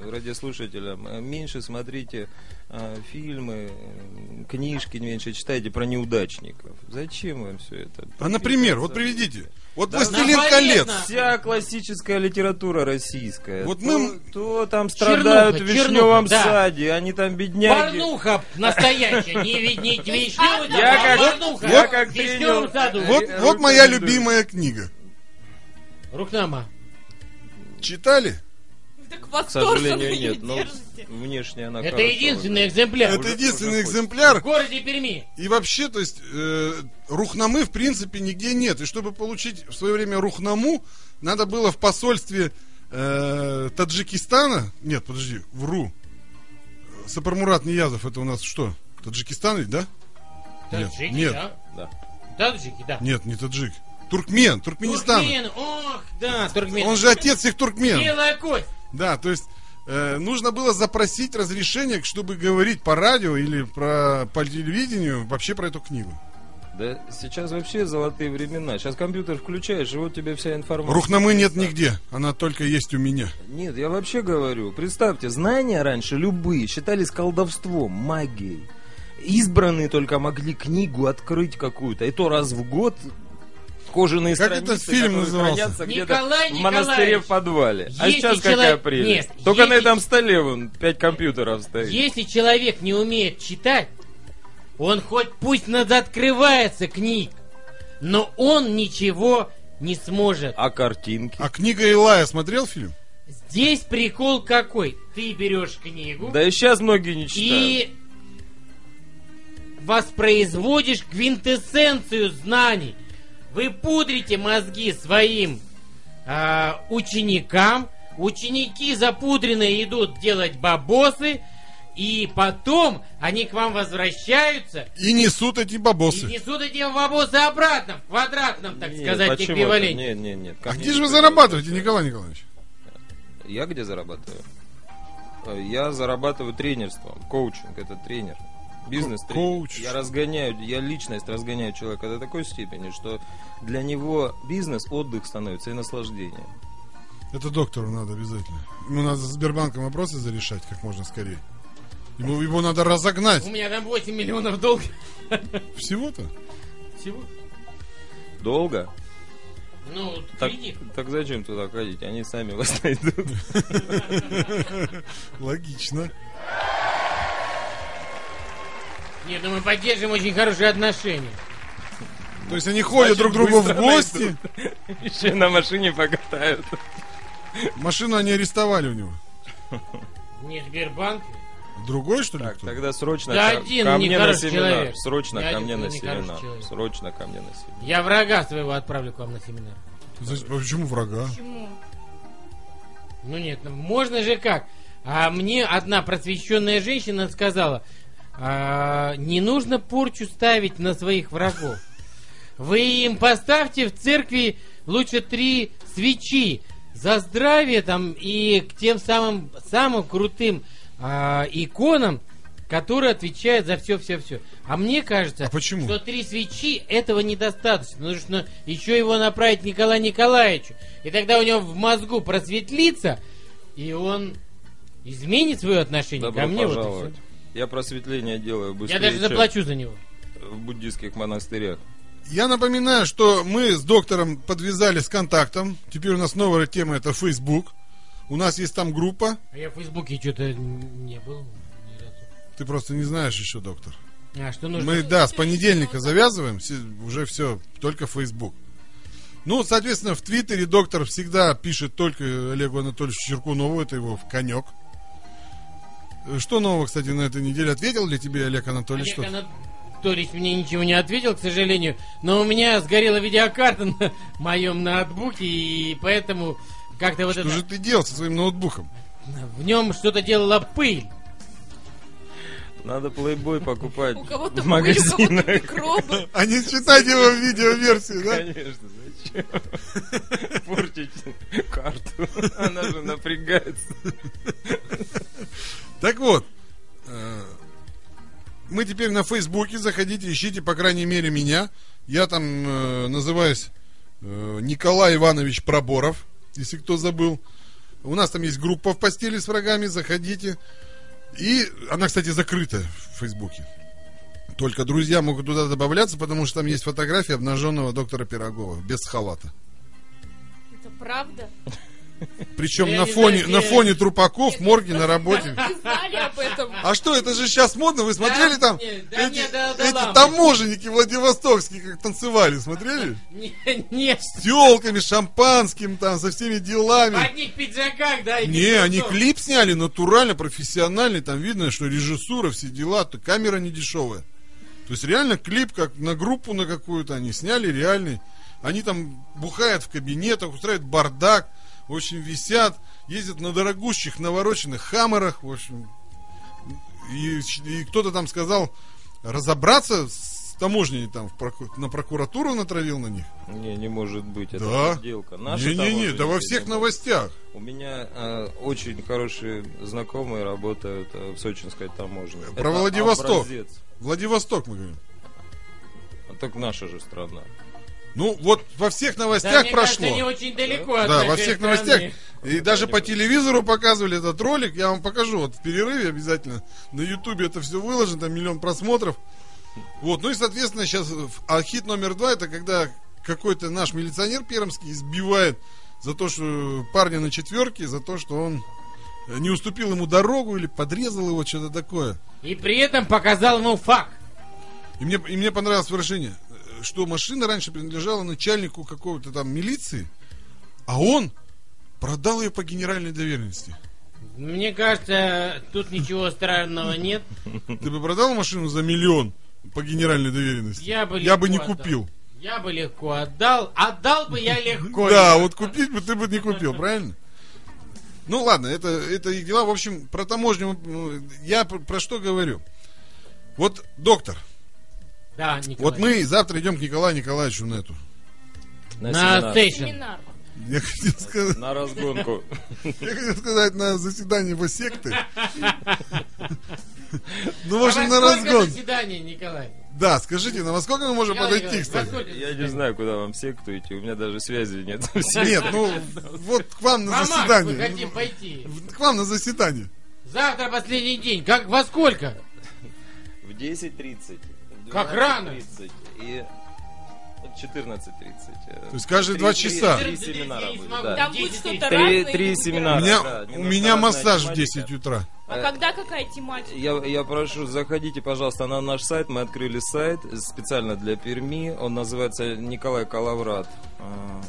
[SPEAKER 4] э, радиослушателям э, меньше смотрите э, фильмы, э, книжки меньше читайте про неудачников. Зачем вам все это?
[SPEAKER 2] А, например, вот приведите. Вот
[SPEAKER 4] Да,
[SPEAKER 2] «Властелин
[SPEAKER 1] да,
[SPEAKER 2] колец».
[SPEAKER 1] понятно.
[SPEAKER 4] Вся классическая литература российская.
[SPEAKER 2] Вот
[SPEAKER 4] то,
[SPEAKER 2] мы-
[SPEAKER 4] то там страдают в
[SPEAKER 1] чернуха,
[SPEAKER 4] вишневом
[SPEAKER 1] да.
[SPEAKER 4] саде, они там бедняги.
[SPEAKER 1] Порнуха настоящая, не ведь не вишневый,
[SPEAKER 4] Я
[SPEAKER 1] а
[SPEAKER 4] как-
[SPEAKER 1] порнуха.
[SPEAKER 4] я как
[SPEAKER 1] В вишневом
[SPEAKER 4] принял-
[SPEAKER 1] саду.
[SPEAKER 2] Вот,
[SPEAKER 4] Я
[SPEAKER 2] вот моя
[SPEAKER 4] рекомендую.
[SPEAKER 2] любимая книга.
[SPEAKER 1] Рукнама.
[SPEAKER 2] Читали?
[SPEAKER 3] Так
[SPEAKER 4] К
[SPEAKER 3] восторженно
[SPEAKER 4] сожалению,
[SPEAKER 3] ее
[SPEAKER 4] нет. ну, Но
[SPEAKER 3] держите.
[SPEAKER 4] внешне она
[SPEAKER 1] Это
[SPEAKER 4] хорошо
[SPEAKER 1] единственный
[SPEAKER 4] выглядит.
[SPEAKER 1] экземпляр.
[SPEAKER 2] Это единственный
[SPEAKER 4] уже хочется.
[SPEAKER 1] В
[SPEAKER 2] экземпляр.
[SPEAKER 1] городе Перми.
[SPEAKER 2] И вообще, то есть, э, рухнамы в принципе нигде нет. И чтобы получить в свое время рухнаму, надо было в посольстве э, Таджикистана. Нет, подожди, вру. Сапармурат Ниязов, это у нас что? Таджикистан ведь, да? Нет,
[SPEAKER 1] Таджики,
[SPEAKER 2] нет,
[SPEAKER 1] да?
[SPEAKER 4] Да.
[SPEAKER 1] Таджики, да.
[SPEAKER 2] нет, не таджик. Туркмен, Туркменистан.
[SPEAKER 1] Туркмен, ох, да, туркмен.
[SPEAKER 2] Он же отец всех туркмен.
[SPEAKER 1] Белая кость.
[SPEAKER 2] Да, то есть э, нужно было запросить разрешение, чтобы говорить по радио или про, по телевидению вообще про эту книгу.
[SPEAKER 4] Да сейчас вообще золотые времена. Сейчас компьютер включаешь, и вот тебе вся информация.
[SPEAKER 2] Рухнамы нет нигде, она только есть у меня.
[SPEAKER 4] Нет, я вообще говорю. Представьте, знания раньше любые считались колдовством, магией. Избранные только могли книгу открыть какую-то, и то раз в год кожаные
[SPEAKER 2] Как
[SPEAKER 4] страницы,
[SPEAKER 2] этот фильм
[SPEAKER 4] которые
[SPEAKER 2] назывался?
[SPEAKER 4] хранятся где-то
[SPEAKER 1] Николай
[SPEAKER 4] в монастыре
[SPEAKER 1] Николаевич,
[SPEAKER 4] в подвале. А
[SPEAKER 1] если
[SPEAKER 4] сейчас какая
[SPEAKER 1] человек-
[SPEAKER 4] прелесть.
[SPEAKER 1] Нет,
[SPEAKER 4] Только на
[SPEAKER 1] если-
[SPEAKER 4] этом столе вон пять компьютеров стоит.
[SPEAKER 1] Если человек не умеет читать, он хоть пусть надоткрывается книг, но он ничего не сможет.
[SPEAKER 4] А картинки?
[SPEAKER 2] А книга Илая смотрел фильм?
[SPEAKER 1] Здесь прикол какой? Ты берешь книгу
[SPEAKER 4] Да и сейчас многие не читают.
[SPEAKER 1] и воспроизводишь квинтэссенцию знаний. Вы пудрите мозги своим а, ученикам. Ученики запудренные идут делать бабосы. И потом они к вам возвращаются
[SPEAKER 2] И несут эти
[SPEAKER 1] и
[SPEAKER 2] бабосы.
[SPEAKER 1] несут эти бабосы обратно, в квадратном, так
[SPEAKER 4] Нет,
[SPEAKER 1] сказать,
[SPEAKER 4] почему это?
[SPEAKER 1] эквиваленте.
[SPEAKER 4] Нет, нет, нет. ко
[SPEAKER 2] А
[SPEAKER 4] мне
[SPEAKER 2] где же вы
[SPEAKER 4] никто не
[SPEAKER 2] зарабатываете,
[SPEAKER 4] обращается.
[SPEAKER 2] Николай Николаевич?
[SPEAKER 4] Я где зарабатываю? Э, Я зарабатываю тренерством. Коучинг это тренер. Бизнес-тренер.
[SPEAKER 2] коуч.
[SPEAKER 4] Я разгоняю, я личность разгоняю человека до такой степени, что для него бизнес, отдых становится и наслаждение.
[SPEAKER 2] Это доктору надо обязательно. Ему надо с Сбербанком вопросы зарешать как можно скорее. Ему, его надо разогнать.
[SPEAKER 1] У меня там 8 миллионов долг.
[SPEAKER 2] Всего-то.
[SPEAKER 1] Всего?
[SPEAKER 4] Долго?
[SPEAKER 1] Ну, вот
[SPEAKER 4] Так,
[SPEAKER 1] кредит.
[SPEAKER 4] так зачем туда ходить? Они сами вас найдут.
[SPEAKER 2] Логично.
[SPEAKER 1] Нет, ну мы поддерживаем очень хорошие отношения.
[SPEAKER 2] То есть они ходят друг к другу в
[SPEAKER 4] быстро
[SPEAKER 2] гости.
[SPEAKER 4] Еще на машине покатают.
[SPEAKER 2] Машину они арестовали у него.
[SPEAKER 1] Не Сбербанк.
[SPEAKER 2] Другой, что ли?
[SPEAKER 4] Так,
[SPEAKER 2] кто?
[SPEAKER 4] тогда срочно
[SPEAKER 1] Да
[SPEAKER 4] ко-
[SPEAKER 1] один
[SPEAKER 4] ко мне на
[SPEAKER 1] нехороший
[SPEAKER 4] семинар.
[SPEAKER 1] человек.
[SPEAKER 4] Срочно
[SPEAKER 1] Да
[SPEAKER 4] ко
[SPEAKER 1] один
[SPEAKER 4] мне на
[SPEAKER 1] нехороший
[SPEAKER 4] семинар.
[SPEAKER 1] человек.
[SPEAKER 4] Срочно ко мне на семинар.
[SPEAKER 1] Я врага своего отправлю к вам на семинар.
[SPEAKER 2] Зачем- а Почему врага?
[SPEAKER 3] Почему?
[SPEAKER 1] Ну нет, ну можно же как. А мне одна просвещенная женщина сказала, «А, не нужно порчу ставить на своих врагов. Вы им поставьте в церкви лучше три свечи за здравие там и к тем самым самым крутым а, иконам, которые отвечают за все, все, все. А мне кажется,
[SPEAKER 2] А почему?
[SPEAKER 1] что три свечи этого недостаточно. Нужно еще его направить Николаю Николаевичу. И тогда у него в мозгу просветлится, и он изменит свое отношение
[SPEAKER 4] Добро
[SPEAKER 1] ко мне. вот и
[SPEAKER 4] пожаловать.
[SPEAKER 1] всё.
[SPEAKER 4] Я просветление делаю быстрее,
[SPEAKER 1] Я даже
[SPEAKER 4] чем
[SPEAKER 1] заплачу за него.
[SPEAKER 4] в буддийских монастырях.
[SPEAKER 2] Я напоминаю, что мы с доктором подвязались с контактом. Теперь у нас новая тема это Facebook. У нас есть там группа.
[SPEAKER 1] А я в Фейсбуке что-то не был. ни разу.
[SPEAKER 2] Ты просто не знаешь еще, доктор.
[SPEAKER 1] А что нужно?
[SPEAKER 2] Мы, да, с понедельника завязываем, се- уже все, только Facebook. Ну, соответственно, в Твиттере доктор всегда пишет только Олегу Анатольевичу Черкунову, это его в конек. Э, Что нового, кстати, на этой неделе? Ответил ли тебе Олег Анатольевич?
[SPEAKER 1] Олег
[SPEAKER 2] что-то?
[SPEAKER 1] Анатольевич мне ничего не ответил, к сожалению, но у меня сгорела видеокарта [LAUGHS] на моем ноутбуке, и поэтому как-то вот
[SPEAKER 2] Что
[SPEAKER 1] это...
[SPEAKER 2] же ты делал со своим ноутбуком?
[SPEAKER 1] В нем что-то делала пыль. [LAUGHS]
[SPEAKER 4] Надо плейбой покупать
[SPEAKER 3] У кого-то
[SPEAKER 4] в
[SPEAKER 3] пыль, у
[SPEAKER 4] магазинах.
[SPEAKER 3] кого-то микробы.
[SPEAKER 2] А не читать его в видеоверсии, да?
[SPEAKER 4] Конечно, зачем? Портить карту. Она же напрягается.
[SPEAKER 2] Так вот, э, мы теперь на Фейсбуке, заходите, ищите, по крайней мере, меня. Я там э, называюсь э, Николай Иванович Проборов, если кто забыл. У нас там есть группа в постели с врагами, заходите. И она, кстати, закрыта в Фейсбуке. Только друзья могут туда добавляться, потому что там есть фотография обнаженного доктора Пирогова без халата.
[SPEAKER 3] Это правда?
[SPEAKER 2] Причем
[SPEAKER 1] Я
[SPEAKER 2] на
[SPEAKER 1] не
[SPEAKER 2] фоне,
[SPEAKER 1] знаю,
[SPEAKER 2] на
[SPEAKER 1] где-
[SPEAKER 2] фоне трупаков, морги на работе.
[SPEAKER 3] Вы знали об этом?
[SPEAKER 2] А что, это же сейчас модно, вы смотрели там?
[SPEAKER 1] не, да
[SPEAKER 2] эти
[SPEAKER 1] не, да, да
[SPEAKER 2] эти
[SPEAKER 1] ладно.
[SPEAKER 2] таможенники владивостокские как танцевали, смотрели?
[SPEAKER 1] Не- Нет,
[SPEAKER 2] С телками, шампанским там, со всеми
[SPEAKER 1] в
[SPEAKER 2] делами.
[SPEAKER 1] одних пиджаках, да? и
[SPEAKER 2] Не,
[SPEAKER 1] без
[SPEAKER 2] они
[SPEAKER 4] ну.
[SPEAKER 1] трусов.
[SPEAKER 2] клип сняли натурально, профессиональный, там видно, что режиссура, все дела, то камера не дешевая. То есть реально клип как на группу на какую-то они сняли реальный. Они там бухают в кабинетах, устраивают бардак, в общем, висят, ездят на дорогущих, навороченных хаммерах, в общем. И, щ- и кто-то там сказал разобраться с таможней там в проку- на прокуратуру натравил на них.
[SPEAKER 4] Не, не может быть, это
[SPEAKER 2] Да.
[SPEAKER 4] подделка. Наши
[SPEAKER 2] Не-не-не,
[SPEAKER 4] таможенники,
[SPEAKER 2] да во
[SPEAKER 4] я
[SPEAKER 2] всех
[SPEAKER 4] думаю.
[SPEAKER 2] новостях.
[SPEAKER 4] У меня э, очень хорошие знакомые работают э, в сочинской таможне.
[SPEAKER 2] Про
[SPEAKER 4] Это
[SPEAKER 2] Владивосток.
[SPEAKER 4] образец.
[SPEAKER 2] Владивосток, мы говорим.
[SPEAKER 4] А Так наша же страна.
[SPEAKER 2] Ну, вот во всех
[SPEAKER 1] Да,
[SPEAKER 2] новостях
[SPEAKER 1] мне
[SPEAKER 2] прошло.
[SPEAKER 1] кажется, не очень далеко от
[SPEAKER 2] Да,
[SPEAKER 1] нашей
[SPEAKER 2] во всех
[SPEAKER 1] страны.
[SPEAKER 2] новостях. И даже по
[SPEAKER 4] Конечно.
[SPEAKER 2] телевизору показывали этот ролик. Я вам покажу вот в перерыве обязательно. На Ютубе это все выложено, там миллион просмотров. Вот, ну и, соответственно, сейчас а хит номер два, это когда какой-то наш милиционер пермский избивает за то, что парня на четверке, за то, что он э, не уступил ему дорогу или подрезал его, что-то такое.
[SPEAKER 1] И при этом показал ему факт.
[SPEAKER 2] И мне, и мне понравилось выражение, э, что машина раньше принадлежала начальнику какого-то там милиции, а он продал ее по генеральной доверенности.
[SPEAKER 1] Мне кажется, тут ничего
[SPEAKER 2] [LAUGHS]
[SPEAKER 1] странного нет.
[SPEAKER 2] Ты бы продал машину за миллион по генеральной доверенности?
[SPEAKER 1] Я бы
[SPEAKER 2] не
[SPEAKER 1] легко отдал.
[SPEAKER 2] купил.
[SPEAKER 1] Я бы легко отдал. Отдал бы я легко.
[SPEAKER 2] Да, вот купить бы ты бы не купил, правильно? Ну ладно, это, это их дела. В общем, про таможню ну, я про, про что говорю. Вот, доктор,
[SPEAKER 1] Да, Николай.
[SPEAKER 2] вот мы завтра идем к Николаю Николаевичу Нету.
[SPEAKER 1] На
[SPEAKER 4] семинар.
[SPEAKER 1] стейшн.
[SPEAKER 3] Семинар.
[SPEAKER 2] Я [LAUGHS] хотел сказать...
[SPEAKER 4] На разгонку.
[SPEAKER 2] Я хотел сказать на заседании
[SPEAKER 1] [LAUGHS]
[SPEAKER 2] его секты. Ну, в общем,
[SPEAKER 1] А
[SPEAKER 2] на
[SPEAKER 1] во сколько
[SPEAKER 2] разгон.
[SPEAKER 1] заседание, Николай?
[SPEAKER 2] Да, скажите, на во сколько мы можем
[SPEAKER 1] Николай
[SPEAKER 2] подойти,
[SPEAKER 1] Николаевич, во
[SPEAKER 2] кстати?
[SPEAKER 1] сколько
[SPEAKER 4] Я не
[SPEAKER 1] заседание?
[SPEAKER 4] знаю, куда вам все кто идти. У меня даже связи нет. Все.
[SPEAKER 2] Нет, ну, вот к вам на
[SPEAKER 1] Мамаш, мы
[SPEAKER 2] заседание.
[SPEAKER 1] хотим пойти.
[SPEAKER 2] В- К вам на заседание.
[SPEAKER 1] Завтра последний день. Как во сколько?
[SPEAKER 4] В 10.30. в
[SPEAKER 1] Как рано.
[SPEAKER 4] 12:30 И э. в 14.30.
[SPEAKER 2] То есть каждые два часа.
[SPEAKER 4] Три
[SPEAKER 1] 14:30
[SPEAKER 4] семинара
[SPEAKER 1] я не
[SPEAKER 4] будет,
[SPEAKER 1] смогу.
[SPEAKER 4] да.
[SPEAKER 3] Там
[SPEAKER 1] Десять
[SPEAKER 3] будет
[SPEAKER 1] тысяч.
[SPEAKER 3] что-то
[SPEAKER 4] Три-
[SPEAKER 3] разное.
[SPEAKER 4] три
[SPEAKER 3] и
[SPEAKER 2] У
[SPEAKER 4] семинара.
[SPEAKER 3] выбирать.
[SPEAKER 2] меня,
[SPEAKER 4] да,
[SPEAKER 2] у
[SPEAKER 4] немножко
[SPEAKER 2] меня
[SPEAKER 4] разная
[SPEAKER 2] массаж в
[SPEAKER 4] тематика.
[SPEAKER 2] 10 утра.
[SPEAKER 3] А когда какая тематика?
[SPEAKER 4] Я, я прошу, заходите, пожалуйста, на наш сайт. Мы открыли сайт специально для Перми. Он называется Николай Калаврат. а,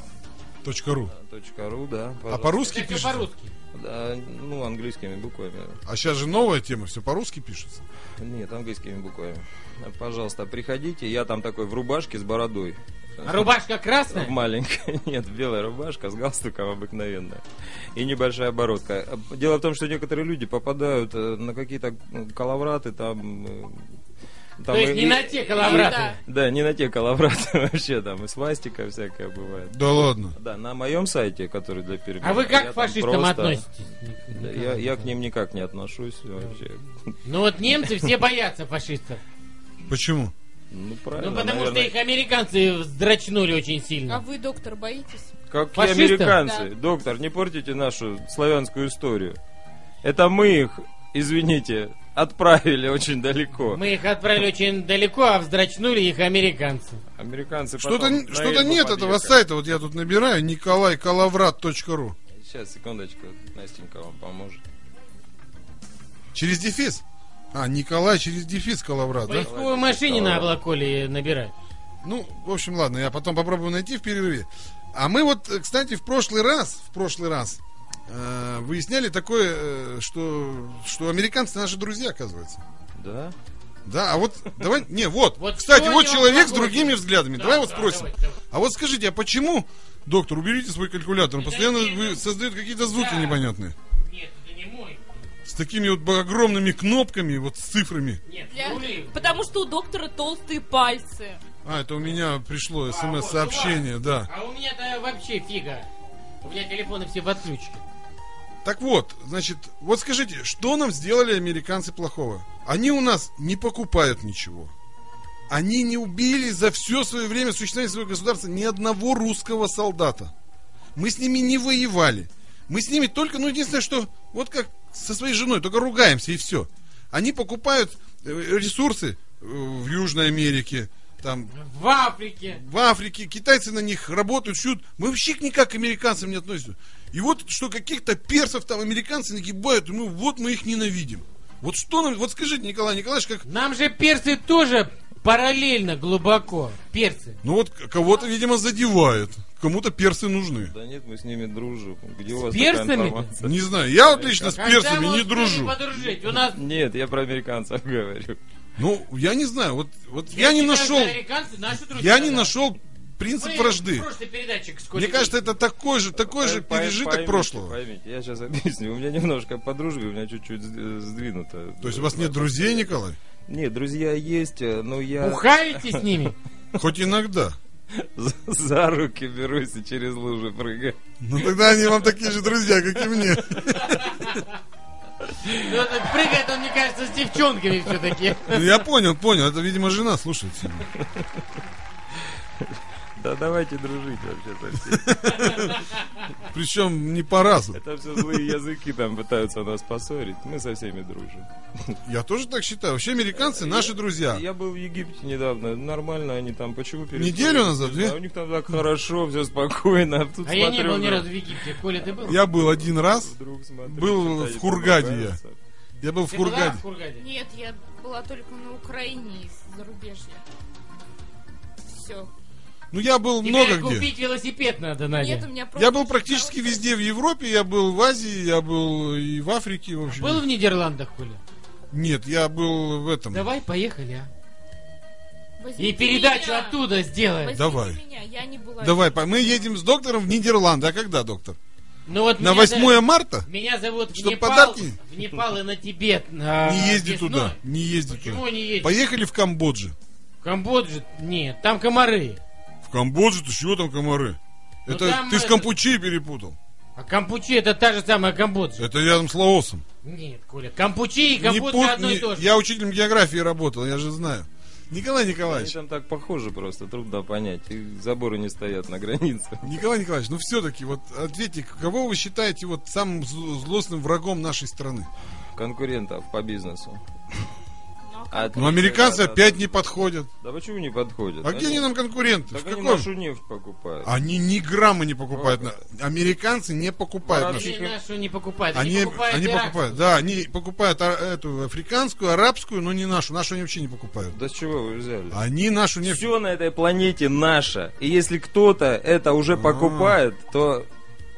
[SPEAKER 2] Точка ру.
[SPEAKER 4] точка ру, да.
[SPEAKER 2] А
[SPEAKER 4] пожалуйста.
[SPEAKER 2] по-русски
[SPEAKER 1] Как
[SPEAKER 2] пишется?
[SPEAKER 1] по-русски.
[SPEAKER 4] Да, ну, английскими буквами.
[SPEAKER 2] А сейчас же новая тема, все по-русски пишется.
[SPEAKER 4] Нет, английскими буквами. Пожалуйста, приходите. Я там такой в рубашке с бородой.
[SPEAKER 1] А Рубашка
[SPEAKER 4] В
[SPEAKER 1] красная?
[SPEAKER 4] маленькой, [LAUGHS] нет, белая рубашка с галстуком обыкновенная. И небольшая оборотка. Дело в том, что некоторые люди попадают э, на какие-то м, калавраты там... э, там
[SPEAKER 1] То есть
[SPEAKER 4] и-
[SPEAKER 1] не на те коловраты.
[SPEAKER 3] Да.
[SPEAKER 4] Да, не на те коловраты [LAUGHS] вообще, там и свастика всякая бывает.
[SPEAKER 2] Да ладно.
[SPEAKER 4] Да, на моем сайте, который для Перми.
[SPEAKER 1] А вы
[SPEAKER 4] я
[SPEAKER 1] как к
[SPEAKER 4] там
[SPEAKER 1] фашистам
[SPEAKER 4] просто-
[SPEAKER 1] относитесь?
[SPEAKER 4] Да, Я, я к ним никак не отношусь вообще.
[SPEAKER 1] Ну вот немцы
[SPEAKER 4] [LAUGHS]
[SPEAKER 1] все боятся фашистов.
[SPEAKER 2] Почему?
[SPEAKER 4] Ну, правильно,
[SPEAKER 1] Ну потому что
[SPEAKER 4] наверное.
[SPEAKER 1] их американцы вздрачнули очень
[SPEAKER 3] А
[SPEAKER 1] сильно.
[SPEAKER 3] вы, доктор, боитесь?
[SPEAKER 4] Как и
[SPEAKER 1] Фашистов?
[SPEAKER 4] американцы. Доктор, не портите нашу славянскую историю. Это мы их, извините, отправили очень далеко.
[SPEAKER 1] Мы их отправили очень далеко, а вздрачнули их американцы.
[SPEAKER 4] Американцы
[SPEAKER 2] Что-то
[SPEAKER 4] потом
[SPEAKER 2] н-
[SPEAKER 4] на
[SPEAKER 2] что-то
[SPEAKER 4] Эльбу
[SPEAKER 2] нет этого
[SPEAKER 4] подъехали.
[SPEAKER 2] сайта. Вот я тут набираю николайкалаврат.ру.
[SPEAKER 4] Сейчас, секундочку, Настенька вам поможет.
[SPEAKER 2] Через дефис. А, Николай через дефис Калаврат, да?
[SPEAKER 1] Поисковую машине на облаколе набирать.
[SPEAKER 2] Ну, в общем, ладно, я потом попробую найти в перерыве. А мы вот, э, кстати, в прошлый раз, в прошлый раз э, выясняли такое, э, что, что американцы наши друзья, оказывается.
[SPEAKER 4] Да?
[SPEAKER 2] Да, а вот [LAUGHS] давай, не, вот,
[SPEAKER 1] Вот
[SPEAKER 2] кстати,
[SPEAKER 1] что
[SPEAKER 2] вот
[SPEAKER 1] я
[SPEAKER 2] человек
[SPEAKER 1] вам
[SPEAKER 2] с
[SPEAKER 1] могу
[SPEAKER 2] другими
[SPEAKER 1] сказать?
[SPEAKER 2] взглядами.
[SPEAKER 1] Да,
[SPEAKER 2] давай вот
[SPEAKER 1] да,
[SPEAKER 2] спросим.
[SPEAKER 1] давай, давай.
[SPEAKER 2] А вот скажите, а почему, доктор, уберите свой калькулятор, он постоянно вы- создает какие-то звуки
[SPEAKER 1] ну, Да.
[SPEAKER 2] непонятные.
[SPEAKER 1] Нет, это не мой.
[SPEAKER 2] С такими вот огромными кнопками, вот с цифрами.
[SPEAKER 1] Нет,
[SPEAKER 3] Для-
[SPEAKER 1] нули.
[SPEAKER 3] Потому что у доктора толстые пальцы.
[SPEAKER 2] А, это у меня пришло
[SPEAKER 1] А, вот,
[SPEAKER 2] смс-сообщение, да.
[SPEAKER 1] А у меня-то вообще фига. У меня телефоны все в отключке.
[SPEAKER 2] Так вот, значит, вот скажите, что нам сделали американцы плохого? Они у нас не покупают ничего. Они не убили за все свое время существования своего государства ни одного русского солдата. Мы с ними не воевали. Мы с ними только, ну, единственное, что вот как со своей женой, только ругаемся и все. Они покупают э, ресурсы э, в Южной Америке, там,
[SPEAKER 1] В Африке.
[SPEAKER 2] в Африке, китайцы на них работают, шьют. Мы вообще никак к американцам не относимся. И вот что каких-то персов там американцы нагибают, и мы вот мы их ненавидим. Вот что нам, вот скажите, Николай Николаевич, как...
[SPEAKER 1] Нам же персы тоже параллельно глубоко. Персы.
[SPEAKER 2] Ну вот к- кого-то, видимо, задевает. Кому-то персы нужны.
[SPEAKER 4] Да нет, мы с ними дружим. Где у вас
[SPEAKER 1] персами-то?
[SPEAKER 4] такая информация?
[SPEAKER 2] Не знаю, я вот лично с персами
[SPEAKER 1] Когда мы
[SPEAKER 2] не
[SPEAKER 1] успели
[SPEAKER 2] дружу.
[SPEAKER 1] подружить? У нас
[SPEAKER 4] Нет, я про американцев говорю.
[SPEAKER 2] Ну, я не знаю, вот, вот я не
[SPEAKER 1] считаю,
[SPEAKER 2] нашел,
[SPEAKER 1] что американцы наши друзья,
[SPEAKER 2] я не
[SPEAKER 1] да.
[SPEAKER 2] нашел принцип
[SPEAKER 1] Мы
[SPEAKER 2] вражды.
[SPEAKER 1] в прошлой передаче к Сколе
[SPEAKER 2] Мне кажется, это такой же, такой же
[SPEAKER 4] Пой- пой-
[SPEAKER 2] пережиток
[SPEAKER 4] поймите,
[SPEAKER 2] прошлого.
[SPEAKER 4] Поймите, я сейчас объясню. У меня немножко по дружбе, у меня чуть-чуть сд- э, сдвинуто.
[SPEAKER 2] То есть у вас нет друзей, Николай?
[SPEAKER 4] Нет, друзья есть, э, но я
[SPEAKER 1] Ухаете с ними?
[SPEAKER 2] Хоть иногда.
[SPEAKER 4] за, за руки берусь и через лужи прыгаю.
[SPEAKER 2] Ну тогда они вам такие же друзья, как и мне.
[SPEAKER 1] Ну, это Прыгает он, мне кажется, с девчонками все-таки.
[SPEAKER 2] Ну, я понял, понял. Это, видимо, жена слушается.
[SPEAKER 4] Да давайте дружить вообще со всеми.
[SPEAKER 2] Причем не по разу.
[SPEAKER 4] [LAUGHS] Это все злые языки там пытаются нас поссорить. Мы со всеми дружим.
[SPEAKER 2] Я тоже так считаю. Вообще американцы наши друзья.
[SPEAKER 4] Я был в Египте недавно. Нормально они там. Почему перед-
[SPEAKER 2] Неделю назад, две?
[SPEAKER 4] Да, у них там так хорошо, все спокойно. А тут
[SPEAKER 1] А я не
[SPEAKER 4] смотрю,
[SPEAKER 1] был ни
[SPEAKER 4] вдруг-
[SPEAKER 1] разу в Египте. Коля, ты был?
[SPEAKER 2] Я был один раз.
[SPEAKER 4] вдруг смотрю,
[SPEAKER 2] Был
[SPEAKER 4] читаю,
[SPEAKER 2] в Хургаде я.
[SPEAKER 4] нравится.
[SPEAKER 2] Я был в
[SPEAKER 1] Ты была
[SPEAKER 2] Кургаде.
[SPEAKER 1] в Кургаде?
[SPEAKER 3] Нет, я была только на Украине из зарубежья. Все.
[SPEAKER 2] Ну, я был
[SPEAKER 1] Тебе
[SPEAKER 2] много где.
[SPEAKER 1] купить велосипед надо,
[SPEAKER 3] Нет, у
[SPEAKER 1] Надя.
[SPEAKER 3] меня просто...
[SPEAKER 2] Я был практически везде в Европе, я был в Азии, я был и в Африке, в общем.
[SPEAKER 1] Был в Нидерландах, Коля?
[SPEAKER 2] Нет, я был в этом.
[SPEAKER 1] Давай, поехали, а.
[SPEAKER 3] Возьмите
[SPEAKER 1] И передачу
[SPEAKER 3] меня.
[SPEAKER 1] оттуда сделаем.
[SPEAKER 3] Возьмите
[SPEAKER 2] Давай.
[SPEAKER 3] меня, я не была.
[SPEAKER 2] Давай, по- мы едем с доктором в Нидерланды. А когда, доктор?
[SPEAKER 1] Ну вот
[SPEAKER 2] На
[SPEAKER 1] меня за-
[SPEAKER 2] 8 марта?
[SPEAKER 1] Меня зовут
[SPEAKER 2] Что,
[SPEAKER 1] в Непал,
[SPEAKER 2] подарки?
[SPEAKER 1] в Непал и на Тибет. а,
[SPEAKER 2] Не езди
[SPEAKER 1] весной.
[SPEAKER 2] туда. Не езди
[SPEAKER 1] Почему
[SPEAKER 2] туда.
[SPEAKER 1] не едешь?
[SPEAKER 2] Поехали в Камбоджу.
[SPEAKER 1] Камбоджа? Нет, там комары.
[SPEAKER 2] В Камбоджу? Ты чего там комары?
[SPEAKER 1] Ну,
[SPEAKER 2] Это
[SPEAKER 1] там
[SPEAKER 2] ты с
[SPEAKER 1] это-
[SPEAKER 2] Кампучей перепутал.
[SPEAKER 1] А Кампучи это та же самая Камбоджа.
[SPEAKER 2] Это рядом с Лаосом.
[SPEAKER 1] Нет, Коля, Кампучи и
[SPEAKER 2] Не пут-
[SPEAKER 1] Камбоджа одно
[SPEAKER 2] не-
[SPEAKER 1] и то же.
[SPEAKER 2] Я учителем географии работал, я же знаю. Николай
[SPEAKER 4] Они
[SPEAKER 2] Николаевич,
[SPEAKER 4] там так похожи просто, трудно понять. И заборы не стоят на границе.
[SPEAKER 2] Николай Николаевич, ну все-таки, вот ответьте, кого вы считаете вот самым зл- злостным врагом нашей страны?
[SPEAKER 4] [LAUGHS] Конкурентов по бизнесу.
[SPEAKER 3] Ну, а
[SPEAKER 4] А
[SPEAKER 2] Ну,
[SPEAKER 4] третье,
[SPEAKER 2] американцы
[SPEAKER 4] да, да,
[SPEAKER 2] опять
[SPEAKER 4] да.
[SPEAKER 2] не подходят.
[SPEAKER 4] Да ну, почему не подходят?
[SPEAKER 2] А где они нам конкуренты? В
[SPEAKER 4] Так они
[SPEAKER 2] каком?
[SPEAKER 4] нашу нефть покупают.
[SPEAKER 2] Они ни грамма не покупают. на- Американцы не покупают. нас.
[SPEAKER 1] Они нашу не покупают.
[SPEAKER 2] Они,
[SPEAKER 1] покупают
[SPEAKER 2] они
[SPEAKER 1] иракскую.
[SPEAKER 2] покупают, да, они покупают а, эту африканскую, арабскую, но не нашу. Нашу они вообще не покупают.
[SPEAKER 4] Да с чего вы взяли?
[SPEAKER 2] Они нашу нефть.
[SPEAKER 4] Все на этой планете наше. И если кто-то это уже покупает, то...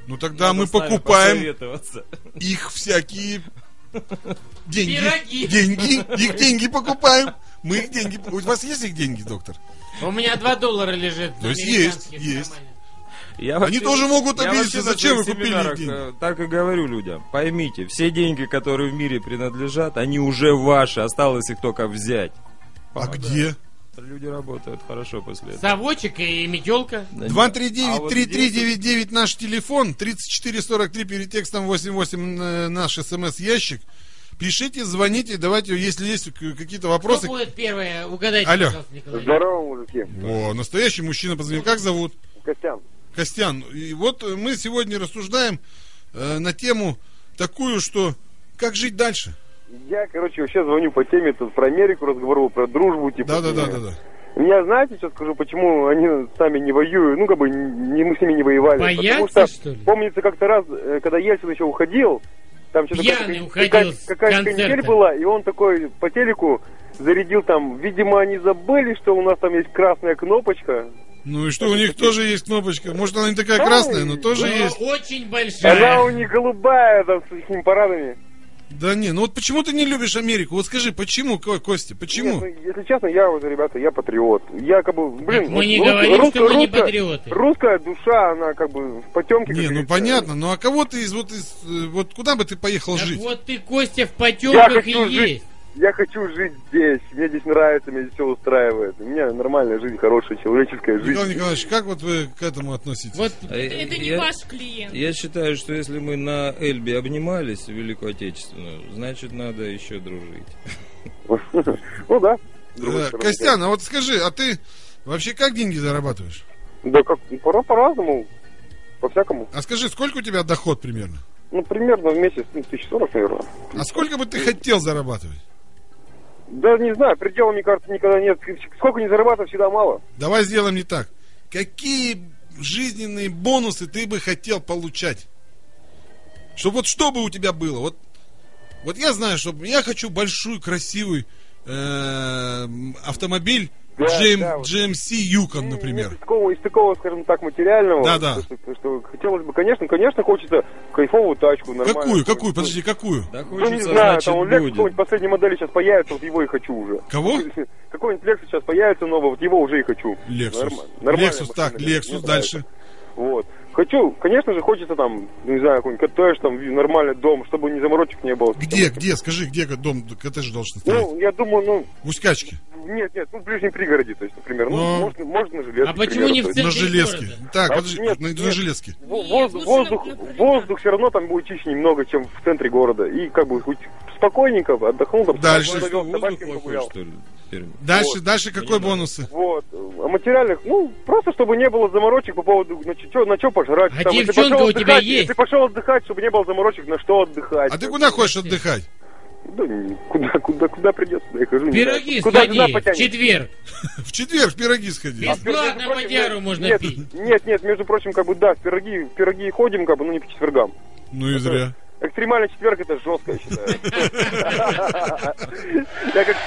[SPEAKER 2] Ну тогда
[SPEAKER 4] надо
[SPEAKER 2] А. мы
[SPEAKER 4] с нами
[SPEAKER 2] покупаем
[SPEAKER 4] посоветоваться.
[SPEAKER 2] их всякие деньги.
[SPEAKER 1] Пироги.
[SPEAKER 2] Деньги. Их деньги покупаем. Мы их деньги... У вас есть их деньги, доктор?
[SPEAKER 1] У меня 2 доллара лежит.
[SPEAKER 2] То есть
[SPEAKER 1] американских,
[SPEAKER 2] есть, есть.
[SPEAKER 1] нормально.
[SPEAKER 4] Я
[SPEAKER 2] Они тоже могут
[SPEAKER 4] я
[SPEAKER 2] обидеться,
[SPEAKER 4] вообще на
[SPEAKER 2] зачем вы
[SPEAKER 4] своих
[SPEAKER 2] купили
[SPEAKER 4] семинарах,
[SPEAKER 2] деньги?
[SPEAKER 4] э, Так и говорю людям. Поймите, все деньги, которые в мире принадлежат, они уже ваши. Осталось их только взять.
[SPEAKER 2] А где?
[SPEAKER 4] Люди работают хорошо после этого.
[SPEAKER 1] Совочек и метелка.
[SPEAKER 4] Да нет. А вот здесь
[SPEAKER 2] 239-3399 наш телефон, 3443 перед текстом 88 э, наш смс-ящик. Пишите, звоните, давайте, если есть к- какие-то вопросы.
[SPEAKER 1] Что будет первое? Угадайте,
[SPEAKER 2] Алло.
[SPEAKER 1] пожалуйста, Николай.
[SPEAKER 6] Здорово, мужики.
[SPEAKER 2] О, настоящий мужчина позвонил. Как зовут?
[SPEAKER 6] Костян,
[SPEAKER 2] Костян. И вот э, мы сегодня рассуждаем э, на тему такую, что как жить дальше?
[SPEAKER 6] я, короче, вообще звоню по теме тут про Америку, разговор был про дружбу, типа.
[SPEAKER 2] Да-да-да-да-да.
[SPEAKER 6] Меня знаете, сейчас скажу, почему они сами не воюют, ну, как бы, не, мы с ними не воевали.
[SPEAKER 1] Боятся,
[SPEAKER 6] Потому что,
[SPEAKER 1] что ли?
[SPEAKER 6] помнится, как-то раз, э, когда Ельцин еще уходил, Там что-то
[SPEAKER 1] Пьяный
[SPEAKER 6] какая-то-
[SPEAKER 1] уходил
[SPEAKER 6] какая-
[SPEAKER 1] с
[SPEAKER 6] Какая-то
[SPEAKER 1] концерта.
[SPEAKER 6] канитель была, и он такой по телеку зарядил там. Видимо, они забыли, что у нас там есть красная кнопочка.
[SPEAKER 2] Ну и что, у них тоже есть кнопочка. Может, она не такая
[SPEAKER 6] Да,
[SPEAKER 2] красная, но тоже
[SPEAKER 1] Но
[SPEAKER 2] есть.
[SPEAKER 1] очень большая.
[SPEAKER 6] Она у них голубая там с этими парадами.
[SPEAKER 2] Да не, ну вот почему ты не любишь Америку? Вот скажи, почему, Ко- Костя, почему?
[SPEAKER 6] Нет, ну, если честно, я вот, ребята, я патриот. Я как бы, блин,
[SPEAKER 1] Так мы
[SPEAKER 6] вот
[SPEAKER 1] не
[SPEAKER 6] рус-
[SPEAKER 1] говорим,
[SPEAKER 6] рус-
[SPEAKER 1] что мы не
[SPEAKER 6] русская-
[SPEAKER 1] патриоты.
[SPEAKER 6] Русская душа, она как бы в потемке.
[SPEAKER 2] Не, ну понятно, ну а кого ты из вот из э, вот куда бы ты поехал
[SPEAKER 1] Так
[SPEAKER 2] жить?
[SPEAKER 1] вот ты, Костя, в
[SPEAKER 6] Я
[SPEAKER 1] потемках и
[SPEAKER 6] хочу жить.
[SPEAKER 1] есть.
[SPEAKER 6] Я хочу жить здесь. Мне здесь нравится, меня здесь все устраивает. У меня нормальная жизнь, хорошая человеческая жизнь.
[SPEAKER 2] Николай Николаевич, как вот вы к этому относитесь?
[SPEAKER 1] Вот
[SPEAKER 3] Это, это не
[SPEAKER 4] Э,
[SPEAKER 1] А,
[SPEAKER 4] Я-
[SPEAKER 3] ваш клиент.
[SPEAKER 4] Я считаю, что если мы на Эльбе обнимались, Великую Отечественную, значит, надо еще дружить.
[SPEAKER 6] Ну да. с другой
[SPEAKER 2] Э,
[SPEAKER 6] стороны,
[SPEAKER 2] Костян, а вот скажи, а ты вообще как деньги зарабатываешь?
[SPEAKER 6] Да как, ну, по- по-разному. По-всякому.
[SPEAKER 2] А скажи, сколько у тебя доход примерно?
[SPEAKER 6] Ну, примерно в месяц, ну, 1040, наверное.
[SPEAKER 2] А сколько бы ты хотел зарабатывать?
[SPEAKER 6] Да не знаю, предела, мне кажется, никогда нет. Сколько не зарабатываю, всегда мало.
[SPEAKER 2] Давай сделаем не так. Какие жизненные бонусы ты бы хотел получать? Чтобы вот что бы у тебя было? Вот, вот я знаю, что я хочу большой, красивый эм, автомобиль
[SPEAKER 6] Да,
[SPEAKER 2] GM
[SPEAKER 6] да, вот.
[SPEAKER 2] GMC Yukon,
[SPEAKER 6] Ну,
[SPEAKER 2] например.
[SPEAKER 6] Из такого, из такого, скажем так, материального.
[SPEAKER 2] Да-да.
[SPEAKER 6] Что, что хотелось бы, конечно, конечно, хочется кайфовую тачку. Нормальную,
[SPEAKER 2] Какую,
[SPEAKER 6] Хоть-
[SPEAKER 2] какую, подожди, какую?
[SPEAKER 4] Да
[SPEAKER 6] Ну, не
[SPEAKER 4] хочется,
[SPEAKER 6] знаю,
[SPEAKER 4] значит,
[SPEAKER 6] там он Лексус
[SPEAKER 4] будет.
[SPEAKER 6] какой-нибудь последней модели сейчас появится, вот его и хочу уже. [LAUGHS]
[SPEAKER 2] Кого?
[SPEAKER 6] Какой-нибудь Lexus сейчас появится новый, вот его уже и хочу.
[SPEAKER 2] Лексус.
[SPEAKER 6] Норма- нормальная
[SPEAKER 2] Лексус,
[SPEAKER 6] машина,
[SPEAKER 2] так,
[SPEAKER 6] мне
[SPEAKER 2] Лексус,
[SPEAKER 6] нравится.
[SPEAKER 2] дальше.
[SPEAKER 6] Вот. Хочу, конечно же, хочется там, ну, не знаю, какой-нибудь коттедж, там, ви- нормальный дом, чтобы ни заморочек не было.
[SPEAKER 2] Где, где, скажи, где дом, коттедж должен стоять?
[SPEAKER 6] Ну, я думаю, ну,
[SPEAKER 2] В Ускачке,
[SPEAKER 6] нет, нет, ну, в ближнем пригороде, то есть, например, ну,
[SPEAKER 2] Ну.
[SPEAKER 6] можно, можно на железке.
[SPEAKER 1] А почему не в центре
[SPEAKER 6] например,
[SPEAKER 2] на Железке.
[SPEAKER 1] города?
[SPEAKER 2] Так,
[SPEAKER 6] А,
[SPEAKER 2] подожди,
[SPEAKER 6] нет,
[SPEAKER 2] на- на
[SPEAKER 6] нет.
[SPEAKER 2] Железке.
[SPEAKER 6] то есть, во-
[SPEAKER 3] Нет,
[SPEAKER 6] воздух,
[SPEAKER 3] лучше на-
[SPEAKER 6] воздух,
[SPEAKER 3] на пролетарии.
[SPEAKER 6] воздух все равно там будет чище немного, чем в центре города. И как бы хоть спокойненько отдохнул там.
[SPEAKER 2] Дальше.
[SPEAKER 6] завел,
[SPEAKER 4] Что, воздух
[SPEAKER 6] собачками
[SPEAKER 4] плохой,
[SPEAKER 6] погулял.
[SPEAKER 4] что ли? Пермь?
[SPEAKER 2] Дальше, дальше какой
[SPEAKER 4] Понимаю.
[SPEAKER 2] бонусы?
[SPEAKER 6] Вот. А материальных, ну, просто чтобы не было заморочек по поводу, на что на чё пожрать.
[SPEAKER 1] А
[SPEAKER 6] если
[SPEAKER 1] девчонка
[SPEAKER 6] пошёл
[SPEAKER 1] у тебя
[SPEAKER 6] отдыхать-
[SPEAKER 1] есть?
[SPEAKER 6] Если пошел отдыхать, чтобы не было заморочек, на что отдыхать.
[SPEAKER 2] А ты куда хочешь отдыхать?
[SPEAKER 6] Да, не- куда, куда, куда придется, да я хожу. не
[SPEAKER 1] Пироги
[SPEAKER 6] знаю. Куда жена
[SPEAKER 1] сходи в
[SPEAKER 6] потянет? А
[SPEAKER 1] четверг.
[SPEAKER 2] В четверг пироги сходи.
[SPEAKER 1] Без- Бесплатно
[SPEAKER 6] Между прочим,
[SPEAKER 1] водяру
[SPEAKER 6] нет,
[SPEAKER 1] можно
[SPEAKER 6] нет,
[SPEAKER 1] пить.
[SPEAKER 6] Нет, нет, между прочим, как бы да, в пироги, в пироги ходим, как бы, ну не по четвергам.
[SPEAKER 2] Ну и зря.
[SPEAKER 6] Экстремальный четверг это жестко, я считаю. Я как...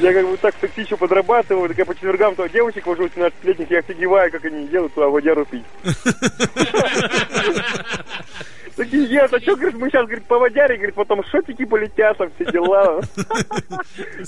[SPEAKER 6] Я как бы так в такси еще подрабатываю, так я по четвергам то девочек уже 18-летних, я офигеваю, как они а едут туда водяру пить. Такие едут, а что, говорит, мы сейчас, говорит, по водяре, говорит, потом шотики полетят, там все дела.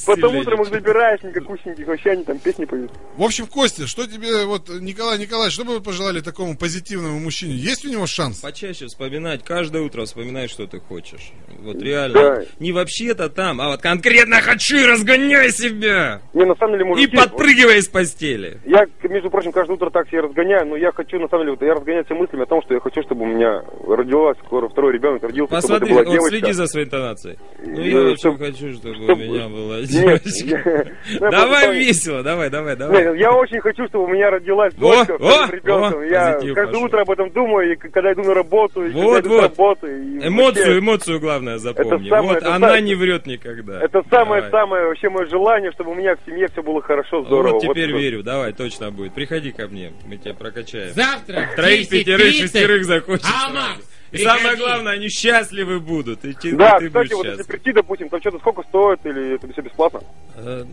[SPEAKER 6] Потом утром их забираешь, никакущеньких, вообще они там песни поют.
[SPEAKER 2] В общем, Костя, что тебе, вот, Николай Николаевич, что бы вы пожелали такому позитивному мужчине? Есть у него шанс?
[SPEAKER 4] Почаще вспоминать, каждое утро вспоминай, что ты хочешь. Вот реально.
[SPEAKER 6] Да.
[SPEAKER 4] Не вообще-то там, а вот конкретно хочу и разгоняй себя!
[SPEAKER 6] Не, на самом деле,
[SPEAKER 4] И
[SPEAKER 6] мужики... вот-
[SPEAKER 4] подпрыгивай из постели.
[SPEAKER 6] Я, между прочим, каждое утро так себя разгоняю, но я хочу, на самом деле, вот я разгоняю все мыслями о том, что я хочу, чтобы у меня родилась скоро второй ребенок, родился,
[SPEAKER 4] Посмотри,
[SPEAKER 6] чтобы это была
[SPEAKER 4] вот
[SPEAKER 6] девочка.
[SPEAKER 4] следи за своей интонацией. Ну,
[SPEAKER 6] Ну,
[SPEAKER 4] я очень
[SPEAKER 6] чтоб-
[SPEAKER 4] хочу, чтобы у
[SPEAKER 6] чтоб-
[SPEAKER 4] меня была
[SPEAKER 6] [LAUGHS] Нет,
[SPEAKER 4] девочка.
[SPEAKER 6] я- я
[SPEAKER 4] Давай
[SPEAKER 6] просто-
[SPEAKER 4] весело, давай, давай, давай.
[SPEAKER 6] [LAUGHS] Нет, я очень хочу, чтобы у меня родилась
[SPEAKER 4] О,
[SPEAKER 6] дочка
[SPEAKER 4] о,
[SPEAKER 6] с ребенком.
[SPEAKER 4] о,
[SPEAKER 6] Я
[SPEAKER 4] позитив
[SPEAKER 6] каждое
[SPEAKER 4] пошел.
[SPEAKER 6] утро об этом думаю, и к- когда иду на работу, и
[SPEAKER 4] Вот,
[SPEAKER 6] когда иду
[SPEAKER 4] вот.
[SPEAKER 6] с работы. и
[SPEAKER 4] Эмоцию,
[SPEAKER 6] вообще,
[SPEAKER 4] эмоцию главное запомни.
[SPEAKER 6] самое-
[SPEAKER 4] Вот
[SPEAKER 6] это
[SPEAKER 4] она
[SPEAKER 6] самое-
[SPEAKER 4] не врет никогда.
[SPEAKER 6] Это
[SPEAKER 4] Давай.
[SPEAKER 6] самое-самое вообще мое желание, чтобы у меня в семье все было хорошо, здорово.
[SPEAKER 4] Вот теперь
[SPEAKER 6] что.
[SPEAKER 4] верю, давай, точно будет. Приходи ко мне, мы тебя прокачаем.
[SPEAKER 1] Завтра в
[SPEAKER 4] Троих,
[SPEAKER 1] 10:30.
[SPEAKER 4] пятерых, шестерых закончишь.
[SPEAKER 1] А,
[SPEAKER 4] сразу.
[SPEAKER 1] Макс,
[SPEAKER 4] И самое
[SPEAKER 1] приходи.
[SPEAKER 4] главное, они счастливы будут. И ты,
[SPEAKER 6] Да,
[SPEAKER 4] ты будешь
[SPEAKER 6] кстати, вот если
[SPEAKER 4] счастлив.
[SPEAKER 6] прийти, допустим, там что-то сколько стоит, или это все бесплатно?
[SPEAKER 4] Э,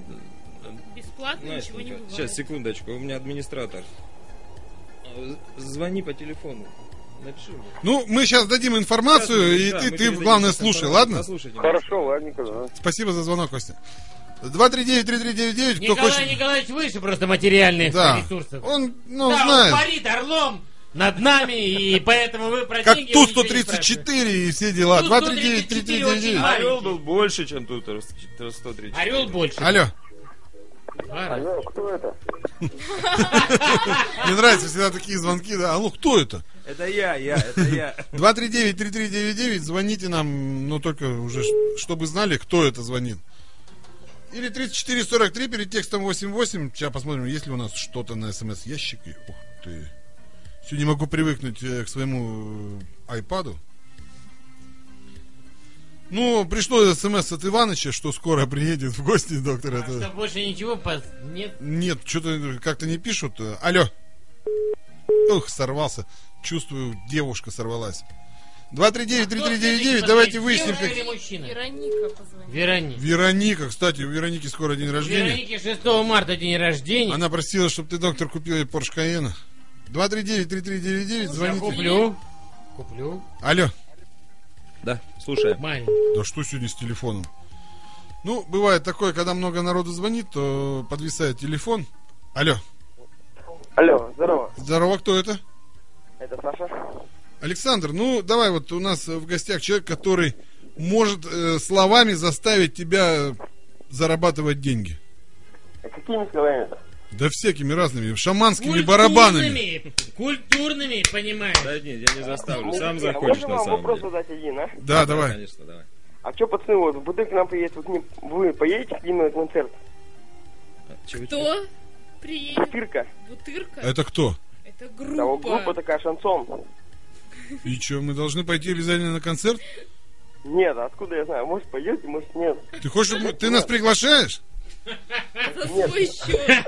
[SPEAKER 3] Бесплатно ничего не бывает.
[SPEAKER 4] Сейчас, секундочку, у меня администратор. Э, Звони по телефону. Напиши. ему.
[SPEAKER 2] Ну, мы сейчас дадим информацию,
[SPEAKER 4] Сейчас,
[SPEAKER 2] э, и
[SPEAKER 4] да,
[SPEAKER 2] ты,
[SPEAKER 4] мы
[SPEAKER 2] ты
[SPEAKER 4] передадим
[SPEAKER 2] главное,
[SPEAKER 4] сейчас
[SPEAKER 2] слушай,
[SPEAKER 4] информацию.
[SPEAKER 2] ладно?
[SPEAKER 4] Послушай немножко.
[SPEAKER 6] Хорошо, ладненько, да.
[SPEAKER 2] Спасибо за звонок, Костя. 239-3399, кто
[SPEAKER 1] Николай
[SPEAKER 2] хочет...
[SPEAKER 1] Николаевич выше просто материальных
[SPEAKER 2] Да,
[SPEAKER 1] ресурсов.
[SPEAKER 2] он, ну,
[SPEAKER 1] да,
[SPEAKER 2] знает.
[SPEAKER 1] он парит орлом над нами, и поэтому вы про
[SPEAKER 2] Как
[SPEAKER 1] деньги его ничего не спрашиваете.
[SPEAKER 2] Ту-134 и все дела.
[SPEAKER 1] Ту-
[SPEAKER 2] 239-3399.
[SPEAKER 1] очень-
[SPEAKER 4] Орел был больше, чем тут раз- раз 130.
[SPEAKER 1] Орел больше.
[SPEAKER 2] Алло,
[SPEAKER 1] Пара.
[SPEAKER 6] Алло, кто это?
[SPEAKER 2] мне нравятся всегда такие звонки. Да. Алло, кто это?
[SPEAKER 4] Это я, я, это я.
[SPEAKER 2] 239-3399, звоните нам, но только уже, ш- чтобы знали, кто это звонит. Или 3443 перед текстом 88. Сейчас посмотрим, есть ли у нас что-то на смс-ящике. Ух ты. Сегодня могу привыкнуть э, к своему э, айпаду. Ну, пришло смс от Иваныча, что скоро приедет в гости доктор.
[SPEAKER 1] А
[SPEAKER 2] это...
[SPEAKER 1] что, больше ничего пос- нет?
[SPEAKER 2] Нет, что-то как-то не пишут. Алло. Ух, сорвался. Чувствую, девушка сорвалась. 239-3399, давайте
[SPEAKER 1] Девушка
[SPEAKER 2] выясним, как...
[SPEAKER 1] или мужчина?
[SPEAKER 3] Вероника позвонила.
[SPEAKER 1] Вероника.
[SPEAKER 2] Вероника, кстати, у Вероники скоро день рождения.
[SPEAKER 1] Веронике 6 марта день рождения.
[SPEAKER 2] Она просила, чтобы ты, доктор, купил ей Порш Каена. 239-3399,
[SPEAKER 1] Я
[SPEAKER 2] звоните.
[SPEAKER 1] куплю. Куплю.
[SPEAKER 2] Алло.
[SPEAKER 4] Да, слушай.
[SPEAKER 1] Маленький.
[SPEAKER 2] Да что сегодня с телефоном? Ну, бывает такое, когда много народу звонит, то подвисает телефон. Алло.
[SPEAKER 6] Алло, здорово.
[SPEAKER 2] Здорово, кто это?
[SPEAKER 6] Это Саша.
[SPEAKER 2] Александр, ну давай вот у нас в гостях человек, который может э, словами заставить тебя зарабатывать деньги.
[SPEAKER 6] А какими словами-то?
[SPEAKER 2] Да всякими разными, шаманскими барабанами.
[SPEAKER 1] Культурными, понимаешь.
[SPEAKER 4] Да нет, я не заставлю, сам
[SPEAKER 6] Мужики, а
[SPEAKER 4] захочешь
[SPEAKER 6] можно
[SPEAKER 4] на
[SPEAKER 6] вам
[SPEAKER 4] самом
[SPEAKER 6] вопрос
[SPEAKER 4] деле.
[SPEAKER 6] задать один, а?
[SPEAKER 2] Да, давай.
[SPEAKER 4] Конечно, давай.
[SPEAKER 6] А что, пацаны, вот в Будык к нам приедет, вот не- вы поедете к ним на концерт?
[SPEAKER 4] Чего, чего?
[SPEAKER 3] Кто приедет?
[SPEAKER 6] Тырка.
[SPEAKER 3] Бутырка? Это,
[SPEAKER 2] Это кто?
[SPEAKER 6] Да, вот группа
[SPEAKER 3] группа.
[SPEAKER 6] такая, шансон.
[SPEAKER 2] И что, мы должны пойти обязательно на концерт?
[SPEAKER 6] Нет, а откуда я знаю, может поедете, может нет.
[SPEAKER 2] Ты хочешь, чтобы мы- ты нас приглашаешь?
[SPEAKER 3] За свой счет.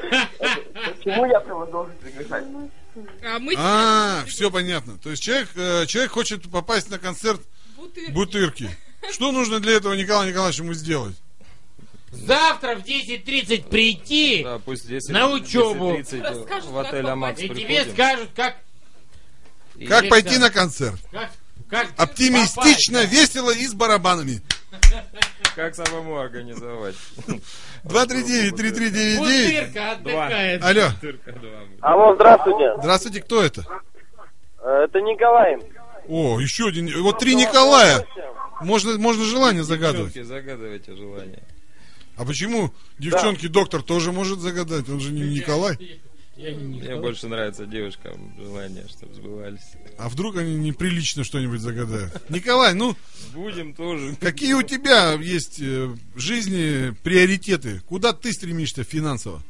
[SPEAKER 6] Почему я прямо должен приглашать?
[SPEAKER 3] А мы
[SPEAKER 2] А, все понятно. То есть человек, э, человек хочет попасть на концерт
[SPEAKER 3] бутырки.
[SPEAKER 2] Бутырки. Что нужно для этого Николаю Николаевичу ему сделать?
[SPEAKER 1] Завтра в 10.30 прийти,
[SPEAKER 4] Да, пусть здесь
[SPEAKER 1] На учебу.
[SPEAKER 4] 10:30
[SPEAKER 3] Расскажут,
[SPEAKER 4] в отель
[SPEAKER 3] как
[SPEAKER 4] Амакс
[SPEAKER 1] и
[SPEAKER 4] приходим.
[SPEAKER 1] тебе скажут, как...
[SPEAKER 4] И-
[SPEAKER 2] Как
[SPEAKER 1] Или
[SPEAKER 2] пойти
[SPEAKER 1] как?
[SPEAKER 2] на концерт?
[SPEAKER 1] как, как
[SPEAKER 2] Оптимистично,
[SPEAKER 1] попасть,
[SPEAKER 2] весело и с барабанами.
[SPEAKER 4] Как самому организовать?
[SPEAKER 2] 239-3399.
[SPEAKER 1] да. Бутырка отдыхает.
[SPEAKER 2] Алло,
[SPEAKER 4] Бутырка, два.
[SPEAKER 6] Алло, здравствуйте. Э,
[SPEAKER 2] здравствуйте, кто это?
[SPEAKER 6] Это Николай.
[SPEAKER 2] О, еще один. Вот три Николая. Можно, можно желание загадывать.
[SPEAKER 4] Девчонки, загадывайте желание.
[SPEAKER 2] А почему девчонки доктор тоже может загадать? Он же не Николай.
[SPEAKER 1] Я не- не
[SPEAKER 4] Мне
[SPEAKER 1] знал.
[SPEAKER 4] больше нравится девушкам желание, чтобы сбывались.
[SPEAKER 2] А вдруг они неприлично что-нибудь загадают? Николай, ну
[SPEAKER 4] Будем тоже.
[SPEAKER 2] какие у тебя есть э, в жизни приоритеты? Куда ты стремишься финансово?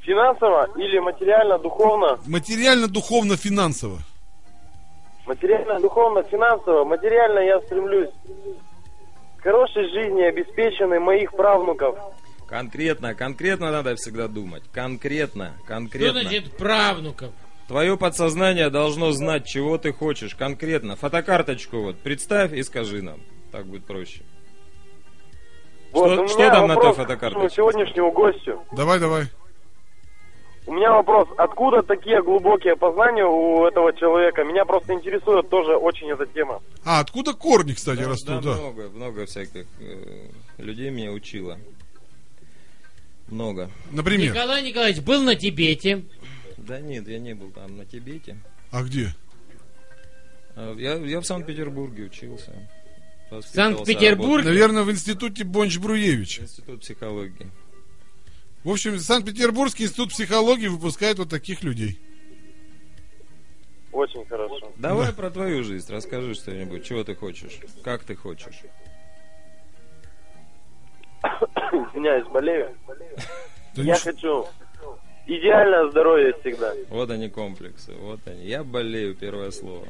[SPEAKER 6] Финансово или материально, духовно?
[SPEAKER 2] Материально, духовно, финансово.
[SPEAKER 6] Материально, духовно, финансово. Материально я стремлюсь к хорошей жизни, обеспеченной моих правнуков.
[SPEAKER 4] Конкретно, конкретно надо всегда думать. Конкретно,
[SPEAKER 1] Что
[SPEAKER 4] конкретно.
[SPEAKER 1] значит правнуков?
[SPEAKER 4] Твое подсознание должно знать, чего ты хочешь. Конкретно. Фотокарточку вот представь и скажи нам. Так будет проще.
[SPEAKER 6] Вот,
[SPEAKER 4] Что-
[SPEAKER 6] у
[SPEAKER 4] что
[SPEAKER 6] меня
[SPEAKER 4] там на той
[SPEAKER 6] вопрос
[SPEAKER 4] фотокарточке?
[SPEAKER 6] к нашему сегодняшнему гостю.
[SPEAKER 2] Давай, давай.
[SPEAKER 6] У меня вопрос, откуда такие глубокие познания у этого человека? Меня просто интересует тоже очень эта тема.
[SPEAKER 2] А, откуда корни, кстати, растут, да?
[SPEAKER 4] много, много всяких э, людей меня учило. Много.
[SPEAKER 2] Например.
[SPEAKER 1] Николай Николаевич был на Тибете.
[SPEAKER 4] Да нет, я не был там на Тибете.
[SPEAKER 2] А где?
[SPEAKER 4] Э, Я, я в Санкт-Петербурге учился.
[SPEAKER 1] В Санкт-Петербурге?
[SPEAKER 2] Наверное, в институте Бонч-Бруевич.
[SPEAKER 4] Институт психологии.
[SPEAKER 2] В общем, Санкт-Петербургский институт психологии выпускает вот таких людей.
[SPEAKER 6] Очень хорошо.
[SPEAKER 4] Давай про твою жизнь расскажи что-нибудь. Чего ты хочешь? Как ты хочешь?
[SPEAKER 6] [COUGHS] Извиняюсь, болею.
[SPEAKER 2] Да
[SPEAKER 6] Я
[SPEAKER 2] ничего-
[SPEAKER 6] хочу идеальное здоровье всегда.
[SPEAKER 4] Вот они комплексы, вот они. Я болею, первое слово.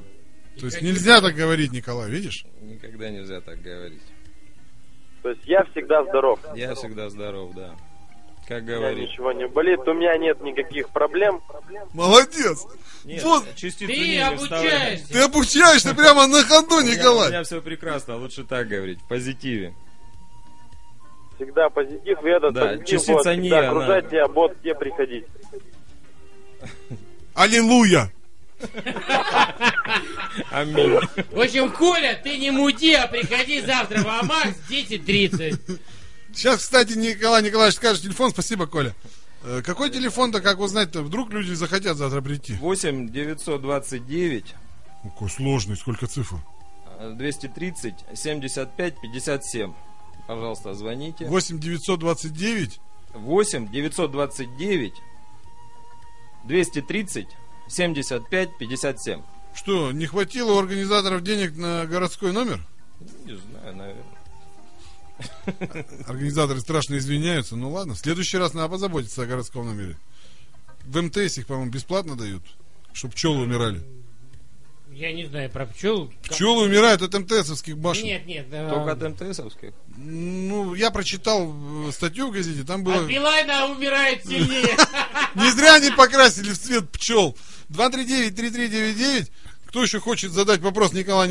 [SPEAKER 2] То есть нельзя так говорить, Николай, видишь?
[SPEAKER 4] Никогда нельзя так говорить.
[SPEAKER 6] То есть я всегда здоров.
[SPEAKER 4] Я всегда здоров, да. Как
[SPEAKER 6] У меня
[SPEAKER 4] говорит.
[SPEAKER 6] ничего не болит, у меня нет никаких проблем.
[SPEAKER 2] Молодец!
[SPEAKER 4] Нет,
[SPEAKER 2] Вот
[SPEAKER 4] частицу
[SPEAKER 1] Ты
[SPEAKER 4] ниже вставляй.
[SPEAKER 1] обучаешься.
[SPEAKER 2] Ты обучаешься прямо на ходу,
[SPEAKER 4] У меня- У
[SPEAKER 2] Николай!
[SPEAKER 4] меня все прекрасно, лучше так говорить, в позитиве.
[SPEAKER 6] Всегда позитив, и этот
[SPEAKER 4] Да,
[SPEAKER 6] позитив
[SPEAKER 4] частица
[SPEAKER 6] будет
[SPEAKER 4] не,
[SPEAKER 6] всегда
[SPEAKER 4] она-
[SPEAKER 6] окружать тебя, будет тебе приходить.
[SPEAKER 2] Аллилуйя!
[SPEAKER 4] Аминь.
[SPEAKER 1] В общем, Коля, ты не муди, а приходи завтра в Амакс в 10.30.
[SPEAKER 2] Сейчас, кстати, Николай Николаевич скажет телефон. Спасибо, Коля. Э, Какой телефон-то, как узнать-то? Вдруг люди захотят завтра прийти.
[SPEAKER 4] 8 929
[SPEAKER 2] Ну, Какой сложный, сколько цифр.
[SPEAKER 4] э, 230 75 57. Пожалуйста, звоните.
[SPEAKER 2] 8 929.
[SPEAKER 4] 8 929 230 75 57.
[SPEAKER 2] Что, не хватило у организаторов денег на городской номер?
[SPEAKER 4] Не знаю, наверное.
[SPEAKER 2] Организаторы страшно извиняются. Ну ладно, в следующий раз надо позаботиться о городском номере. В МТС их, по-моему, бесплатно дают, чтобы пчелы умирали.
[SPEAKER 1] Я не знаю про пчел.
[SPEAKER 2] Пчелы умирают от МТСовских башен.
[SPEAKER 1] Нет, нет. э,
[SPEAKER 4] Только от МТСовских.
[SPEAKER 2] Ну, я прочитал э, статью в газете, там было...
[SPEAKER 1] От Билайна умирает сильнее.
[SPEAKER 2] Не зря они покрасили в цвет пчел. 239-3399. Кто еще хочет задать вопрос Николаю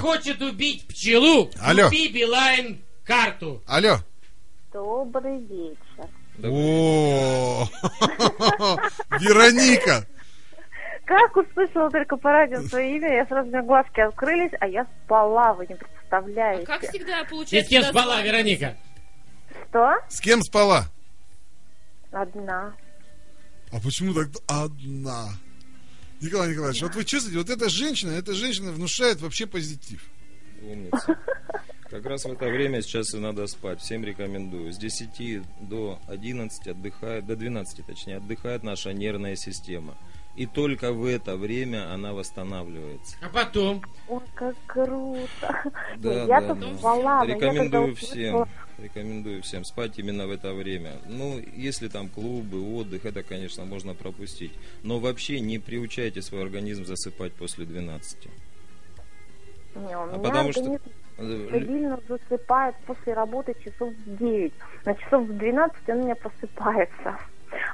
[SPEAKER 1] Кто хочет убить пчелу,
[SPEAKER 2] Алло.
[SPEAKER 1] купи Билайн карту.
[SPEAKER 2] Алло.
[SPEAKER 7] Добрый вечер.
[SPEAKER 2] О, [LAUGHS] Вероника.
[SPEAKER 7] Как услышала только по радио свое имя, я сразу у меня глазки открылись, а я спала, вы не
[SPEAKER 3] А
[SPEAKER 7] представляете.
[SPEAKER 3] как всегда
[SPEAKER 1] Ты
[SPEAKER 3] получается...
[SPEAKER 1] с кем
[SPEAKER 3] да,
[SPEAKER 1] спала, Вероника?
[SPEAKER 7] Что?
[SPEAKER 2] С кем спала?
[SPEAKER 7] Одна.
[SPEAKER 2] А почему так одна? Николай Николаевич, вот вы чувствуете, вот эта женщина, эта женщина внушает вообще позитив.
[SPEAKER 4] Умница. Как раз в это время сейчас и надо спать. Всем рекомендую. С 10 до 11 отдыхает, до 12 точнее, отдыхает наша нервная система. И только в это время она восстанавливается.
[SPEAKER 1] А потом?
[SPEAKER 7] Ой, как круто.
[SPEAKER 4] Да,
[SPEAKER 7] я
[SPEAKER 4] да,
[SPEAKER 7] тут
[SPEAKER 4] да.
[SPEAKER 7] спала, но я когда
[SPEAKER 4] Рекомендую
[SPEAKER 7] услышала-
[SPEAKER 4] всем. Рекомендую всем спать именно в это время. Ну, если там клубы, отдых, это, конечно, можно пропустить. Но вообще не приучайте свой организм засыпать после 12.
[SPEAKER 7] Не, у меня
[SPEAKER 4] А потому что-
[SPEAKER 7] организм
[SPEAKER 4] Э, лю-
[SPEAKER 7] стабильно засыпает после работы часов в 9. На часов в 12 он у меня просыпается.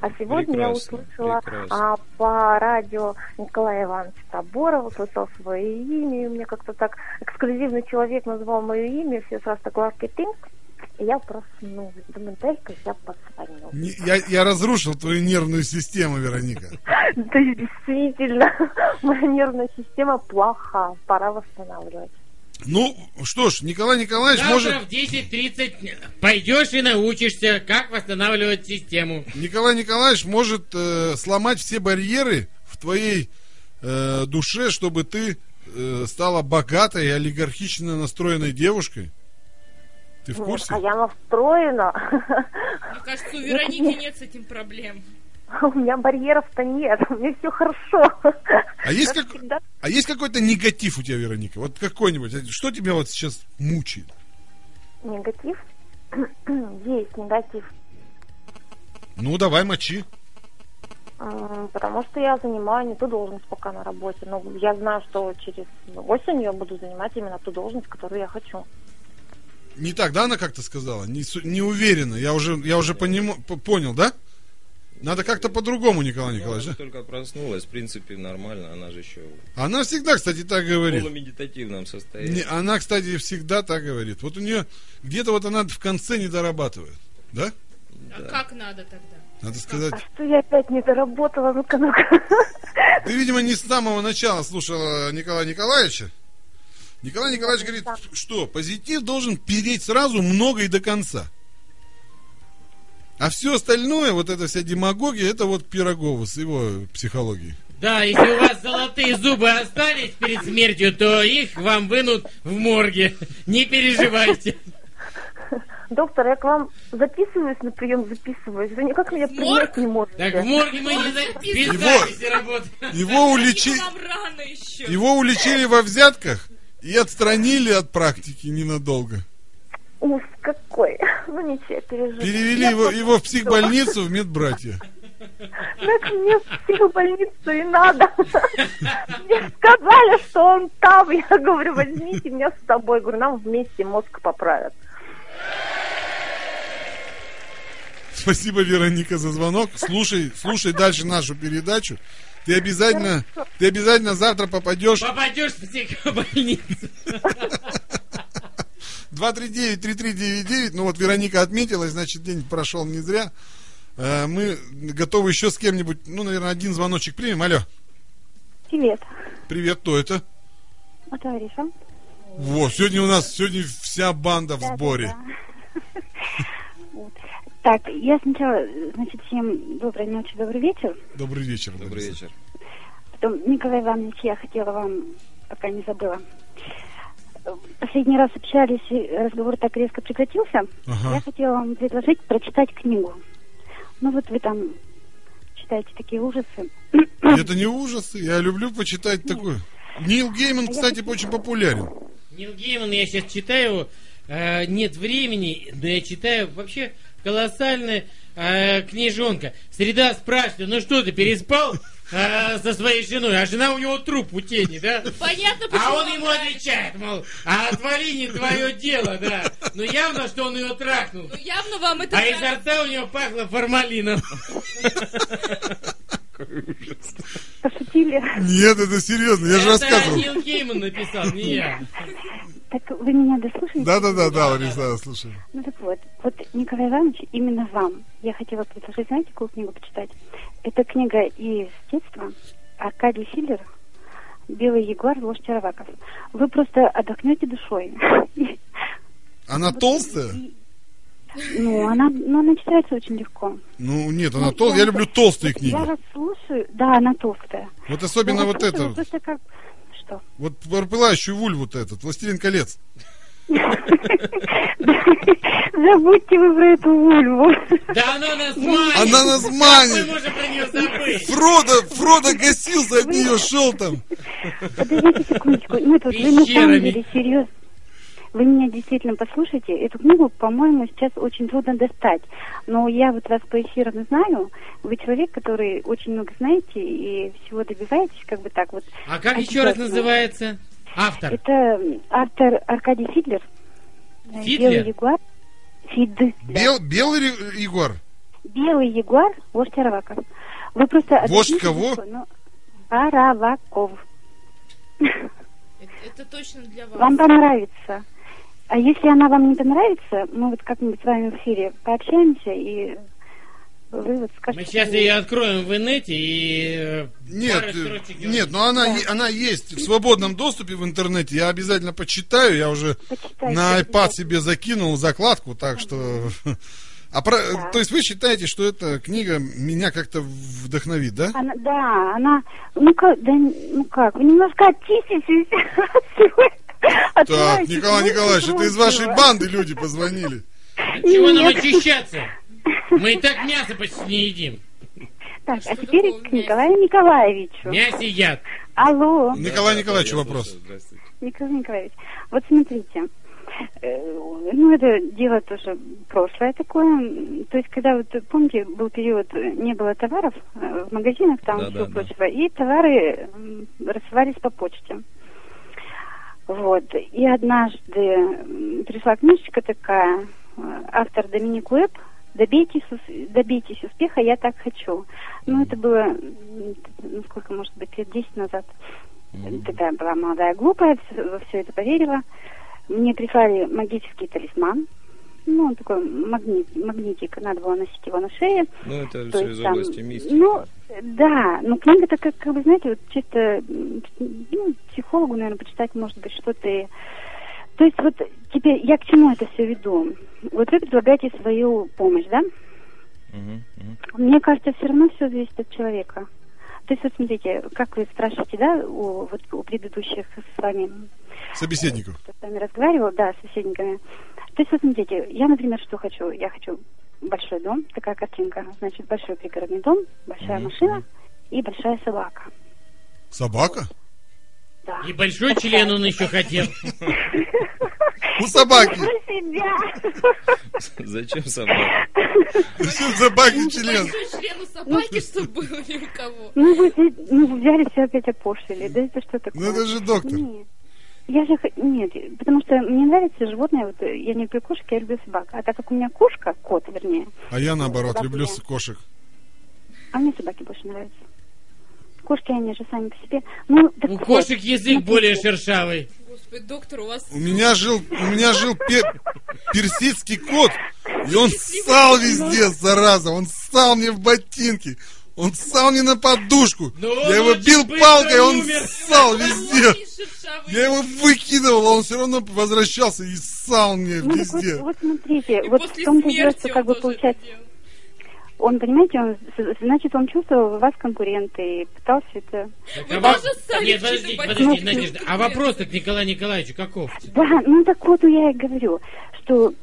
[SPEAKER 7] А сегодня я
[SPEAKER 4] Прекрасно,
[SPEAKER 7] услышала
[SPEAKER 4] прекрасно.
[SPEAKER 7] а, по радио Николая Ивановича Таборова, услышала свое имя, и мне как-то так эксклюзивный человек назвал мое имя, все сразу так ласки тынк, и я проснулась. Думаю, дай-ка я позвоню.
[SPEAKER 2] Не- Я, я разрушил твою нервную систему, Вероника.
[SPEAKER 7] [LAUGHS] Да действительно, [LAUGHS] моя нервная система плоха, пора восстанавливать.
[SPEAKER 2] Ну, что ж, Николай Николаевич
[SPEAKER 1] Завтра в
[SPEAKER 2] может...
[SPEAKER 1] 10.30 пойдешь и научишься, как восстанавливать систему.
[SPEAKER 2] Николай Николаевич может э, сломать все барьеры в твоей э, душе, чтобы ты э, стала богатой и олигархично настроенной девушкой. Ты в
[SPEAKER 7] Вот,
[SPEAKER 2] курсе?
[SPEAKER 7] а я настроена. [LAUGHS]
[SPEAKER 3] Мне кажется, у Вероники нет с этим проблем.
[SPEAKER 7] [LAUGHS] У меня барьеров-то нет, [LAUGHS] у меня все [LAUGHS] хорошо.
[SPEAKER 2] А есть,
[SPEAKER 7] Как
[SPEAKER 2] как...
[SPEAKER 7] всегда.
[SPEAKER 2] а есть какой-то негатив у тебя, Вероника? Вот какой-нибудь? Что тебя вот сейчас мучает?
[SPEAKER 7] Негатив? [CLEARS THROAT] Есть негатив.
[SPEAKER 2] Ну, давай, мочи.
[SPEAKER 7] М, Потому что я занимаю не ту должность пока на работе. Но я знаю, что через осень я буду занимать именно ту должность, которую я хочу.
[SPEAKER 2] Не так, да, она как-то сказала? Не, су- не уверена. Я уже, я уже понимо- по- понял, да? Надо как-то по-другому, Николай
[SPEAKER 4] Ну, она
[SPEAKER 2] Николаевич.
[SPEAKER 4] же
[SPEAKER 2] да?
[SPEAKER 4] только проснулась, в принципе, нормально, она же еще в
[SPEAKER 2] Она всегда, кстати, так говорит.
[SPEAKER 4] полумедитативном состоянии.
[SPEAKER 2] Не, она, кстати, всегда так говорит. Вот у нее где-то вот она в конце не дорабатывает. Да?
[SPEAKER 3] А как надо тогда?
[SPEAKER 2] Надо сказать.
[SPEAKER 7] А что я опять не доработала? Ну-ка, ну-ка.
[SPEAKER 2] Ты, видимо, не с самого начала слушала Николая Николаевича.
[SPEAKER 7] Ну,
[SPEAKER 2] Николай Николаевич говорит, что позитив должен переть сразу много и до конца. А все остальное, вот эта вся демагогия, это вот Пирогова с его психологией.
[SPEAKER 1] Да, если у вас золотые зубы остались перед смертью, то их вам вынут в морге. Не переживайте.
[SPEAKER 7] [LAUGHS] Доктор, я к вам записываюсь на прием, записываюсь. Вы никак меня принять не
[SPEAKER 1] Так в
[SPEAKER 7] можете.
[SPEAKER 1] морге мы не за... без
[SPEAKER 2] Его-
[SPEAKER 1] записи работаем.
[SPEAKER 2] Его
[SPEAKER 3] Ему
[SPEAKER 2] уличи...
[SPEAKER 3] нам рано еще.
[SPEAKER 2] Его уличили во взятках и отстранили от практики ненадолго.
[SPEAKER 7] Ужас какой. [LAUGHS] Ну ничего, я переживу.
[SPEAKER 2] Перевели
[SPEAKER 7] Я
[SPEAKER 2] его,
[SPEAKER 7] просто
[SPEAKER 2] его в психбольницу в медбратья.
[SPEAKER 7] Так мне в психбольницу и надо. Мне сказали, что он там. Я говорю, возьмите меня с собой. Говорю, нам вместе мозг поправят.
[SPEAKER 2] Спасибо, Вероника, за звонок. Слушай, слушай дальше нашу передачу. Ты обязательно, ты обязательно завтра попадешь.
[SPEAKER 1] Попадешь в психобольницу.
[SPEAKER 2] 239-3399. Ну вот Вероника отметилась, значит, день прошел не зря. Э, Мы готовы еще с кем-нибудь. Ну, наверное, один звоночек примем. Алло,
[SPEAKER 7] Привет.
[SPEAKER 2] привет, кто это?
[SPEAKER 8] Ну,
[SPEAKER 7] А товарищам?
[SPEAKER 2] Во, сегодня у нас сегодня вся банда в сборе.
[SPEAKER 8] [LAUGHS] Так, я сначала, значит, всем доброй ночи, добрый вечер.
[SPEAKER 2] Добрый вечер.
[SPEAKER 4] Добрый
[SPEAKER 2] Лариса.
[SPEAKER 4] вечер.
[SPEAKER 8] Потом, Николай Иванович, я хотела вам, пока не забыла. Э, Последний раз общались, и разговор так резко прекратился.
[SPEAKER 2] Ага.
[SPEAKER 8] Я хотела вам предложить прочитать книгу. Ну вот вы там читаете такие ужасы.
[SPEAKER 2] Это не ужасы. Я люблю почитать такое. Нил Гейман, кстати, очень популярен.
[SPEAKER 1] Нил Гейман, я сейчас читаю, э, нет времени, да я читаю вообще колоссальная э, книжонка. Среда спрашивает, ну что ты, переспал э, со своей женой? А жена у него труп у тени, да?
[SPEAKER 3] Понятно, почему.
[SPEAKER 1] А он
[SPEAKER 3] вам
[SPEAKER 1] ему
[SPEAKER 3] нравится.
[SPEAKER 1] отвечает, мол, а отвали не твое дело, да. Но явно, что он ее трахнул.
[SPEAKER 3] Ну, явно вам это
[SPEAKER 1] А изо
[SPEAKER 3] нравится.
[SPEAKER 1] рта у него пахло формалином.
[SPEAKER 2] ужас. [LAUGHS]
[SPEAKER 8] Пошутили.
[SPEAKER 2] Нет, это серьезно, я
[SPEAKER 1] Это
[SPEAKER 2] же рассказывал.
[SPEAKER 1] Нил Гейман написал, не я.
[SPEAKER 8] Так вы меня дослушаете?
[SPEAKER 2] Да-да-да, да, Лариса, слушай.
[SPEAKER 8] Ну так вот, вот Николай Иванович, именно вам я хотела предложить, знаете, какую книгу почитать? Это книга и с детства Аркадий Филлер «Белый ягуар. Ложь Чароваков». Вы просто отдохнете душой. [LAUGHS]
[SPEAKER 2] Она толстая?
[SPEAKER 8] Ну, она, ну, она читается очень легко.
[SPEAKER 2] Ну, нет, она толстая. Я люблю толстые книги.
[SPEAKER 8] Я вас слушаю. Да, она толстая.
[SPEAKER 2] Вот особенно
[SPEAKER 8] Я
[SPEAKER 2] вот
[SPEAKER 8] слушаю,
[SPEAKER 2] это,
[SPEAKER 8] Просто как... Что? [LAUGHS]
[SPEAKER 2] вот про пылающую вульву вот этот, «Властелин колец».
[SPEAKER 8] Забудьте вы про эту вульву.
[SPEAKER 1] Да она нас манит.
[SPEAKER 2] Она нас
[SPEAKER 1] Мы
[SPEAKER 2] манит.
[SPEAKER 1] можем про нее забыть.
[SPEAKER 2] Фродо, Фродо гасился от нее, шел там.
[SPEAKER 8] Подождите секундочку. Ну, это вот вы на самом
[SPEAKER 1] Пещерами.
[SPEAKER 8] деле серьезно. Вы меня действительно послушайте. Эту книгу, по-моему, сейчас очень трудно достать. Но я вот вас по эфирам знаю. Вы человек, который очень много знаете и всего добиваетесь, как бы так вот.
[SPEAKER 1] А как еще раз
[SPEAKER 8] Обязательно.
[SPEAKER 1] называется? Автор.
[SPEAKER 8] Это м, автор Аркадий Фидлер. Э,
[SPEAKER 1] Фидлер?
[SPEAKER 8] Белый ягуар. Фидлер.
[SPEAKER 2] Бел- белый Ри- Егор.
[SPEAKER 8] Белый ягуар вождь Араваков. Вы просто...
[SPEAKER 2] Вождь
[SPEAKER 8] объясните,
[SPEAKER 2] кого?
[SPEAKER 8] что, ну, Араваков.
[SPEAKER 3] Это, это точно для вас.
[SPEAKER 8] Вам понравится. А если она вам не понравится, мы вот как-нибудь с вами в эфире пообщаемся, и вы вот скажете...
[SPEAKER 1] Мы сейчас ее откроем в инете и... э, пару
[SPEAKER 2] Нет, э,
[SPEAKER 1] строчек
[SPEAKER 2] нет, но она, е- она есть в свободном доступе в интернете. Я обязательно почитаю. Я уже
[SPEAKER 8] Почитайте
[SPEAKER 2] на iPad
[SPEAKER 8] обязательно.
[SPEAKER 2] себе закинул закладку, так что... [LAUGHS] А про-
[SPEAKER 8] Да.
[SPEAKER 2] То есть вы считаете, что эта книга меня как-то вдохновит, да?
[SPEAKER 8] Она, да, она... Ну как, да, ну как, вы немножко оттиситесь от всего
[SPEAKER 2] Так,
[SPEAKER 8] отрываетесь
[SPEAKER 2] Николай
[SPEAKER 8] друг от
[SPEAKER 2] Николаевич, это из вашей
[SPEAKER 8] друга.
[SPEAKER 2] банды люди позвонили.
[SPEAKER 1] От Чего нам
[SPEAKER 8] Нет.
[SPEAKER 1] очищаться? Мы и так мясо почти не едим.
[SPEAKER 8] Так, а
[SPEAKER 3] Что
[SPEAKER 8] теперь
[SPEAKER 3] такого
[SPEAKER 8] к
[SPEAKER 3] мясо?
[SPEAKER 8] Николаю Николаевичу.
[SPEAKER 1] Мясо едят.
[SPEAKER 8] Алло.
[SPEAKER 2] Николай
[SPEAKER 4] Да,
[SPEAKER 2] Николаевич,
[SPEAKER 4] я
[SPEAKER 2] вопрос.
[SPEAKER 4] слушаю. Здравствуйте.
[SPEAKER 8] Николай Николаевич, вот смотрите, э, ну это дело тоже прошлое такое, М, то есть когда вот помните был период э, не было товаров э, в магазинах там
[SPEAKER 4] Да,
[SPEAKER 8] всего
[SPEAKER 4] да, да.
[SPEAKER 8] прочего, и товары м, рассылались по почте. Вот и однажды м, пришла книжечка такая, э, автор Доминик Уэбб «Добейтесь, ус- добейтесь успеха, я так хочу». Ну, это было, м, ну, сколько, может быть, лет 10 назад. Тогда я была молодая, глупая, вс- во все это поверила. Мне прислали магический талисман. Ну, он такой магнит, магнитик, надо было носить его на шее.
[SPEAKER 4] Ну, это все
[SPEAKER 8] То есть
[SPEAKER 4] из
[SPEAKER 8] там,
[SPEAKER 4] области мистики.
[SPEAKER 8] Ну, да, но книга такая, как вы знаете, вот чисто м, ну, психологу, наверное, почитать, может быть, что-то. и- То есть вот теперь я к чему это все веду? Вот вы предлагаете свою помощь, да?
[SPEAKER 4] Мгм, мгм. [LAUGHS]
[SPEAKER 8] Мне кажется, все равно все зависит от человека. То есть вот смотрите, как вы спрашиваете, да, у, вот, у предыдущих с вами,
[SPEAKER 2] Собеседников.
[SPEAKER 8] кто с вами разговаривал, да, с соседниками. То есть вот смотрите, я, например, что хочу? Я хочу большой дом, такая картинка, значит, большой пригородный дом, большая
[SPEAKER 4] Мгм,
[SPEAKER 8] машина и большая собака.
[SPEAKER 2] Собака?
[SPEAKER 8] Да.
[SPEAKER 1] И большой член он еще хотел.
[SPEAKER 2] У
[SPEAKER 8] [LAUGHS]
[SPEAKER 2] собаки.
[SPEAKER 8] Про Ну, себя.
[SPEAKER 4] Зачем собака?
[SPEAKER 2] Зачем собаки член?
[SPEAKER 3] Большой член у собаки, что было ни у кого.
[SPEAKER 8] Ну, вы взя- ну, взяли все опять опошлили. Да это что такое?
[SPEAKER 2] Ну это же доктор.
[SPEAKER 8] Нет. Я же... х- Нет, потому что мне нравится животное. Вот, э, я не люблю кошек, я люблю собак. А так как у меня кошка, кот, вернее,
[SPEAKER 2] А я наоборот люблю с- кошек.
[SPEAKER 8] а мне собаки больше нравятся. Кошки, они же сами по себе. Ну, так
[SPEAKER 1] У
[SPEAKER 8] вот,
[SPEAKER 1] кошек язык
[SPEAKER 8] смотрите.
[SPEAKER 1] более шершавый.
[SPEAKER 3] Господи, доктор, у
[SPEAKER 8] Ну,
[SPEAKER 3] вас...
[SPEAKER 2] У меня жил, у меня жил пе- персидский кот, и он ссал везде, зараза, он ссал мне в ботинки, он ссал мне на подушку.
[SPEAKER 1] Но он
[SPEAKER 2] Я его
[SPEAKER 1] очень
[SPEAKER 2] бил
[SPEAKER 1] быстро
[SPEAKER 2] палкой, он
[SPEAKER 1] умер.
[SPEAKER 2] ссал везде.
[SPEAKER 3] Очень
[SPEAKER 2] Я
[SPEAKER 3] шершавый.
[SPEAKER 2] его выкидывал, а он все равно возвращался и ссал мне
[SPEAKER 8] Ну, так вот,
[SPEAKER 2] везде.
[SPEAKER 8] вот смотрите,
[SPEAKER 3] И
[SPEAKER 8] вот в
[SPEAKER 3] после
[SPEAKER 8] том-то и дело, что
[SPEAKER 3] смерти он
[SPEAKER 8] как бы
[SPEAKER 3] тоже это
[SPEAKER 8] получается,
[SPEAKER 3] делал.
[SPEAKER 8] он, понимаете, он, с- значит, он чувствовал в вас конкурента и пытался это...
[SPEAKER 1] А
[SPEAKER 3] Вы
[SPEAKER 1] во-
[SPEAKER 3] тоже сами
[SPEAKER 1] Нет,
[SPEAKER 3] чьи-то
[SPEAKER 1] подожди, подожди,
[SPEAKER 3] ботинки.
[SPEAKER 1] Надежда. А вопрос-то к Николаю Николаевичу каков?
[SPEAKER 2] Типа.
[SPEAKER 8] Да, ну так вот я и говорю, что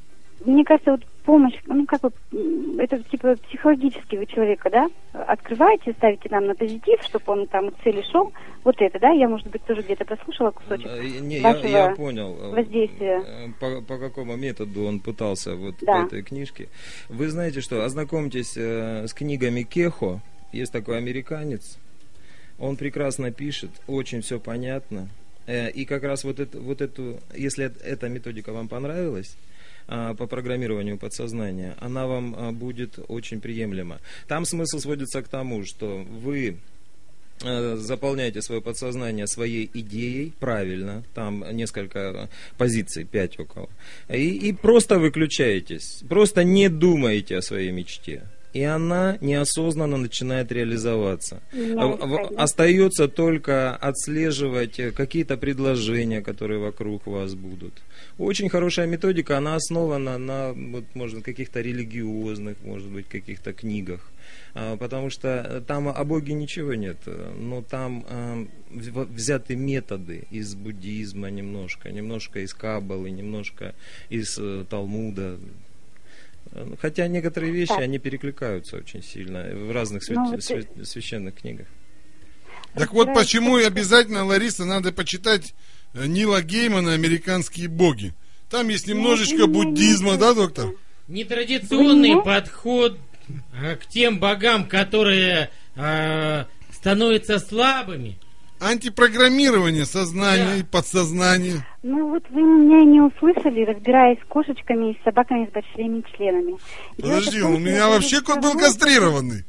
[SPEAKER 8] мне кажется, вот помощь, ну как вот, м, это типа психологически вы человека, да, открываете, ставите нам на позитив, чтобы он там к цели шел, вот это, да, я, может быть, тоже где-то прослушала кусочек.
[SPEAKER 4] Э, Не, я, я
[SPEAKER 8] вашего
[SPEAKER 4] понял. э,
[SPEAKER 8] воздействия.
[SPEAKER 4] э, По, по какому методу он пытался вот
[SPEAKER 8] Да.
[SPEAKER 4] по этой книжке. Вы знаете что, ознакомьтесь э, с книгами Кехо. Есть такой американец. Он прекрасно пишет, очень все понятно. Э, И как раз вот, это, вот эту, если эт- эта методика вам понравилась, а, по программированию подсознания, она вам а, будет очень приемлема. Там смысл сводится к тому, что вы Э, заполняйте свое подсознание своей идеей правильно, там несколько э, позиций, пять около, и, и просто выключаетесь, просто не думаете о своей мечте. И она неосознанно начинает реализоваться.
[SPEAKER 2] А,
[SPEAKER 4] В- остается только отслеживать э, какие-то предложения, которые вокруг вас будут. Очень хорошая методика, она основана на, вот, может, каких-то религиозных, может быть, каких-то книгах А, потому что э, там о Боге ничего нет, но там э, взяты методы из буддизма немножко, немножко из Каббалы, немножко из э, Талмуда. Э, ну, Хотя некоторые вещи,
[SPEAKER 8] Так.
[SPEAKER 4] они перекликаются очень сильно э, в разных свя-
[SPEAKER 8] Ну, вот
[SPEAKER 4] свя- священных книгах.
[SPEAKER 2] Так вот почему и обязательно, Лариса, надо почитать э, Нила Геймана «Американские боги». Там есть немножечко буддизма, да, доктор?
[SPEAKER 1] Нетрадиционный
[SPEAKER 8] Мгм.
[SPEAKER 1] подход э, к тем богам, которые э, становятся слабыми.
[SPEAKER 2] Антипрограммирование сознания
[SPEAKER 1] Да.
[SPEAKER 2] и подсознания.
[SPEAKER 8] Ну вот вы меня не услышали, разбираясь с кошечками и с собаками с большими членами. Дело
[SPEAKER 2] Подожди,
[SPEAKER 8] в том,
[SPEAKER 2] у
[SPEAKER 8] что
[SPEAKER 2] меня
[SPEAKER 8] я
[SPEAKER 2] вообще
[SPEAKER 8] говорю,
[SPEAKER 2] кот был
[SPEAKER 8] что-
[SPEAKER 2] кастрированный.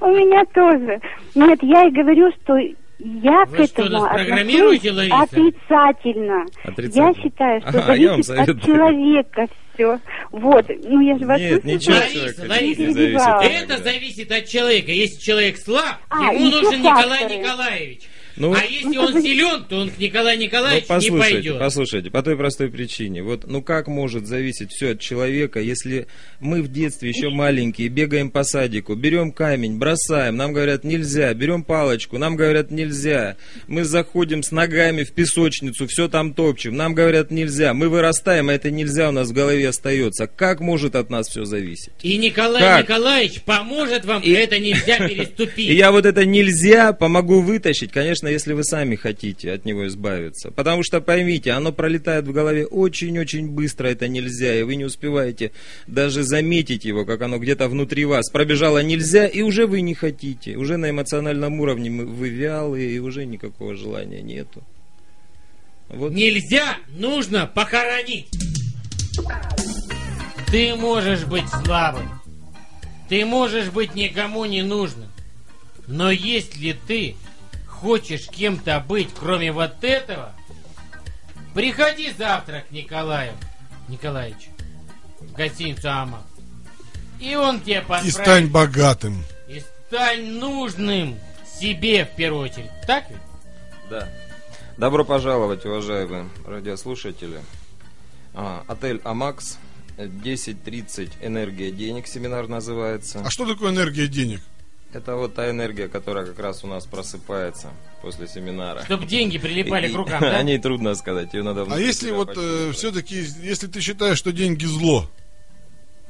[SPEAKER 8] У меня тоже. Нет, я и говорю, что я
[SPEAKER 1] Вы
[SPEAKER 8] к
[SPEAKER 1] что,
[SPEAKER 8] этому
[SPEAKER 1] нас программируете,
[SPEAKER 8] отношусь
[SPEAKER 1] Лариса?
[SPEAKER 8] отрицательно.
[SPEAKER 4] Отрицательно.
[SPEAKER 8] Я считаю, что
[SPEAKER 4] Ага, я вам
[SPEAKER 8] зависит от
[SPEAKER 4] советую.
[SPEAKER 8] человека все. Вот, ну я же вас
[SPEAKER 4] Нет,
[SPEAKER 8] услышала.
[SPEAKER 4] ничего
[SPEAKER 1] Лариса,
[SPEAKER 4] человек
[SPEAKER 1] Лариса,
[SPEAKER 4] не зависит.
[SPEAKER 8] Да.
[SPEAKER 1] Это зависит от человека. Если человек слаб,
[SPEAKER 8] А,
[SPEAKER 1] ему
[SPEAKER 8] еще
[SPEAKER 1] нужен
[SPEAKER 8] факторы.
[SPEAKER 1] Николай Николаевич.
[SPEAKER 4] Ну,
[SPEAKER 1] а если он силен, то он к Николаю
[SPEAKER 4] Ну,
[SPEAKER 1] Николаевичу не
[SPEAKER 4] послушайте,
[SPEAKER 1] пойдет.
[SPEAKER 4] послушайте, по той простой причине. Вот, ну как может зависеть все от человека, если мы в детстве еще маленькие, бегаем по садику, берем камень, бросаем, нам говорят нельзя, берем палочку, нам говорят нельзя, мы заходим с ногами в песочницу, все там топчем, нам говорят нельзя, мы вырастаем, а это нельзя у нас в голове остается. Как может от нас все зависеть?
[SPEAKER 1] И Николай
[SPEAKER 4] Как?
[SPEAKER 1] Николаевич поможет вам,
[SPEAKER 4] И-
[SPEAKER 1] это
[SPEAKER 4] [LAUGHS]
[SPEAKER 1] нельзя переступить.
[SPEAKER 4] И я вот это нельзя помогу вытащить, конечно, если вы сами хотите от него избавиться. Потому что поймите, оно пролетает в голове очень-очень быстро, это нельзя, и вы не успеваете даже заметить его, как оно где-то внутри вас пробежало нельзя, и уже вы не хотите. Уже на эмоциональном уровне мы- вы вялые, и уже никакого желания нету. Вот.
[SPEAKER 1] Нельзя, нужно похоронить. Ты можешь быть слабым. Ты можешь быть никому не нужным. Но если ты хочешь кем-то быть, кроме вот этого, приходи завтра к Николаю Николаевичу в гостиницу Ама. И он тебе подправит.
[SPEAKER 2] И стань богатым.
[SPEAKER 1] И стань нужным себе в первую очередь. Так ведь?
[SPEAKER 4] Да. Добро пожаловать, уважаемые радиослушатели. А, отель Амакс, э, 10.30 «Энергия денег» семинар называется.
[SPEAKER 2] А что такое энергия денег?
[SPEAKER 4] Это вот та энергия, которая как раз у нас просыпается после семинара.
[SPEAKER 1] Чтобы деньги прилипали
[SPEAKER 4] И-
[SPEAKER 1] к
[SPEAKER 4] [LAUGHS]
[SPEAKER 1] рукам,
[SPEAKER 4] и
[SPEAKER 1] да?
[SPEAKER 4] О ней трудно сказать, ее надо
[SPEAKER 2] А
[SPEAKER 4] внутри
[SPEAKER 2] если
[SPEAKER 4] себя
[SPEAKER 2] вот
[SPEAKER 4] почувствовать.
[SPEAKER 2] все-таки, если ты считаешь, что деньги зло?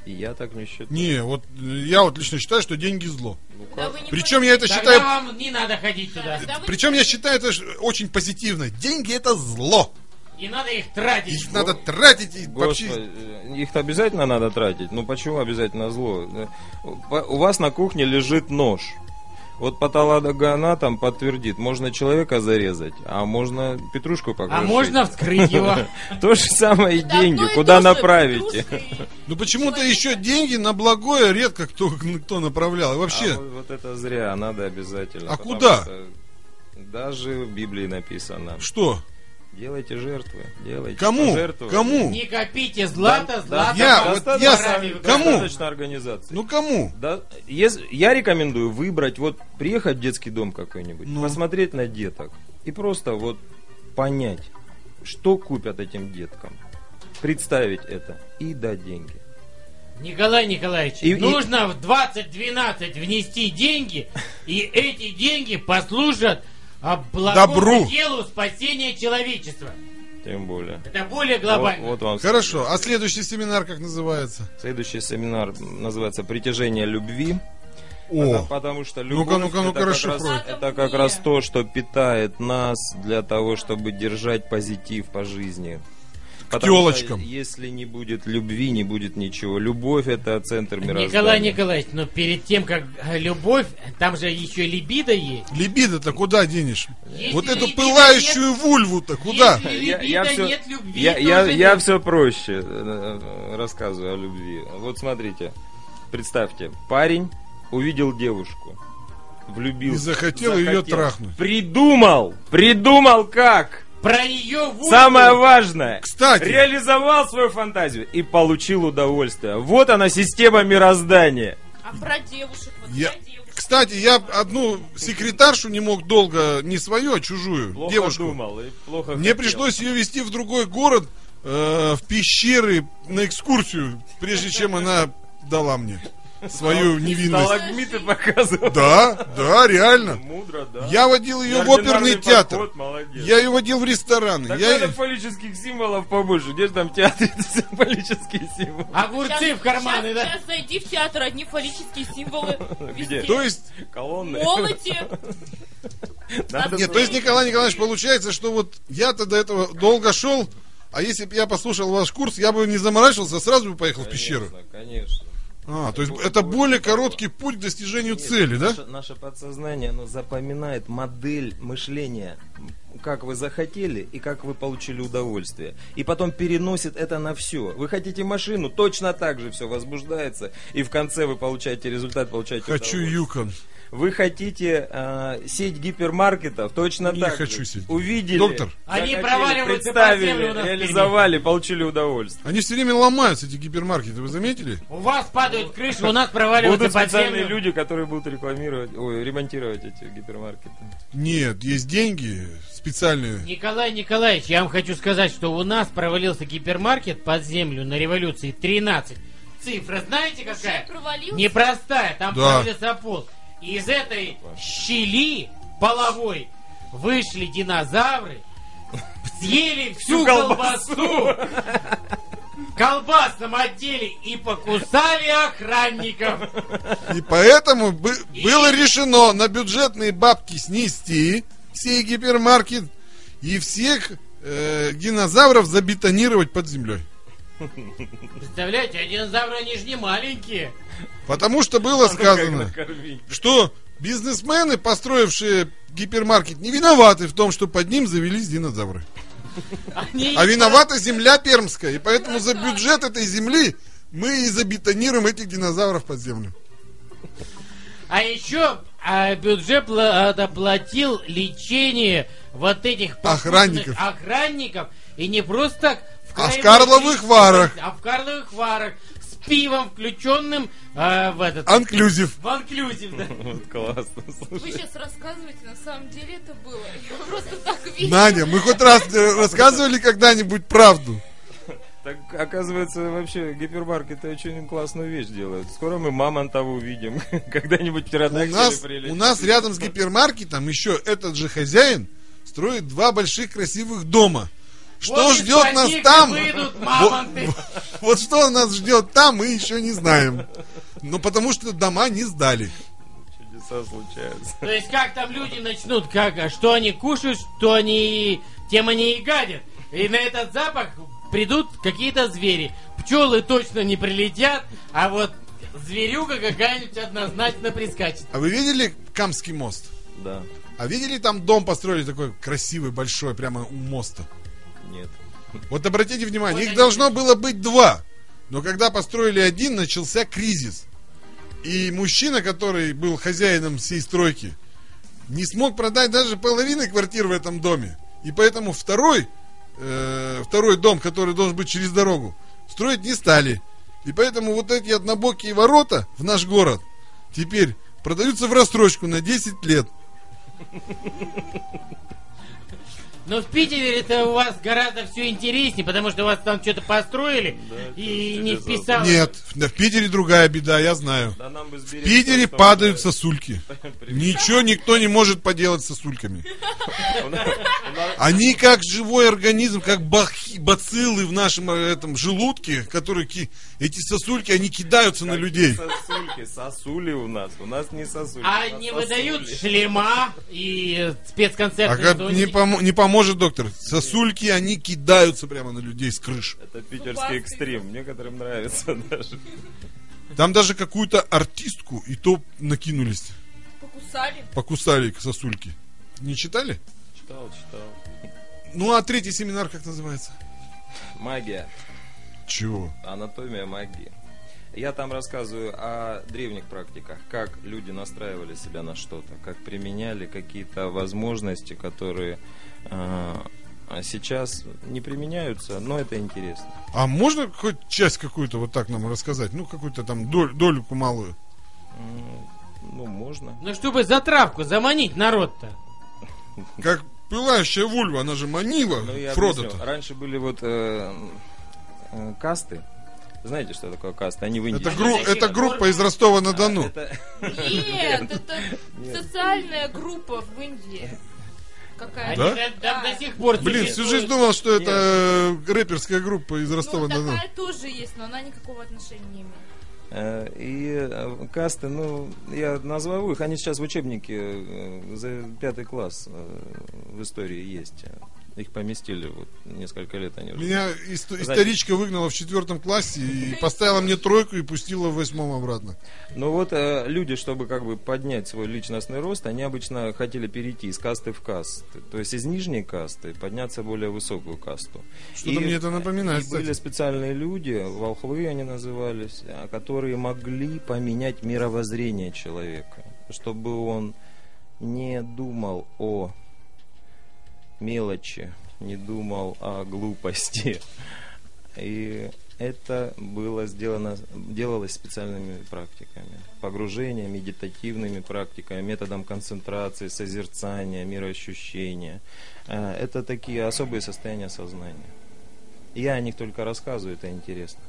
[SPEAKER 4] И я так не считаю.
[SPEAKER 2] Не, вот э, я вот лично считаю, что деньги зло.
[SPEAKER 3] Да вы не
[SPEAKER 2] Причем я это
[SPEAKER 1] Тогда
[SPEAKER 2] считаю
[SPEAKER 1] вам не надо ходить туда.
[SPEAKER 3] понимаете, да вы-
[SPEAKER 2] Причем я считаю это ж очень позитивно. Деньги это зло.
[SPEAKER 1] Не надо их тратить.
[SPEAKER 2] Их надо тратить и вообще.
[SPEAKER 4] Господи, э, их-то обязательно надо тратить. Ну почему обязательно зло? Э, по- У вас на кухне лежит нож. Вот патологоанатом подтвердит, можно человека зарезать, а можно петрушку покрошить.
[SPEAKER 1] А можно вскрыть
[SPEAKER 2] [LAUGHS]
[SPEAKER 1] его?
[SPEAKER 4] [LAUGHS] То же самое и
[SPEAKER 3] Да
[SPEAKER 4] деньги,
[SPEAKER 3] одно и
[SPEAKER 4] куда
[SPEAKER 3] то же,
[SPEAKER 4] направите.
[SPEAKER 3] плюсы и-
[SPEAKER 2] Ну почему-то еще деньги на благое редко кто, кто направлял. И
[SPEAKER 4] А
[SPEAKER 2] вообще,
[SPEAKER 4] вот, вот это зря, надо обязательно.
[SPEAKER 2] А
[SPEAKER 4] потому
[SPEAKER 2] куда?
[SPEAKER 4] что Даже в Библии написано.
[SPEAKER 2] что?
[SPEAKER 4] Делайте жертвы, делайте
[SPEAKER 2] Кому?
[SPEAKER 4] пожертвования.
[SPEAKER 2] Кому?
[SPEAKER 1] Не копите злато, злато.
[SPEAKER 2] Я-
[SPEAKER 1] вам
[SPEAKER 2] вот
[SPEAKER 1] с
[SPEAKER 2] я-
[SPEAKER 1] ворами в
[SPEAKER 2] кому?
[SPEAKER 1] горах.
[SPEAKER 4] Достаточно организации.
[SPEAKER 2] Ну кому?
[SPEAKER 4] Да, если, я рекомендую выбрать, вот приехать в детский дом какой-нибудь,
[SPEAKER 2] Ну.
[SPEAKER 4] посмотреть на деток и просто вот понять, что купят этим деткам, представить это и дать деньги.
[SPEAKER 1] Николай Николаевич,
[SPEAKER 4] И- и-
[SPEAKER 1] нужно в 2012 внести деньги, и эти деньги послужат а, благому
[SPEAKER 2] Добру.
[SPEAKER 1] делу спасения человечества.
[SPEAKER 4] Тем более.
[SPEAKER 1] Это более
[SPEAKER 4] Вот,
[SPEAKER 1] глобально.
[SPEAKER 4] вот вам
[SPEAKER 2] Хорошо. А следующий семинар как называется?
[SPEAKER 4] Следующий семинар называется «Притяжение любви». Потому-
[SPEAKER 2] О,
[SPEAKER 4] Потому что любовь
[SPEAKER 2] Ну-ка, ну-ка, ну-ка,
[SPEAKER 4] это, как раз,
[SPEAKER 2] расшифруй.
[SPEAKER 4] это как раз то, что питает нас для того, чтобы держать позитив по жизни. Потому что
[SPEAKER 2] телочкам.
[SPEAKER 4] Если не будет любви, не будет ничего. Любовь это центр мироздания.
[SPEAKER 1] Николай Николаевич, но перед тем, как э, любовь, там же еще либидо есть.
[SPEAKER 2] Либидо-то куда денешь?
[SPEAKER 1] Если
[SPEAKER 2] вот эту
[SPEAKER 1] либидо
[SPEAKER 2] пылающую вульву-то куда?
[SPEAKER 1] Если
[SPEAKER 4] Я-
[SPEAKER 1] либидо
[SPEAKER 4] я всё-
[SPEAKER 1] нет любви,
[SPEAKER 4] Я,
[SPEAKER 1] то
[SPEAKER 4] я,
[SPEAKER 1] уже
[SPEAKER 4] я
[SPEAKER 1] нет.
[SPEAKER 4] все проще э, рассказываю о любви. Вот смотрите, представьте, парень увидел девушку, влюбился.
[SPEAKER 2] И захотел ее трахнуть.
[SPEAKER 4] Придумал, придумал как.
[SPEAKER 1] Про ее вульву.
[SPEAKER 4] Самое важное.
[SPEAKER 2] Кстати.
[SPEAKER 4] Реализовал свою фантазию и получил удовольствие. Вот она система мироздания.
[SPEAKER 3] А про девушек, вот
[SPEAKER 2] Я-
[SPEAKER 3] про девушек.
[SPEAKER 2] Кстати, я одну секретаршу не мог долго, не свою, а чужую,
[SPEAKER 4] Плохо
[SPEAKER 2] девушку.
[SPEAKER 4] думал и плохо
[SPEAKER 2] Мне
[SPEAKER 4] хотел.
[SPEAKER 2] пришлось ее вести в другой город, э, в пещеры, на экскурсию, прежде чем она дала мне свою невинность.
[SPEAKER 4] Сталагмиты показывал.
[SPEAKER 2] Да, да, реально.
[SPEAKER 4] Мудро, да.
[SPEAKER 2] Я водил ее в
[SPEAKER 4] Неординарный
[SPEAKER 2] оперный театр.
[SPEAKER 4] подход, молодец.
[SPEAKER 2] Я ее водил в рестораны.
[SPEAKER 4] Так
[SPEAKER 2] Я-
[SPEAKER 4] надо фаллических символов побольше. Где же там в [LAUGHS] театре фаллические символы?
[SPEAKER 1] Огурцы
[SPEAKER 3] Щас-
[SPEAKER 1] в карманы,
[SPEAKER 3] щас-
[SPEAKER 1] да?
[SPEAKER 3] щас зайди в театр, одни фаллические символы.
[SPEAKER 4] [LAUGHS] Где?
[SPEAKER 3] везде.
[SPEAKER 2] То есть,
[SPEAKER 4] Колонны.
[SPEAKER 3] Молоте.
[SPEAKER 4] Надо
[SPEAKER 2] нет, то есть, Николай Николаевич, получается, что вот я-то до этого долго шел, а если бы я послушал ваш курс, я бы не заморачивался, а сразу бы поехал в пещеру.
[SPEAKER 4] Конечно, конечно.
[SPEAKER 2] А, то есть это более короткий путь к достижению
[SPEAKER 4] Нет,
[SPEAKER 2] цели, да?
[SPEAKER 4] Наше, наше подсознание, оно запоминает модель мышления, как вы захотели и как вы получили удовольствие. И потом переносит это на все. Вы хотите машину, точно так же все возбуждается. И в конце вы получаете результат, получаете
[SPEAKER 2] Хочу
[SPEAKER 4] удовольствие.
[SPEAKER 2] Юкон.
[SPEAKER 4] Вы хотите э, сеть гипермаркетов, точно
[SPEAKER 2] Не
[SPEAKER 4] так же.
[SPEAKER 2] хочу сеть.
[SPEAKER 4] Увидели.
[SPEAKER 2] Доктор.
[SPEAKER 1] Они
[SPEAKER 4] захотели,
[SPEAKER 1] проваливаются под землю у
[SPEAKER 4] Представили,
[SPEAKER 1] нас
[SPEAKER 4] реализовали, получили удовольствие.
[SPEAKER 2] Они все время ломаются, эти гипермаркеты, вы заметили?
[SPEAKER 1] У вас падают крыши, у нас проваливаются
[SPEAKER 4] Будут
[SPEAKER 1] под
[SPEAKER 4] специальные
[SPEAKER 1] землю.
[SPEAKER 4] люди, которые будут рекламировать, ой, ремонтировать эти гипермаркеты.
[SPEAKER 2] Нет, есть деньги специальные.
[SPEAKER 1] Николай Николаевич, я вам хочу сказать, что у нас провалился гипермаркет под землю на революции 13. Цифра знаете какая?
[SPEAKER 3] Провалился.
[SPEAKER 1] Непростая, там
[SPEAKER 2] Да.
[SPEAKER 1] провалился пол. И из этой щели половой вышли динозавры, съели всю
[SPEAKER 4] Всю колбасу.
[SPEAKER 1] колбасу в колбасном отделе и покусали охранников.
[SPEAKER 2] И поэтому бы-
[SPEAKER 1] И-
[SPEAKER 2] было решено на бюджетные бабки снести все гипермаркет и всех э, динозавров забетонировать под землей.
[SPEAKER 1] Представляете, а динозавры, они же не маленькие.
[SPEAKER 2] Потому что было
[SPEAKER 4] Как
[SPEAKER 2] сказано,
[SPEAKER 4] накормить?
[SPEAKER 2] что бизнесмены, построившие гипермаркет, не виноваты в том, что под ним завелись динозавры.
[SPEAKER 1] Они
[SPEAKER 2] А виновата земля пермская. И поэтому за бюджет этой земли мы и забетонируем этих динозавров под землю.
[SPEAKER 1] А еще а, бюджет пла- оплатил лечение вот этих
[SPEAKER 2] Охранников.
[SPEAKER 1] покусанных охранников. И не просто так. в
[SPEAKER 2] А в
[SPEAKER 1] Крыму-
[SPEAKER 2] Карловых Варах.
[SPEAKER 1] А в Карловых Варах. С пивом, включенным а, в этот...
[SPEAKER 2] Анклюзив.
[SPEAKER 1] В анклюзив, да.
[SPEAKER 4] Вот классно,
[SPEAKER 3] Вы
[SPEAKER 4] слушай.
[SPEAKER 3] сейчас рассказываете, на самом деле это
[SPEAKER 4] [LAUGHS]
[SPEAKER 3] было. Я просто так вижу.
[SPEAKER 2] Надя, мы хоть раз э, рассказывали когда-нибудь правду?
[SPEAKER 4] Так, оказывается, вообще гипермаркеты очень классную вещь делают. Скоро мы мамонтов увидим. [LAUGHS] Когда-нибудь
[SPEAKER 2] У
[SPEAKER 4] пиранаксели
[SPEAKER 2] нас,
[SPEAKER 4] прилетят.
[SPEAKER 2] у нас рядом с гипермаркетом еще этот же хозяин строит два больших красивых дома. Что
[SPEAKER 1] Вот из
[SPEAKER 2] ждет нас
[SPEAKER 1] возник
[SPEAKER 2] там?
[SPEAKER 1] Выйдут
[SPEAKER 2] Вот,
[SPEAKER 1] мамонты.
[SPEAKER 2] вот что нас ждет там, мы еще не знаем. Но потому что дома не сдали.
[SPEAKER 4] Чудеса случаются.
[SPEAKER 1] То есть как там люди начнут, как, а что они кушают, что они, тем они и гадят. И на этот запах придут какие-то звери. Пчелы точно не прилетят, а вот зверюга какая-нибудь однозначно прискачет.
[SPEAKER 2] А вы видели Камский мост?
[SPEAKER 4] Да,
[SPEAKER 2] А видели там дом построили такой красивый, большой, прямо у моста?
[SPEAKER 4] нет.
[SPEAKER 2] Вот обратите внимание,
[SPEAKER 1] Вот
[SPEAKER 2] их
[SPEAKER 1] они-
[SPEAKER 2] должно было быть два. Но когда построили один, начался кризис. И мужчина, который был хозяином всей стройки, не смог продать даже половины квартир в этом доме. И поэтому второй, э, второй дом, который должен быть через дорогу, строить не стали. И поэтому вот эти однобокие ворота в наш город теперь продаются в рассрочку на 10 лет.
[SPEAKER 1] Но в Питере это у вас гораздо все интереснее, потому что у вас там что-то построили и
[SPEAKER 4] это
[SPEAKER 1] не
[SPEAKER 4] чудеса.
[SPEAKER 1] вписалось.
[SPEAKER 2] Нет, в в Питере другая беда, я знаю.
[SPEAKER 4] Да нам бы с
[SPEAKER 2] В
[SPEAKER 4] берега
[SPEAKER 2] Питере
[SPEAKER 4] тоже
[SPEAKER 2] падают
[SPEAKER 4] там,
[SPEAKER 2] сосульки.
[SPEAKER 4] да, при-
[SPEAKER 2] Ничего никто не может поделать с сосульками.
[SPEAKER 4] у нас- у нас-
[SPEAKER 2] Они как живой организм, как бахи- бациллы в нашем э, этом желудке, которые ки- эти сосульки, они кидаются на людей.
[SPEAKER 4] Сосульки, сосули у нас. У нас не сосули. у
[SPEAKER 1] А
[SPEAKER 4] нас
[SPEAKER 1] не
[SPEAKER 4] сосули.
[SPEAKER 1] выдают шлема и
[SPEAKER 2] А
[SPEAKER 1] спецконцерты.
[SPEAKER 2] как не, помо- не поможет, доктор. Сосульки, они кидаются прямо на людей с крыш.
[SPEAKER 4] Это питерский экстрим, некоторым нравится [LAUGHS] даже.
[SPEAKER 2] Там даже какую-то артистку и то накинулись.
[SPEAKER 3] Покусали.
[SPEAKER 2] Покусали сосульки. Не читали?
[SPEAKER 4] Читал, читал.
[SPEAKER 2] Ну, а третий семинар как называется?
[SPEAKER 4] Магия.
[SPEAKER 2] Чего?
[SPEAKER 4] Анатомия магии. Я там рассказываю о древних практиках, как люди настраивали себя на что-то, как применяли какие-то возможности, которые э, сейчас не применяются, но это интересно.
[SPEAKER 2] А можно хоть часть какую-то вот так нам рассказать? Ну, какую-то там доль- дольку малую.
[SPEAKER 4] М, Ну, можно.
[SPEAKER 1] Ну, чтобы за травку заманить народ-то.
[SPEAKER 2] Как пылающая вульва, она же манила
[SPEAKER 4] Ну, я
[SPEAKER 2] Фродо-то.
[SPEAKER 4] объясню. Раньше были вот э, э, касты. Знаете, что такое касты? Они в Индии.
[SPEAKER 2] Это,
[SPEAKER 1] Они
[SPEAKER 2] гру-
[SPEAKER 1] такие
[SPEAKER 2] это группа из Ростова-на-Дону.
[SPEAKER 4] А, Это-
[SPEAKER 3] Нет, это
[SPEAKER 4] Нет.
[SPEAKER 3] социальная группа в Индии. Какая?
[SPEAKER 2] Да?
[SPEAKER 1] Они же там до сих пор
[SPEAKER 2] Блин, всю
[SPEAKER 1] существуют.
[SPEAKER 2] жизнь думал, что это э, рэперская группа из
[SPEAKER 3] Ну,
[SPEAKER 2] Ростова-на-Дону.
[SPEAKER 3] такая тоже есть, но она никакого отношения не имеет.
[SPEAKER 4] Э, И э, касты, ну, я назову их, они сейчас в учебнике э, за пятый класс э, в истории есть. Их поместили, вот несколько лет они уже.
[SPEAKER 2] Меня исто- историчка выгнала в четвертом классе и поставила мне тройку и пустила в восьмом обратно.
[SPEAKER 4] Ну вот э, люди, чтобы как бы поднять свой личностный рост, они обычно хотели перейти из касты в касты. То есть из нижней касты подняться в более высокую касту.
[SPEAKER 2] Что-то мне это напоминает,
[SPEAKER 4] и были
[SPEAKER 2] кстати.
[SPEAKER 4] специальные люди, волхвы они назывались, а, которые могли поменять мировоззрение человека, чтобы он не думал о мелочи, не думал о глупости. И это было сделано, делалось специальными практиками. Погружение, медитативными практиками, методом концентрации, созерцания, мироощущения. Э, Это такие особые состояния сознания. Я о них только рассказываю, это интересно.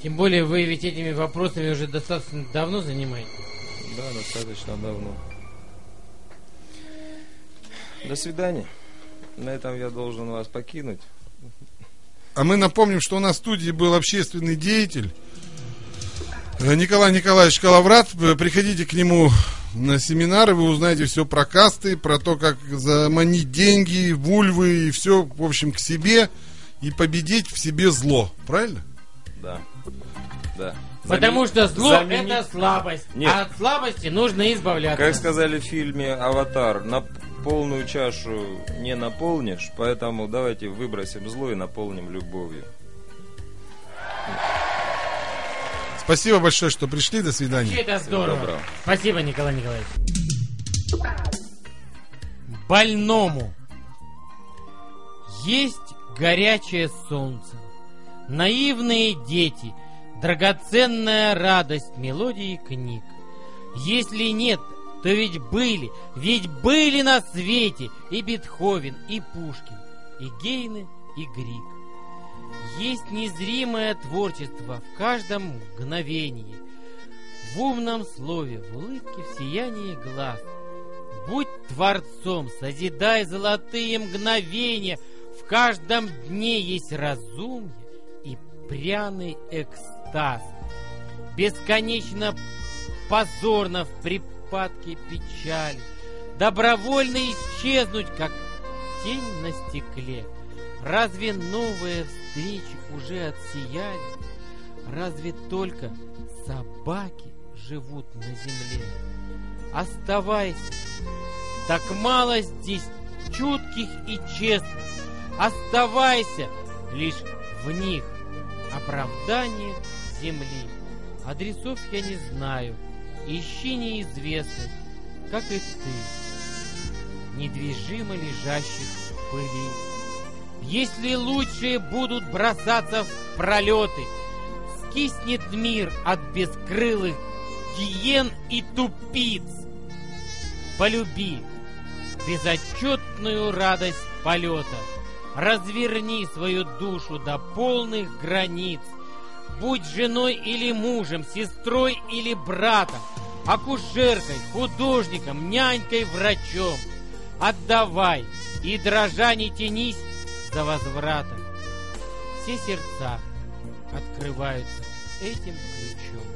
[SPEAKER 1] Тем более вы ведь этими вопросами уже достаточно давно занимаетесь.
[SPEAKER 4] Да, достаточно давно. До свидания. На этом я должен вас покинуть.
[SPEAKER 2] А мы напомним, что у нас в студии был общественный деятель э, Николай Николаевич Калаврат. Э, Приходите к нему на семинары, вы узнаете все про касты, про то, как заманить деньги, вульвы и все, в общем, к себе и победить в себе зло. Правильно?
[SPEAKER 4] Да. Да.
[SPEAKER 1] Потому
[SPEAKER 4] Заме-
[SPEAKER 1] что зло
[SPEAKER 4] замени-
[SPEAKER 1] это слабость.
[SPEAKER 4] Нет.
[SPEAKER 1] А от слабости нужно избавляться.
[SPEAKER 4] Как сказали в фильме «Аватар», на полную чашу не наполнишь, поэтому давайте выбросим зло и наполним любовью.
[SPEAKER 2] Спасибо большое, что пришли. До свидания.
[SPEAKER 1] Вообще это здорово.
[SPEAKER 4] доброго.
[SPEAKER 1] Спасибо, Николай Николаевич. Больному есть горячее солнце, наивные дети, драгоценная радость мелодии книг. Если нет, то ведь были, ведь были на свете и Бетховен, и Пушкин, и Гейне, и Грик. Есть незримое творчество в каждом мгновении, в умном слове, в улыбке, в сиянии глаз. Будь творцом, созидай золотые мгновения, в каждом дне есть разумье и пряный экстаз. Бесконечно позорно в припадке печали, добровольно исчезнуть, как тень на стекле. Разве новые встречи уже отсияли? Разве только собаки живут на земле? Оставайся, так мало здесь чутких и честных. Оставайся лишь в них оправдание земли. Адресов я не знаю, ищи неизвестных, как и ты, недвижимо лежащих в пыли. Если лучшие будут бросаться в пролеты, скиснет мир от бескрылых гиен и тупиц. Полюби безотчетную радость полета. Разверни свою душу до полных границ. Будь женой или мужем, сестрой или братом, акушеркой, художником, нянькой, врачом. Отдавай и дрожа не тянись за возвратом. Все сердца открываются этим ключом.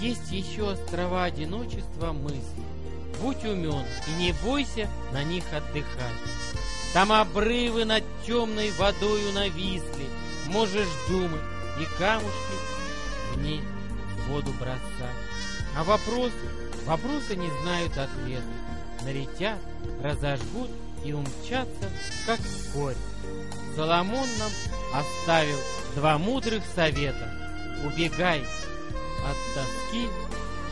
[SPEAKER 1] Есть еще острова одиночества мысли, Будь умен и не бойся на них отдыхать. Там обрывы над темной водою нависли, Можешь думать и камушки в ней в воду бросать. А вопросы, вопросы не знают ответа. Налетят, разожгут и умчатся, как вскоре. Соломон нам оставил два мудрых совета. Убегай от тоски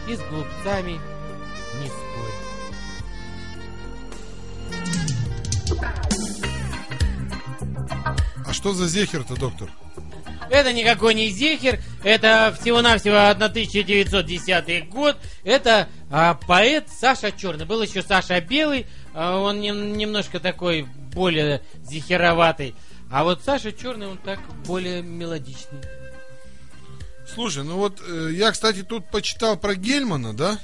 [SPEAKER 1] и с глупцами не спорь.
[SPEAKER 2] А что за зехер-то, доктор?
[SPEAKER 1] Это никакой не Зехер, это всего-навсего 1910 год. Это а, поэт Саша Черный. Был еще Саша Белый, а, он нем- немножко такой более зехероватый. А вот Саша Черный, он так более мелодичный.
[SPEAKER 2] Слушай, ну вот э, я, кстати, тут почитал про Гельмана, да?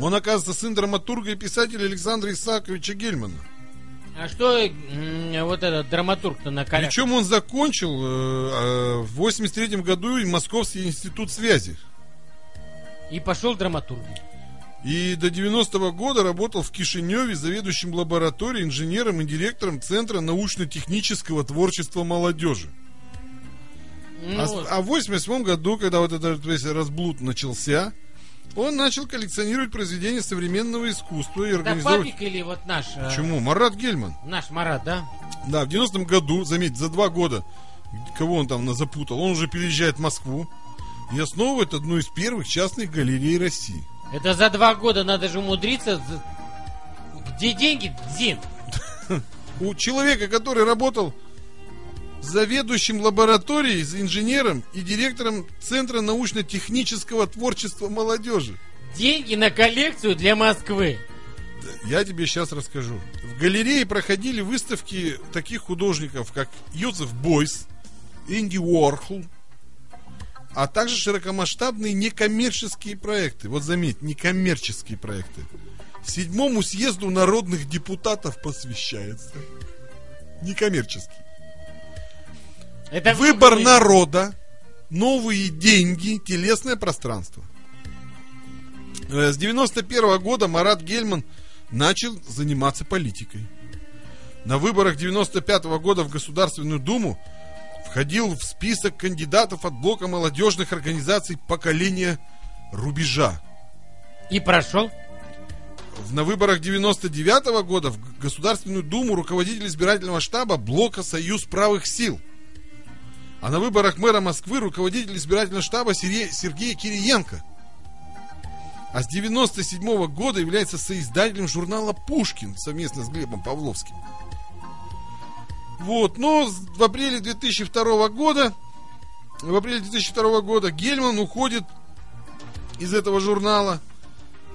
[SPEAKER 2] Он, оказывается, сын драматурга и писателя Александра Исааковича Гельмана.
[SPEAKER 1] А что м, вот этот драматург-то на колях?
[SPEAKER 2] Причем он закончил э, э, в 83 году и Московский институт связи.
[SPEAKER 1] И пошел драматург.
[SPEAKER 2] И до 90 года работал в Кишиневе заведующим лабораторией, инженером и директором Центра научно-технического творчества молодежи.
[SPEAKER 1] Ну
[SPEAKER 2] А, с- а в 88 году, когда вот этот весь разблуд начался, он начал коллекционировать произведения современного искусства и
[SPEAKER 1] это
[SPEAKER 2] организовывать...
[SPEAKER 1] папик или вот наш? э,
[SPEAKER 2] Почему? Марат Гельман.
[SPEAKER 1] Наш Марат, да?
[SPEAKER 2] Да, в 90-м году, заметь, за два года, кого он там запутал, он уже переезжает в Москву и основывает одну из первых частных галерей России.
[SPEAKER 1] Это за два года надо же умудриться. за- Где деньги? Зин.
[SPEAKER 2] У человека, который работал заведующим лабораторией, с инженером и директором Центра научно-технического творчества молодежи.
[SPEAKER 1] Деньги на коллекцию для Москвы.
[SPEAKER 2] Я тебе сейчас расскажу. В галерее проходили выставки таких художников, как Йозеф Бойс, Инди Уорхл, а также широкомасштабные некоммерческие проекты. Вот заметь, некоммерческие проекты. Седьмому съезду народных депутатов посвящается. Некоммерческий.
[SPEAKER 1] Это
[SPEAKER 2] Выбор
[SPEAKER 1] вы-
[SPEAKER 2] народа, новые деньги, телесное пространство. Э, С 91 года Марат Гельман начал заниматься политикой. На выборах 95 года в Государственную Думу входил в список кандидатов от блока молодежных организаций поколения рубежа.
[SPEAKER 1] И прошел.
[SPEAKER 2] В- На выборах 99 года в Г- Государственную Думу руководитель избирательного штаба блока «Союз правых сил». А на выборах мэра Москвы руководитель избирательного штаба Сере- Сергей Кириенко. А с 97 года является соиздателем журнала «Пушкин» совместно с Глебом Павловским. Вот, но с- в апреле 2002 года в апреле 2002 года Гельман уходит из этого журнала.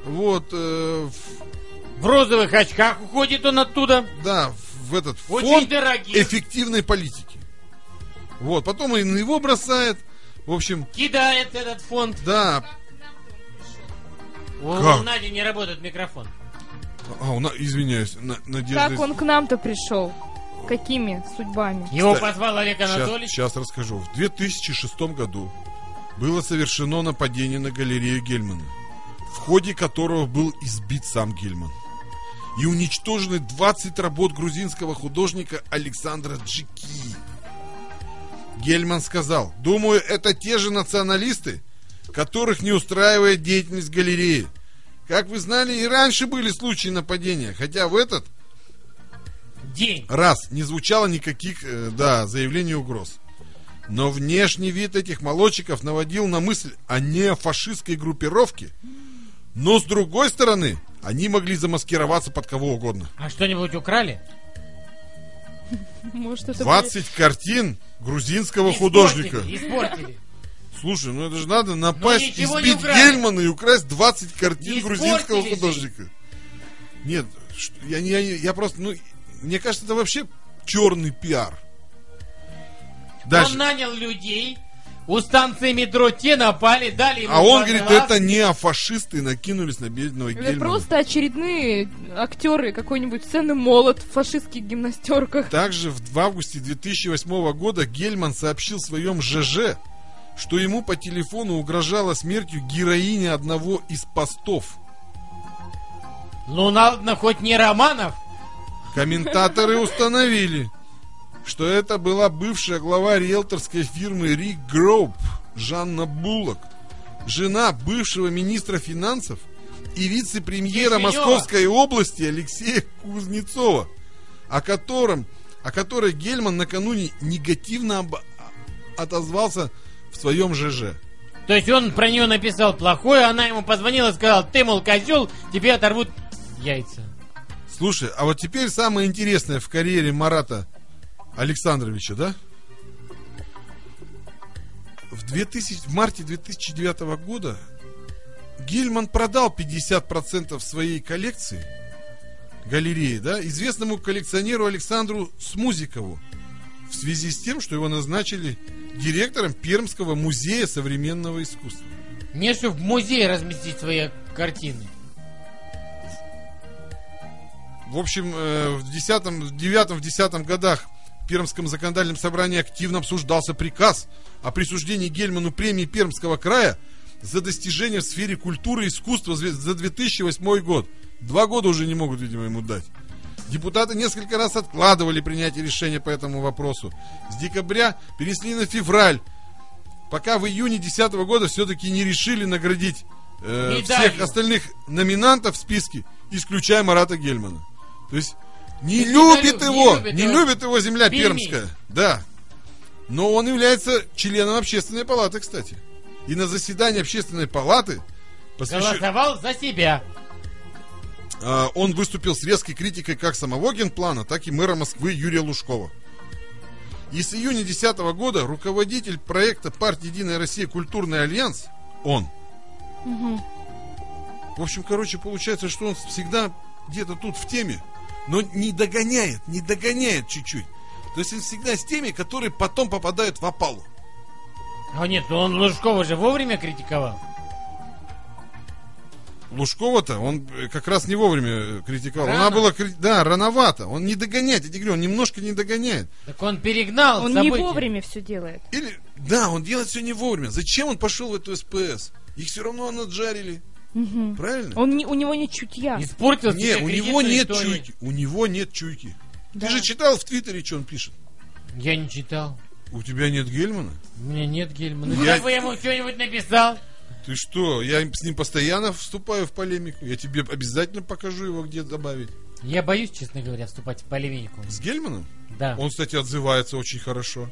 [SPEAKER 2] Вот, э, в-
[SPEAKER 1] В розовых очках уходит он оттуда.
[SPEAKER 2] да, в этот
[SPEAKER 1] Очень
[SPEAKER 2] фонд
[SPEAKER 1] дорогие.
[SPEAKER 2] эффективной политики. Вот, потом и на его бросает. В общем,
[SPEAKER 1] Кидает этот фонд.
[SPEAKER 2] да,
[SPEAKER 1] О,
[SPEAKER 2] Как?
[SPEAKER 1] У Нади не работает микрофон.
[SPEAKER 2] а, у на- извиняюсь, на- Надежда.
[SPEAKER 3] Как он к нам-то пришел? Какими судьбами?
[SPEAKER 1] Его
[SPEAKER 2] Кстати,
[SPEAKER 1] позвал Олег Анатольевич.
[SPEAKER 2] сейчас расскажу. В 2006 году было совершено нападение на галерею Гельмана, в ходе которого был избит сам Гельман. И уничтожены 20 работ грузинского художника Александра Джики. Гельман сказал, думаю, это те же националисты, которых не устраивает деятельность галереи. Как вы знали, и раньше были случаи нападения, хотя в этот
[SPEAKER 1] День.
[SPEAKER 2] Раз, не звучало никаких, э, да, заявлений и угроз. Но внешний вид этих молодчиков наводил на мысль о неофашистской группировке. Но с другой стороны, они могли замаскироваться под кого угодно.
[SPEAKER 1] А что-нибудь украли?
[SPEAKER 3] Может, это
[SPEAKER 2] 20 картин грузинского
[SPEAKER 1] Испортили,
[SPEAKER 2] художника.
[SPEAKER 1] Испортили.
[SPEAKER 2] Слушай, ну это же надо напасть,
[SPEAKER 1] Ну, ничего не
[SPEAKER 2] избить
[SPEAKER 1] украли.
[SPEAKER 2] Гельмана и украсть 20 картин
[SPEAKER 1] Не
[SPEAKER 2] грузинского
[SPEAKER 1] испортили же.
[SPEAKER 2] художника. Нет, ш- я, не- я, не- я просто, ну, мне кажется, это вообще черный пиар.
[SPEAKER 1] Он нанял людей. У станции метро те напали, дали ему
[SPEAKER 2] А он
[SPEAKER 1] по
[SPEAKER 2] говорит,
[SPEAKER 1] глаз.
[SPEAKER 2] это не афашисты накинулись на бедного
[SPEAKER 3] Это
[SPEAKER 2] Гельмана.
[SPEAKER 3] просто очередные актеры какой-нибудь сцены молот в фашистских гимнастерках.
[SPEAKER 2] Также в в августе 2008 года Гельман сообщил в своем ЖЖ, что ему по телефону угрожала смертью героиня одного из постов.
[SPEAKER 1] Ну, ладно, хоть не Романов.
[SPEAKER 2] Комментаторы установили, что это была бывшая глава риэлторской фирмы Рик Гроуп Жанна Буллок, жена бывшего министра финансов и вице-премьера
[SPEAKER 1] Кишинева.
[SPEAKER 2] Московской области Алексея Кузнецова, о котором, о которой Гельман накануне негативно об- отозвался в своем ЖЖ.
[SPEAKER 1] То есть он про нее написал плохое, она ему позвонила и сказала, ты, мол, козел, тебе оторвут яйца.
[SPEAKER 2] Слушай, а вот теперь самое интересное в карьере Марата Александровича, да? В, 2000, в марте 2009 года Гельман продал 50% своей коллекции галереи, да, известному коллекционеру Александру Смузикову в связи с тем, что его назначили директором Пермского музея современного искусства.
[SPEAKER 1] Мне что, в музее разместить свои картины?
[SPEAKER 2] В общем, э, в 10, в 9, в 10 годах в Пермском законодательном собрании активно обсуждался приказ о присуждении Гельману премии Пермского края за достижения в сфере культуры и искусства зве- за 2008 год. Два года уже не могут, видимо, ему дать. Депутаты несколько раз откладывали принятие решения по этому вопросу. С декабря перенесли на февраль, пока в июне 2010 года все-таки не решили наградить э,
[SPEAKER 1] Медалью.
[SPEAKER 2] всех остальных номинантов в списке, исключая Марата Гельмана. То есть не
[SPEAKER 1] Не
[SPEAKER 2] любит
[SPEAKER 1] любит,
[SPEAKER 2] его,
[SPEAKER 1] не любит
[SPEAKER 2] не
[SPEAKER 1] его.
[SPEAKER 2] любит его земля
[SPEAKER 1] Перми.
[SPEAKER 2] пермская. Да. Но он является членом общественной палаты, кстати. И на заседании общественной палаты посвящен-
[SPEAKER 1] Голосовал за себя.
[SPEAKER 2] а, он выступил с резкой критикой как самого генплана, так и мэра Москвы Юрия Лужкова. И с июня 2010 года руководитель проекта партии «Единая Россия. Культурный альянс» он. В общем, короче, получается, что он всегда где-то тут в теме, но не догоняет, не догоняет чуть-чуть. То есть он всегда с теми, которые потом попадают в опалу.
[SPEAKER 1] А нет, ну он Лужкова же вовремя критиковал.
[SPEAKER 2] Лужкова-то, он э, как раз не вовремя э, критиковал.
[SPEAKER 1] Рано.
[SPEAKER 2] Она была, кри- да, рановато. Он не догоняет, я тебе говорю, он немножко не догоняет.
[SPEAKER 1] Так он перегнал
[SPEAKER 3] Он не
[SPEAKER 1] события.
[SPEAKER 3] вовремя все делает.
[SPEAKER 2] Или, да, он делает все не вовремя. Зачем он пошел в эту СПС? Их все равно наджарили. Правильно?
[SPEAKER 3] Он не, у него не чутья.
[SPEAKER 1] Испортил
[SPEAKER 2] Не,
[SPEAKER 1] себе
[SPEAKER 2] у
[SPEAKER 1] кредитную
[SPEAKER 2] него нет
[SPEAKER 1] историю.
[SPEAKER 2] чуйки. У него нет чуйки.
[SPEAKER 3] Да.
[SPEAKER 2] Ты же читал в Твиттере, что он пишет?
[SPEAKER 1] Я не читал.
[SPEAKER 2] У тебя нет Гельмана?
[SPEAKER 1] У меня нет Гельмана.
[SPEAKER 2] Я-
[SPEAKER 1] Ну, я бы ему что-нибудь написал.
[SPEAKER 2] Ты что? Я с ним постоянно вступаю в полемику. Я тебе обязательно покажу его, где добавить.
[SPEAKER 1] Я боюсь, честно говоря, вступать в полемику.
[SPEAKER 2] С Гельманом?
[SPEAKER 1] Да.
[SPEAKER 2] Он, кстати, отзывается очень хорошо.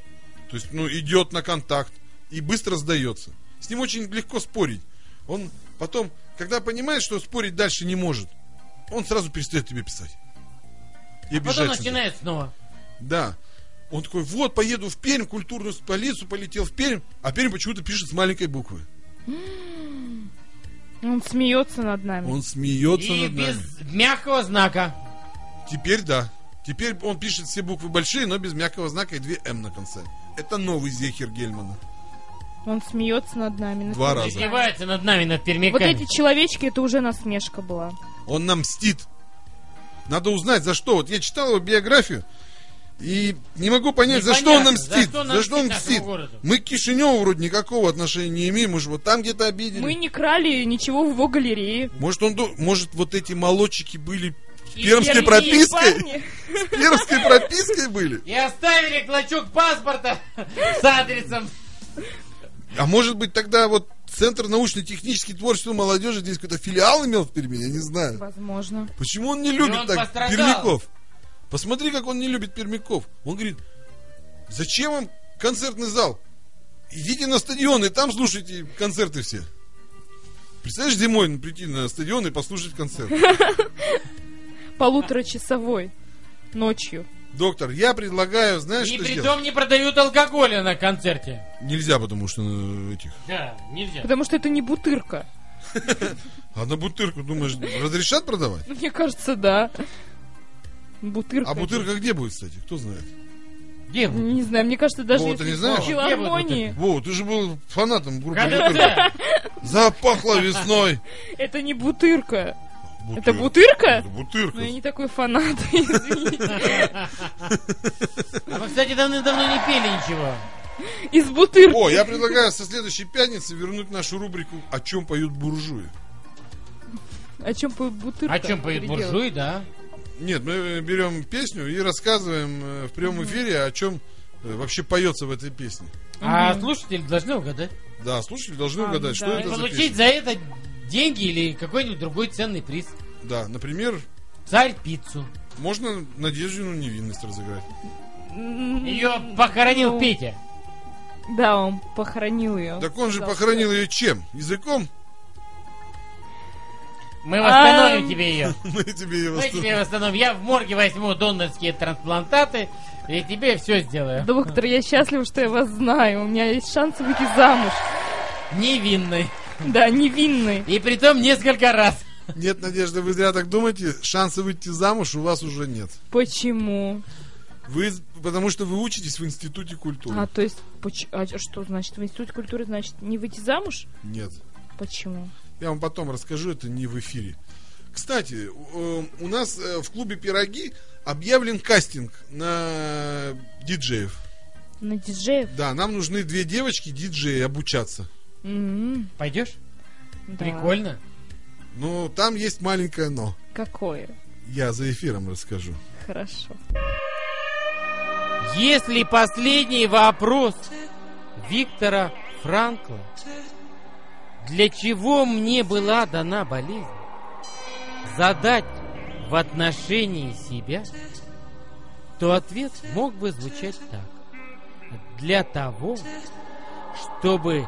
[SPEAKER 2] То есть, ну, идет на контакт и быстро сдается. С ним очень легко спорить. Он потом, когда понимает, что спорить дальше не может, он сразу перестает тебе писать. И
[SPEAKER 1] А Потом
[SPEAKER 2] обижается.
[SPEAKER 1] начинает снова.
[SPEAKER 2] Да. Он такой, вот, поеду в Пермь, культурную столицу, полетел в Пермь, а Пермь почему-то пишет с маленькой буквы.
[SPEAKER 3] Он смеется над нами.
[SPEAKER 2] Он смеется
[SPEAKER 1] И
[SPEAKER 2] над нами.
[SPEAKER 1] без мягкого знака.
[SPEAKER 2] Теперь да. Теперь он пишет все буквы большие, но без мягкого знака и две М на конце. Это новый Зехер Гельмана.
[SPEAKER 3] Он смеется над нами.
[SPEAKER 2] Два
[SPEAKER 3] насмешка.
[SPEAKER 2] раза.
[SPEAKER 1] Издевается над нами, над
[SPEAKER 3] Вот
[SPEAKER 1] пермяками.
[SPEAKER 3] эти человечки, это уже насмешка была.
[SPEAKER 2] Он нам мстит. Надо узнать, за что. Вот я читал его биографию и не могу понять, за что он нам
[SPEAKER 1] Непонятно, за
[SPEAKER 2] мстит.
[SPEAKER 1] что
[SPEAKER 2] За
[SPEAKER 1] нам
[SPEAKER 2] что он
[SPEAKER 1] мстит
[SPEAKER 2] мстит.
[SPEAKER 1] нашему городу?
[SPEAKER 2] Мы к Кишиневу вроде никакого отношения не имеем. Мы же вот там где-то обидели.
[SPEAKER 3] Мы не крали ничего в его галерее.
[SPEAKER 2] Может, он, ду- может, вот эти молодчики были
[SPEAKER 1] И
[SPEAKER 2] пермской
[SPEAKER 1] пермские
[SPEAKER 2] пропиской?
[SPEAKER 3] Парни,
[SPEAKER 2] Пермской пропиской были?
[SPEAKER 1] И оставили клочок паспорта [LAUGHS] с адресом.
[SPEAKER 2] А может быть, тогда вот Центр научно-технический творчества молодежи здесь какой-то филиал имел в Перми? Я не знаю.
[SPEAKER 3] Возможно.
[SPEAKER 2] Почему он не любит
[SPEAKER 1] он
[SPEAKER 2] так
[SPEAKER 1] пострадал.
[SPEAKER 2] пермяков? Посмотри, как он не любит пермяков. Он говорит, зачем вам концертный зал? Идите на стадион и там слушайте концерты все. Представляешь, зимой ну, прийти на стадион и послушать концерт.
[SPEAKER 3] Полуторачасовой. Ночью.
[SPEAKER 2] Доктор, я предлагаю, знаешь,
[SPEAKER 1] И
[SPEAKER 2] что
[SPEAKER 1] при
[SPEAKER 2] сделать?
[SPEAKER 1] том не продают алкоголя на концерте.
[SPEAKER 2] Нельзя, потому что э, этих.
[SPEAKER 1] Да, нельзя.
[SPEAKER 3] Потому что это не бутырка.
[SPEAKER 2] А на бутырку, думаешь, разрешат продавать?
[SPEAKER 3] Мне кажется, да. Бутырка.
[SPEAKER 2] А бутырка где будет, кстати? Кто знает?
[SPEAKER 1] Где вы?
[SPEAKER 3] Не знаю, мне кажется, даже
[SPEAKER 2] Вова, ты
[SPEAKER 3] если
[SPEAKER 2] не знаешь?
[SPEAKER 3] в филармонии,
[SPEAKER 2] Во, ты же был фанатом группы Бутырка.
[SPEAKER 1] КДЦ.
[SPEAKER 2] Запахло весной.
[SPEAKER 3] это не бутырка.
[SPEAKER 2] Бутырка.
[SPEAKER 3] Это бутырка?
[SPEAKER 2] Это бутырка.
[SPEAKER 3] Ну, я не такой фанат, [LAUGHS] извините.
[SPEAKER 1] Мы, кстати, давным-давно не пели ничего.
[SPEAKER 3] Из бутырки.
[SPEAKER 2] О, я предлагаю со следующей пятницы вернуть нашу рубрику «О чем поют буржуи».
[SPEAKER 9] О чем поют бутырка?
[SPEAKER 1] О А чем поют
[SPEAKER 9] переделать?
[SPEAKER 1] буржуи, да?
[SPEAKER 2] Нет, мы э, берем песню и рассказываем э, в прямом эфире, о чем э, вообще поется в этой песне.
[SPEAKER 1] А слушатели должны угадать.
[SPEAKER 2] Да, слушатели должны
[SPEAKER 9] А,
[SPEAKER 2] угадать, что
[SPEAKER 9] да.
[SPEAKER 1] И
[SPEAKER 2] это за
[SPEAKER 1] получить
[SPEAKER 2] песня.
[SPEAKER 1] за это деньги или какой-нибудь другой ценный приз.
[SPEAKER 2] Да, например,
[SPEAKER 1] Царь пиццу.
[SPEAKER 2] можно Надеждину невинность разыграть.
[SPEAKER 9] М,
[SPEAKER 1] Ее похоронил
[SPEAKER 9] ну,
[SPEAKER 1] Петя.
[SPEAKER 9] Да, он похоронил ее.
[SPEAKER 2] Так он же похоронил ее чем? Языком? [LAUGHS]
[SPEAKER 3] А.
[SPEAKER 1] Мы восстановим
[SPEAKER 9] Ам.
[SPEAKER 1] тебе ее.
[SPEAKER 2] Мы тебе его...
[SPEAKER 1] Мы тебе восстановим. Я в морге возьму донорские трансплантаты и тебе все сделаю.
[SPEAKER 9] Доктор, я счастлива, что я вас знаю. У меня есть шанс выйти замуж.
[SPEAKER 1] Невинный.
[SPEAKER 9] Да, невинный.
[SPEAKER 1] И притом несколько раз.
[SPEAKER 2] Нет, Надежда, вы зря так думаете. Шанса выйти замуж у вас уже нет.
[SPEAKER 9] Почему?
[SPEAKER 2] Вы, потому что вы учитесь в институте культуры.
[SPEAKER 9] А, то есть, поч- а что значит? В Институте культуры, значит, не выйти замуж?
[SPEAKER 2] Нет.
[SPEAKER 9] Почему?
[SPEAKER 2] Я вам потом расскажу, это не в эфире. Кстати, у э, у нас э, в клубе «Пироги» объявлен кастинг на диджеев.
[SPEAKER 9] На диджеев?
[SPEAKER 2] Да, нам нужны две девочки диджеи обучаться.
[SPEAKER 9] М,
[SPEAKER 1] Пойдешь?
[SPEAKER 9] М-м, да.
[SPEAKER 1] Прикольно.
[SPEAKER 2] Но там есть маленькое «но».
[SPEAKER 9] Какое?
[SPEAKER 2] Я за эфиром расскажу.
[SPEAKER 9] Хорошо.
[SPEAKER 1] Если последний вопрос Виктора Франкла Для чего мне была дана болезнь? Задать в отношении себя То ответ мог бы звучать так Для того, чтобы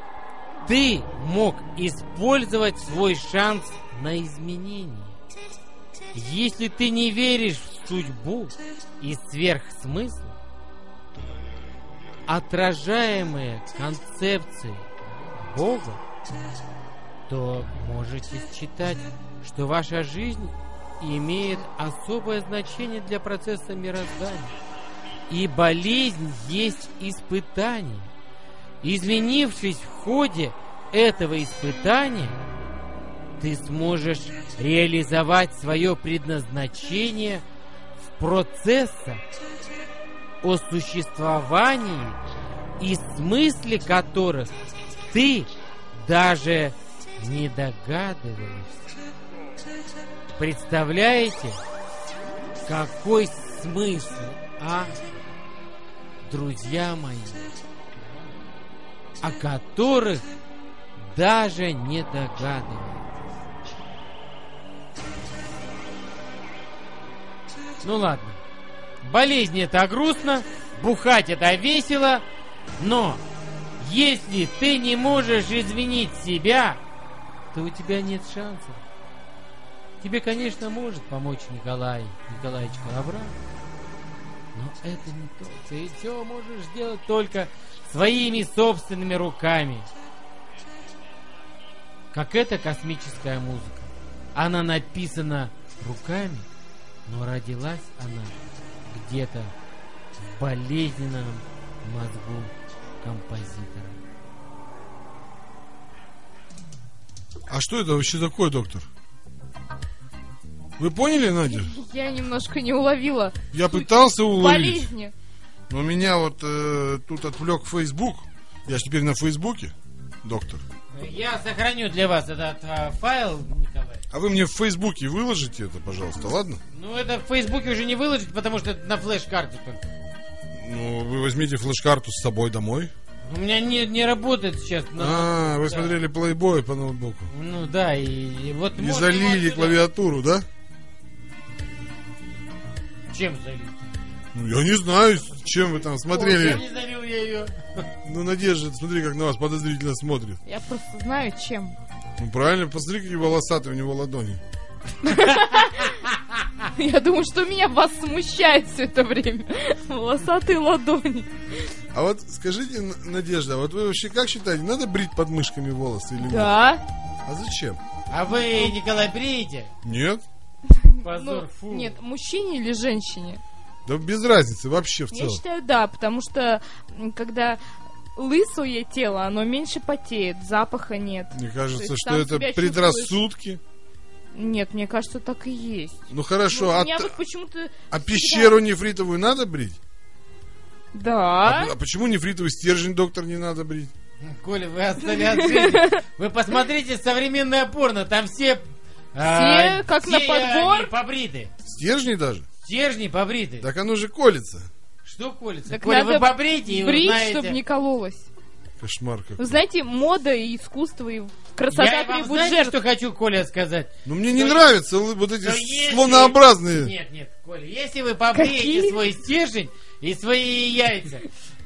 [SPEAKER 1] ты мог использовать свой шанс на изменение Если ты не веришь в судьбу и сверхсмысл отражаемые концепции Бога, то можете считать, что ваша жизнь имеет особое значение для процесса мироздания. И болезнь есть испытание. Изменившись в ходе этого испытания, ты сможешь реализовать свое предназначение в процессах, о существовании и смысле которых ты даже не догадываешься. Представляете, какой смысл, а, друзья мои, о которых даже не догадываетесь. Ну ладно. Болезнь это грустно, бухать это весело, но если ты не можешь извинить себя, то у тебя нет шансов. Тебе, конечно, может помочь Николай Николаевич Калавра, но это не то. Ты все можешь сделать только своими собственными руками. Как эта космическая музыка. Она написана руками, но родилась она где-то в болезненном мозгу композитора.
[SPEAKER 2] А что это вообще такое, доктор? Вы поняли, Надя?
[SPEAKER 9] Я немножко не уловила
[SPEAKER 2] Я пытался уловить,
[SPEAKER 9] болезни.
[SPEAKER 2] но меня вот э, тут отвлек Facebook. Я ж теперь на Фейсбуке, доктор.
[SPEAKER 1] Я сохраню для вас этот а, файл, Николай.
[SPEAKER 2] А вы мне в Фейсбуке выложите это, пожалуйста, ладно?
[SPEAKER 1] Ну, это в Фейсбуке уже не выложить, потому что это на флеш-карте только.
[SPEAKER 2] Ну, вы возьмите флеш-карту с собой домой.
[SPEAKER 1] У меня не, не работает сейчас. на-
[SPEAKER 2] а, вы
[SPEAKER 1] да.
[SPEAKER 2] смотрели плейбой по ноутбуку.
[SPEAKER 1] Ну да, и, и вот...
[SPEAKER 2] И
[SPEAKER 1] можно его
[SPEAKER 2] залили
[SPEAKER 1] отсюда-
[SPEAKER 2] клавиатуру, да?
[SPEAKER 1] Чем залить?
[SPEAKER 2] Ну, я не знаю, с чем вы там
[SPEAKER 1] Ой, я
[SPEAKER 2] смотрели.
[SPEAKER 1] не залил я ее.
[SPEAKER 2] Ну, Надежда, смотри, как на вас подозрительно смотрит.
[SPEAKER 9] Я просто знаю, чем. [LAUGHS]
[SPEAKER 2] Ну, правильно, посмотри, какие волосатые у него ладони.
[SPEAKER 9] Я думаю, что меня вас смущает все это время. Волосатые ладони.
[SPEAKER 2] А вот скажите, Н- Надежда, а вот вы вообще как считаете, надо брить под мышками волосы или нет?
[SPEAKER 9] Да.
[SPEAKER 2] А зачем?
[SPEAKER 1] А вы, Николай, приедете?
[SPEAKER 2] Нет.
[SPEAKER 1] Позор,
[SPEAKER 9] Ну,
[SPEAKER 1] фу.
[SPEAKER 9] нет, мужчине или женщине?
[SPEAKER 2] Да без разницы вообще в
[SPEAKER 9] Я
[SPEAKER 2] целом.
[SPEAKER 9] считаю, да, потому что м, когда лысое тело, оно меньше потеет, запаха нет.
[SPEAKER 2] Мне
[SPEAKER 9] То
[SPEAKER 2] кажется,
[SPEAKER 9] есть
[SPEAKER 2] что
[SPEAKER 9] сам
[SPEAKER 2] это
[SPEAKER 9] себя
[SPEAKER 2] предрассудки.
[SPEAKER 9] Нет, мне кажется, так и есть.
[SPEAKER 2] Ну хорошо,
[SPEAKER 9] Ну, у
[SPEAKER 2] а,
[SPEAKER 9] меня
[SPEAKER 2] т-
[SPEAKER 9] вот почему-то...
[SPEAKER 2] а пещеру нефритовую надо брить?
[SPEAKER 9] Да.
[SPEAKER 2] А, а почему нефритовый стержень, доктор, не надо брить?
[SPEAKER 3] [LAUGHS]
[SPEAKER 1] Коля, вы отстали от жизни. Вы посмотрите современное порно, там все А,
[SPEAKER 3] Все как
[SPEAKER 1] все э,
[SPEAKER 3] на
[SPEAKER 1] они
[SPEAKER 3] подбор.
[SPEAKER 1] побриты.
[SPEAKER 2] Стержни даже?
[SPEAKER 1] Стержни побриты.
[SPEAKER 2] Так оно же колется.
[SPEAKER 1] Что колется?
[SPEAKER 3] Так
[SPEAKER 1] Коля,
[SPEAKER 3] надо
[SPEAKER 1] вы побрите и
[SPEAKER 3] брить,
[SPEAKER 1] узнаете.
[SPEAKER 3] чтобы не кололось.
[SPEAKER 2] Кошмар какой.
[SPEAKER 3] Вы знаете, мода и искусство, и
[SPEAKER 1] Я
[SPEAKER 3] красота
[SPEAKER 1] вам
[SPEAKER 3] требует
[SPEAKER 1] знаете,
[SPEAKER 3] жертв.
[SPEAKER 1] что хочу, Коля, сказать?
[SPEAKER 2] Ну мне не
[SPEAKER 1] Да
[SPEAKER 2] нравятся л- вот эти
[SPEAKER 1] Да
[SPEAKER 2] с-
[SPEAKER 1] если-
[SPEAKER 2] слонообразные.
[SPEAKER 1] Нет, нет, Коля, если вы побреете
[SPEAKER 3] Какие?
[SPEAKER 1] свой стержень и свои яйца,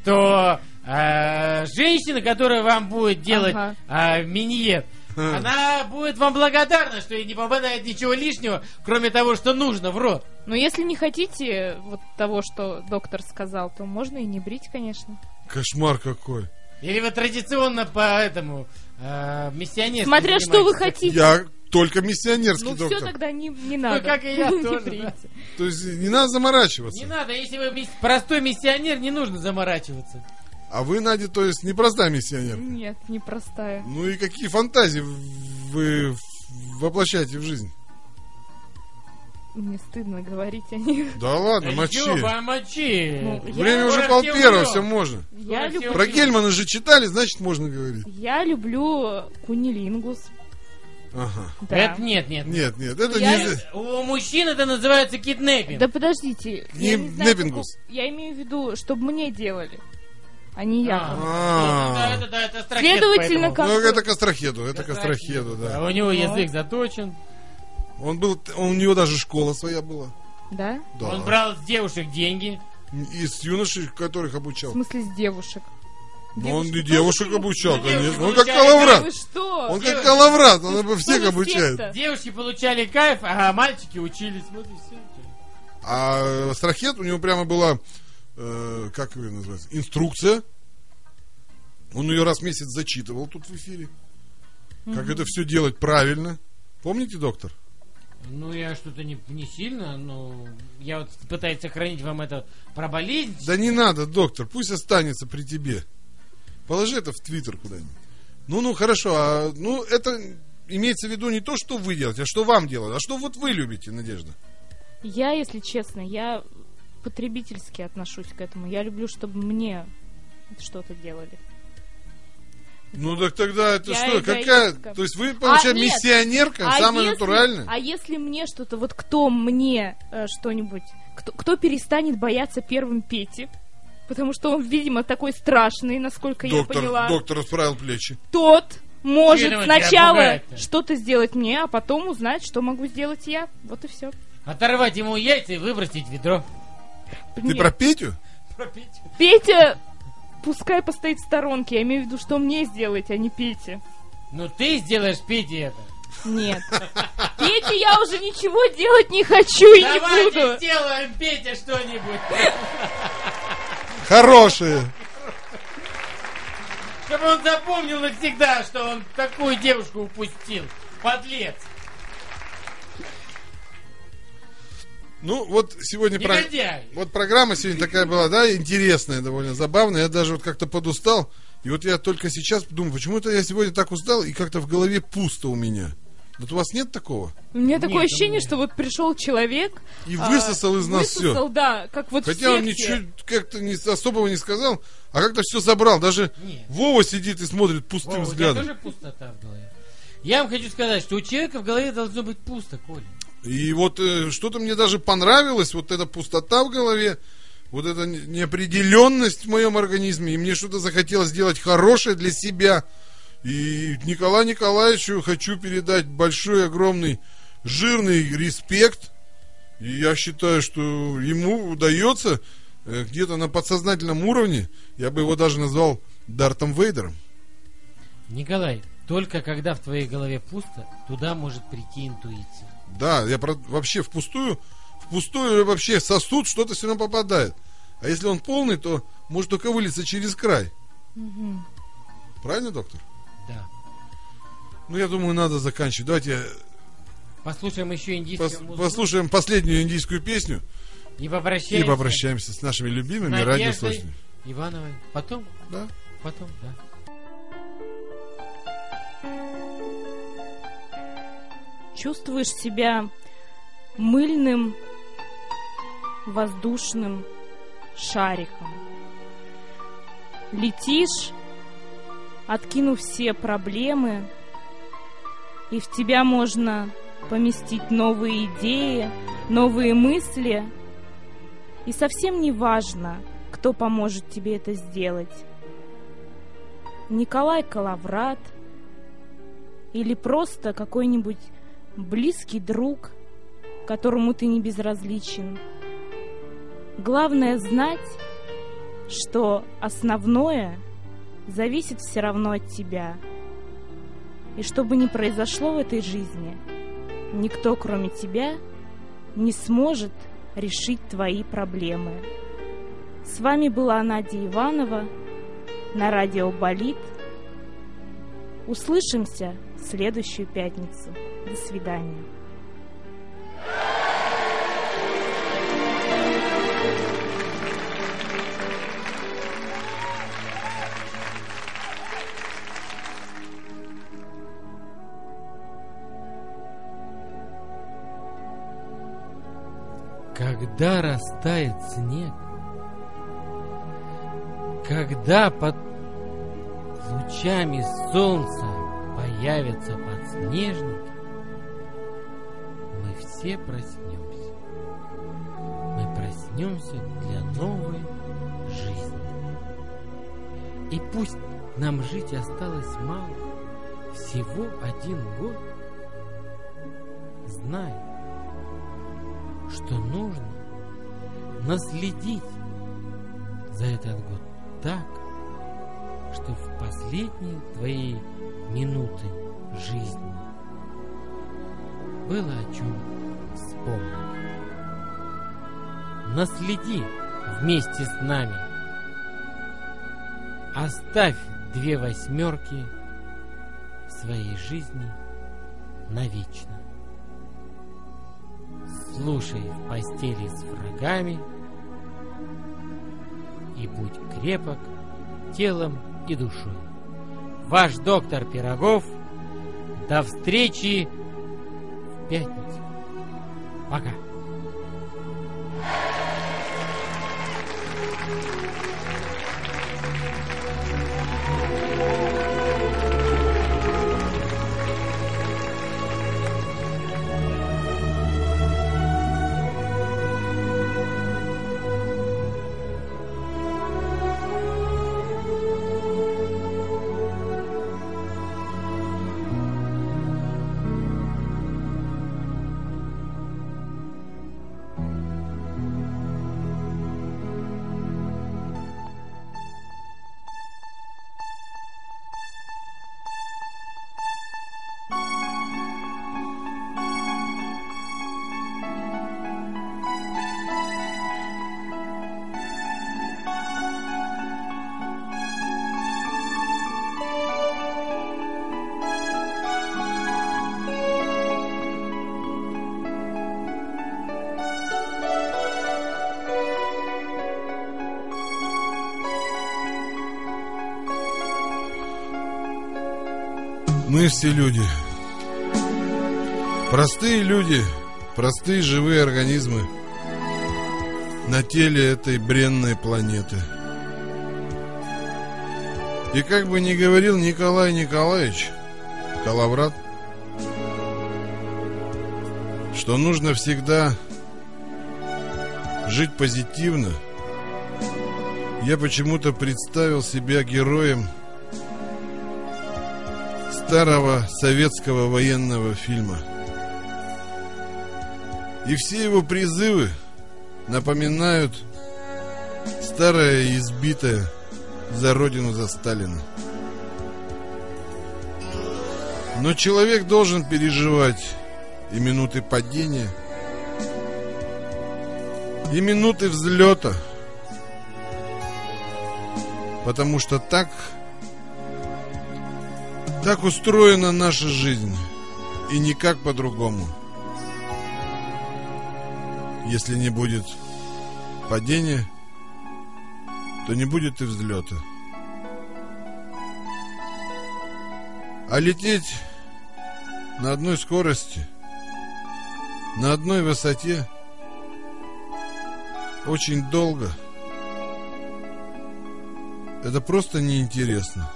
[SPEAKER 1] то э, женщина, которая вам будет делать
[SPEAKER 3] Ага.
[SPEAKER 1] э, миньет,
[SPEAKER 2] Ха.
[SPEAKER 1] она будет вам благодарна, что ей не попадает ничего лишнего, кроме того, что нужно в рот.
[SPEAKER 3] Но если не хотите вот того, что доктор сказал, то можно и не брить, конечно.
[SPEAKER 2] Кошмар какой.
[SPEAKER 1] Или вы традиционно по этому э, миссионерски
[SPEAKER 3] Смотря что вы
[SPEAKER 1] занимаетесь?
[SPEAKER 3] хотите.
[SPEAKER 2] Я только миссионерский
[SPEAKER 3] Ну все
[SPEAKER 2] доктор.
[SPEAKER 3] тогда не, не надо.
[SPEAKER 1] как и я
[SPEAKER 3] [LAUGHS] Не
[SPEAKER 1] тоже,
[SPEAKER 3] брить.
[SPEAKER 1] да.
[SPEAKER 2] То есть не надо заморачиваться.
[SPEAKER 1] Не надо, если вы мисс- простой миссионер, не нужно заморачиваться.
[SPEAKER 2] А вы, Надя, то есть непростая миссионерка.
[SPEAKER 3] Нет, непростая.
[SPEAKER 2] Ну и какие фантазии в- вы в- воплощаете в жизнь?
[SPEAKER 3] Мне стыдно говорить о них.
[SPEAKER 2] Да ладно, мочи.
[SPEAKER 1] Чё, помочи.
[SPEAKER 3] Ну,
[SPEAKER 2] Время
[SPEAKER 1] Я
[SPEAKER 2] уже
[SPEAKER 1] скоро
[SPEAKER 2] пол
[SPEAKER 1] все
[SPEAKER 2] первого,
[SPEAKER 1] умрем.
[SPEAKER 2] все можно.
[SPEAKER 3] Я,
[SPEAKER 1] всё.
[SPEAKER 3] люблю,
[SPEAKER 2] Про Гельмана же читали, значит можно говорить.
[SPEAKER 3] я люблю кунилингус.
[SPEAKER 2] Ага.
[SPEAKER 3] Да.
[SPEAKER 1] Это нет, нет.
[SPEAKER 2] Нет, нет, это
[SPEAKER 3] Я-
[SPEAKER 2] не...
[SPEAKER 1] У мужчин это называется киднеппинг.
[SPEAKER 3] Да подождите.
[SPEAKER 2] Не-
[SPEAKER 3] я знаю,
[SPEAKER 2] непингус.
[SPEAKER 3] какого- Я имею в виду, чтобы мне делали, а не я.
[SPEAKER 1] Да,
[SPEAKER 2] А.
[SPEAKER 1] это, да, это страхет,
[SPEAKER 3] Следовательно,
[SPEAKER 1] поэтому.
[SPEAKER 3] как...
[SPEAKER 2] Ну, это Кастрахеду, это Кастрахеду,
[SPEAKER 1] Да,
[SPEAKER 2] да.
[SPEAKER 1] у него
[SPEAKER 3] Ну.
[SPEAKER 1] язык заточен.
[SPEAKER 2] Он был, он- у него даже школа своя была.
[SPEAKER 3] Да?
[SPEAKER 2] Да.
[SPEAKER 1] Он брал с девушек деньги.
[SPEAKER 2] Из юношей, которых обучал.
[SPEAKER 3] В смысле, с девушек.
[SPEAKER 2] Но он и
[SPEAKER 3] Ну, Девушек Ну,
[SPEAKER 2] девушек
[SPEAKER 3] тоже
[SPEAKER 2] обучал,
[SPEAKER 1] девушек
[SPEAKER 2] конечно. Он как
[SPEAKER 1] обучает,
[SPEAKER 3] Да
[SPEAKER 2] калаврат.
[SPEAKER 3] вы что?
[SPEAKER 2] А! Он как
[SPEAKER 1] девушек.
[SPEAKER 2] калаврат, он бы
[SPEAKER 3] Что
[SPEAKER 2] всех
[SPEAKER 3] за
[SPEAKER 2] обучает.
[SPEAKER 3] секта?
[SPEAKER 1] Девушки получали кайф, а мальчики учились. Вот и все.
[SPEAKER 2] А э, Страхет у него прямо была, э, как ее называется, инструкция. Он ее раз в месяц зачитывал тут в эфире. Как это все делать правильно. Помните, доктор?
[SPEAKER 1] Ну, я что-то не, не сильно, но я вот пытаюсь сохранить вам это про болезнь.
[SPEAKER 2] Да не надо, доктор, пусть останется при тебе. Положи это в Твиттер куда-нибудь. Ну, ну, хорошо, а, ну, это имеется в виду не то, что вы делаете, а что вам делать, а что вот вы любите, Надежда.
[SPEAKER 3] Я, если честно, я потребительски отношусь к этому. Я люблю, чтобы мне что-то делали.
[SPEAKER 2] Ну, так тогда это
[SPEAKER 3] Я
[SPEAKER 2] что,
[SPEAKER 3] эгоистка.
[SPEAKER 2] какая, то есть вы, получается,
[SPEAKER 3] нет, А
[SPEAKER 2] миссионерка, самая
[SPEAKER 3] если,
[SPEAKER 2] натуральная?
[SPEAKER 3] А если мне что-то, вот кто мне э, что-нибудь, кто, кто перестанет бояться первым Пети, потому что он, видимо, такой страшный, насколько А, я
[SPEAKER 2] доктор,
[SPEAKER 3] поняла,
[SPEAKER 2] доктор расправил плечи.
[SPEAKER 3] тот может
[SPEAKER 1] Видно, он тебя
[SPEAKER 3] сначала
[SPEAKER 1] пугает-то.
[SPEAKER 3] что-то сделать мне, а потом узнать, что могу сделать я. Вот и все.
[SPEAKER 1] Оторвать ему яйца и выбросить в ведро.
[SPEAKER 2] Ты про Петю?
[SPEAKER 1] Пропить.
[SPEAKER 3] Петя, пускай постоит в сторонке. Я имею в виду, что мне сделать, а не Пете.
[SPEAKER 1] Ну, ты сделаешь Пете это.
[SPEAKER 3] Нет. Пете я уже ничего делать не хочу и не
[SPEAKER 1] Давайте
[SPEAKER 3] буду.
[SPEAKER 1] сделаем Пете что-нибудь.
[SPEAKER 2] Хорошие.
[SPEAKER 1] Чтобы он запомнил навсегда, что он такую девушку упустил. Подлец.
[SPEAKER 2] Ну, вот сегодня... про-
[SPEAKER 1] Негодяй.
[SPEAKER 2] Вот программа сегодня такая была, да, интересная, довольно забавная. Я даже вот как-то подустал. И вот я только сейчас думаю, почему-то я сегодня так устал, и как-то в голове пусто у меня. Вот у вас нет такого?
[SPEAKER 3] У меня
[SPEAKER 1] Нет,
[SPEAKER 3] такое
[SPEAKER 1] у
[SPEAKER 3] ощущение,
[SPEAKER 1] меня.
[SPEAKER 3] что вот пришел человек...
[SPEAKER 2] И
[SPEAKER 3] а,
[SPEAKER 2] высосал из нас
[SPEAKER 3] высосал,
[SPEAKER 2] все.
[SPEAKER 3] да, как вот
[SPEAKER 2] Хотя он
[SPEAKER 3] в секте.
[SPEAKER 2] ничего как-то не, особого не сказал, а как-то все забрал. Даже
[SPEAKER 1] Нет.
[SPEAKER 2] Вова сидит и смотрит
[SPEAKER 1] Вова,
[SPEAKER 2] пустым
[SPEAKER 1] у тебя
[SPEAKER 2] взглядом.
[SPEAKER 1] тоже пустота в голове? Я вам хочу сказать, что у человека в голове должно быть пусто, Коля.
[SPEAKER 2] И вот э, что-то мне даже понравилось, вот эта пустота в голове, вот эта не- неопределенность в моем организме, и мне что-то захотелось сделать хорошее для себя. И Николаю Николаевичу хочу передать большой, огромный, жирный респект. И я считаю, что ему удается э, где-то на подсознательном уровне, я бы его даже назвал Дартом Вейдером.
[SPEAKER 1] Николай, только когда в твоей голове пусто, туда может прийти интуиция.
[SPEAKER 2] Да, я про- вообще впустую, впустую вообще сосуд что-то все равно попадает. А если он полный, то может только вылиться через край.
[SPEAKER 3] Мгм.
[SPEAKER 2] Правильно, доктор?
[SPEAKER 1] Да.
[SPEAKER 2] Ну, я думаю, надо заканчивать. Давайте
[SPEAKER 1] Послушаем еще индийскую
[SPEAKER 2] пос-
[SPEAKER 1] музыку
[SPEAKER 2] послушаем последнюю индийскую песню
[SPEAKER 1] и попрощаемся.
[SPEAKER 2] и попрощаемся с нашими
[SPEAKER 1] с
[SPEAKER 2] любимыми
[SPEAKER 1] Надеждой
[SPEAKER 2] радиослушателями.
[SPEAKER 1] Ивановой. Потом,
[SPEAKER 2] Да?
[SPEAKER 1] потом, да.
[SPEAKER 3] Чувствуешь себя мыльным, воздушным шариком. Летишь, откинув все проблемы, и в тебя можно поместить новые идеи, новые мысли. И совсем не важно, кто поможет тебе это сделать. Николай Калаврат или просто какой-нибудь близкий друг, которому ты не безразличен. Главное знать, что основное зависит все равно от тебя. И что бы ни произошло в этой жизни, никто, кроме тебя, не сможет решить твои проблемы. С вами была Надя Иванова на радио «Болит». Услышимся в следующую пятницу. До свидания.
[SPEAKER 1] Когда растает снег, когда под лучами солнца появятся подснежники, мы все проснемся. Мы проснемся для новой жизни. И пусть нам жить осталось мало, всего один год, знай, что нужно наследить за этот год так, что в последние твои минуты жизни было о чем вспомнить. Наследи вместе с нами. Оставь две восьмерки в своей жизни навечно. Слушай в постели с врагами и будь крепок телом и душой. Ваш доктор Пирогов. До встречи в пятницу. Пока.
[SPEAKER 2] Мы все люди. Простые люди, простые живые организмы на теле этой бренной планеты. И как бы ни говорил Николай Николаевич, Калаврат, что нужно всегда жить позитивно, я почему-то представил себя героем старого советского военного фильма. И все его призывы напоминают старое избитое за родину за Сталина. Но человек должен переживать и минуты падения, и минуты взлета, потому что так так устроена наша жизнь И никак по-другому Если не будет падения То не будет и взлета А лететь на одной скорости На одной высоте Очень долго Это просто неинтересно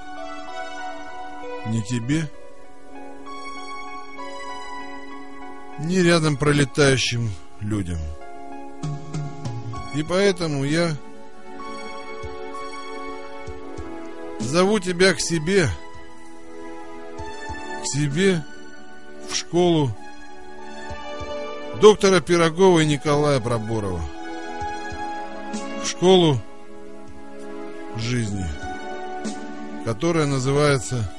[SPEAKER 2] ни тебе, ни рядом пролетающим людям. И поэтому я зову тебя к себе, к себе в школу доктора Пирогова и Николая Проборова, в школу жизни, которая называется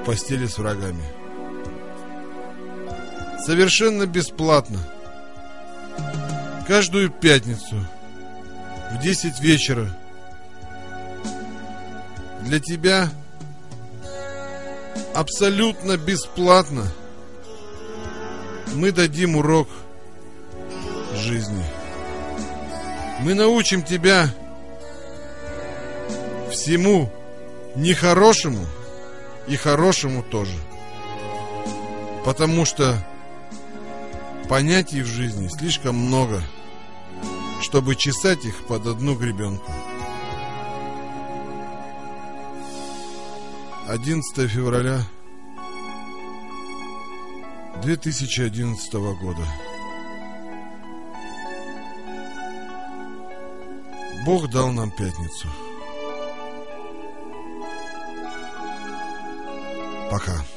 [SPEAKER 2] «В постели с врагами». Совершенно бесплатно. Каждую пятницу в 10 вечера для тебя абсолютно бесплатно мы дадим урок жизни. Мы научим тебя всему нехорошему и хорошему тоже. Потому что понятий в жизни слишком много, чтобы чесать их под одну гребенку. 11 февраля 2011 года. Бог дал нам пятницу. Пока.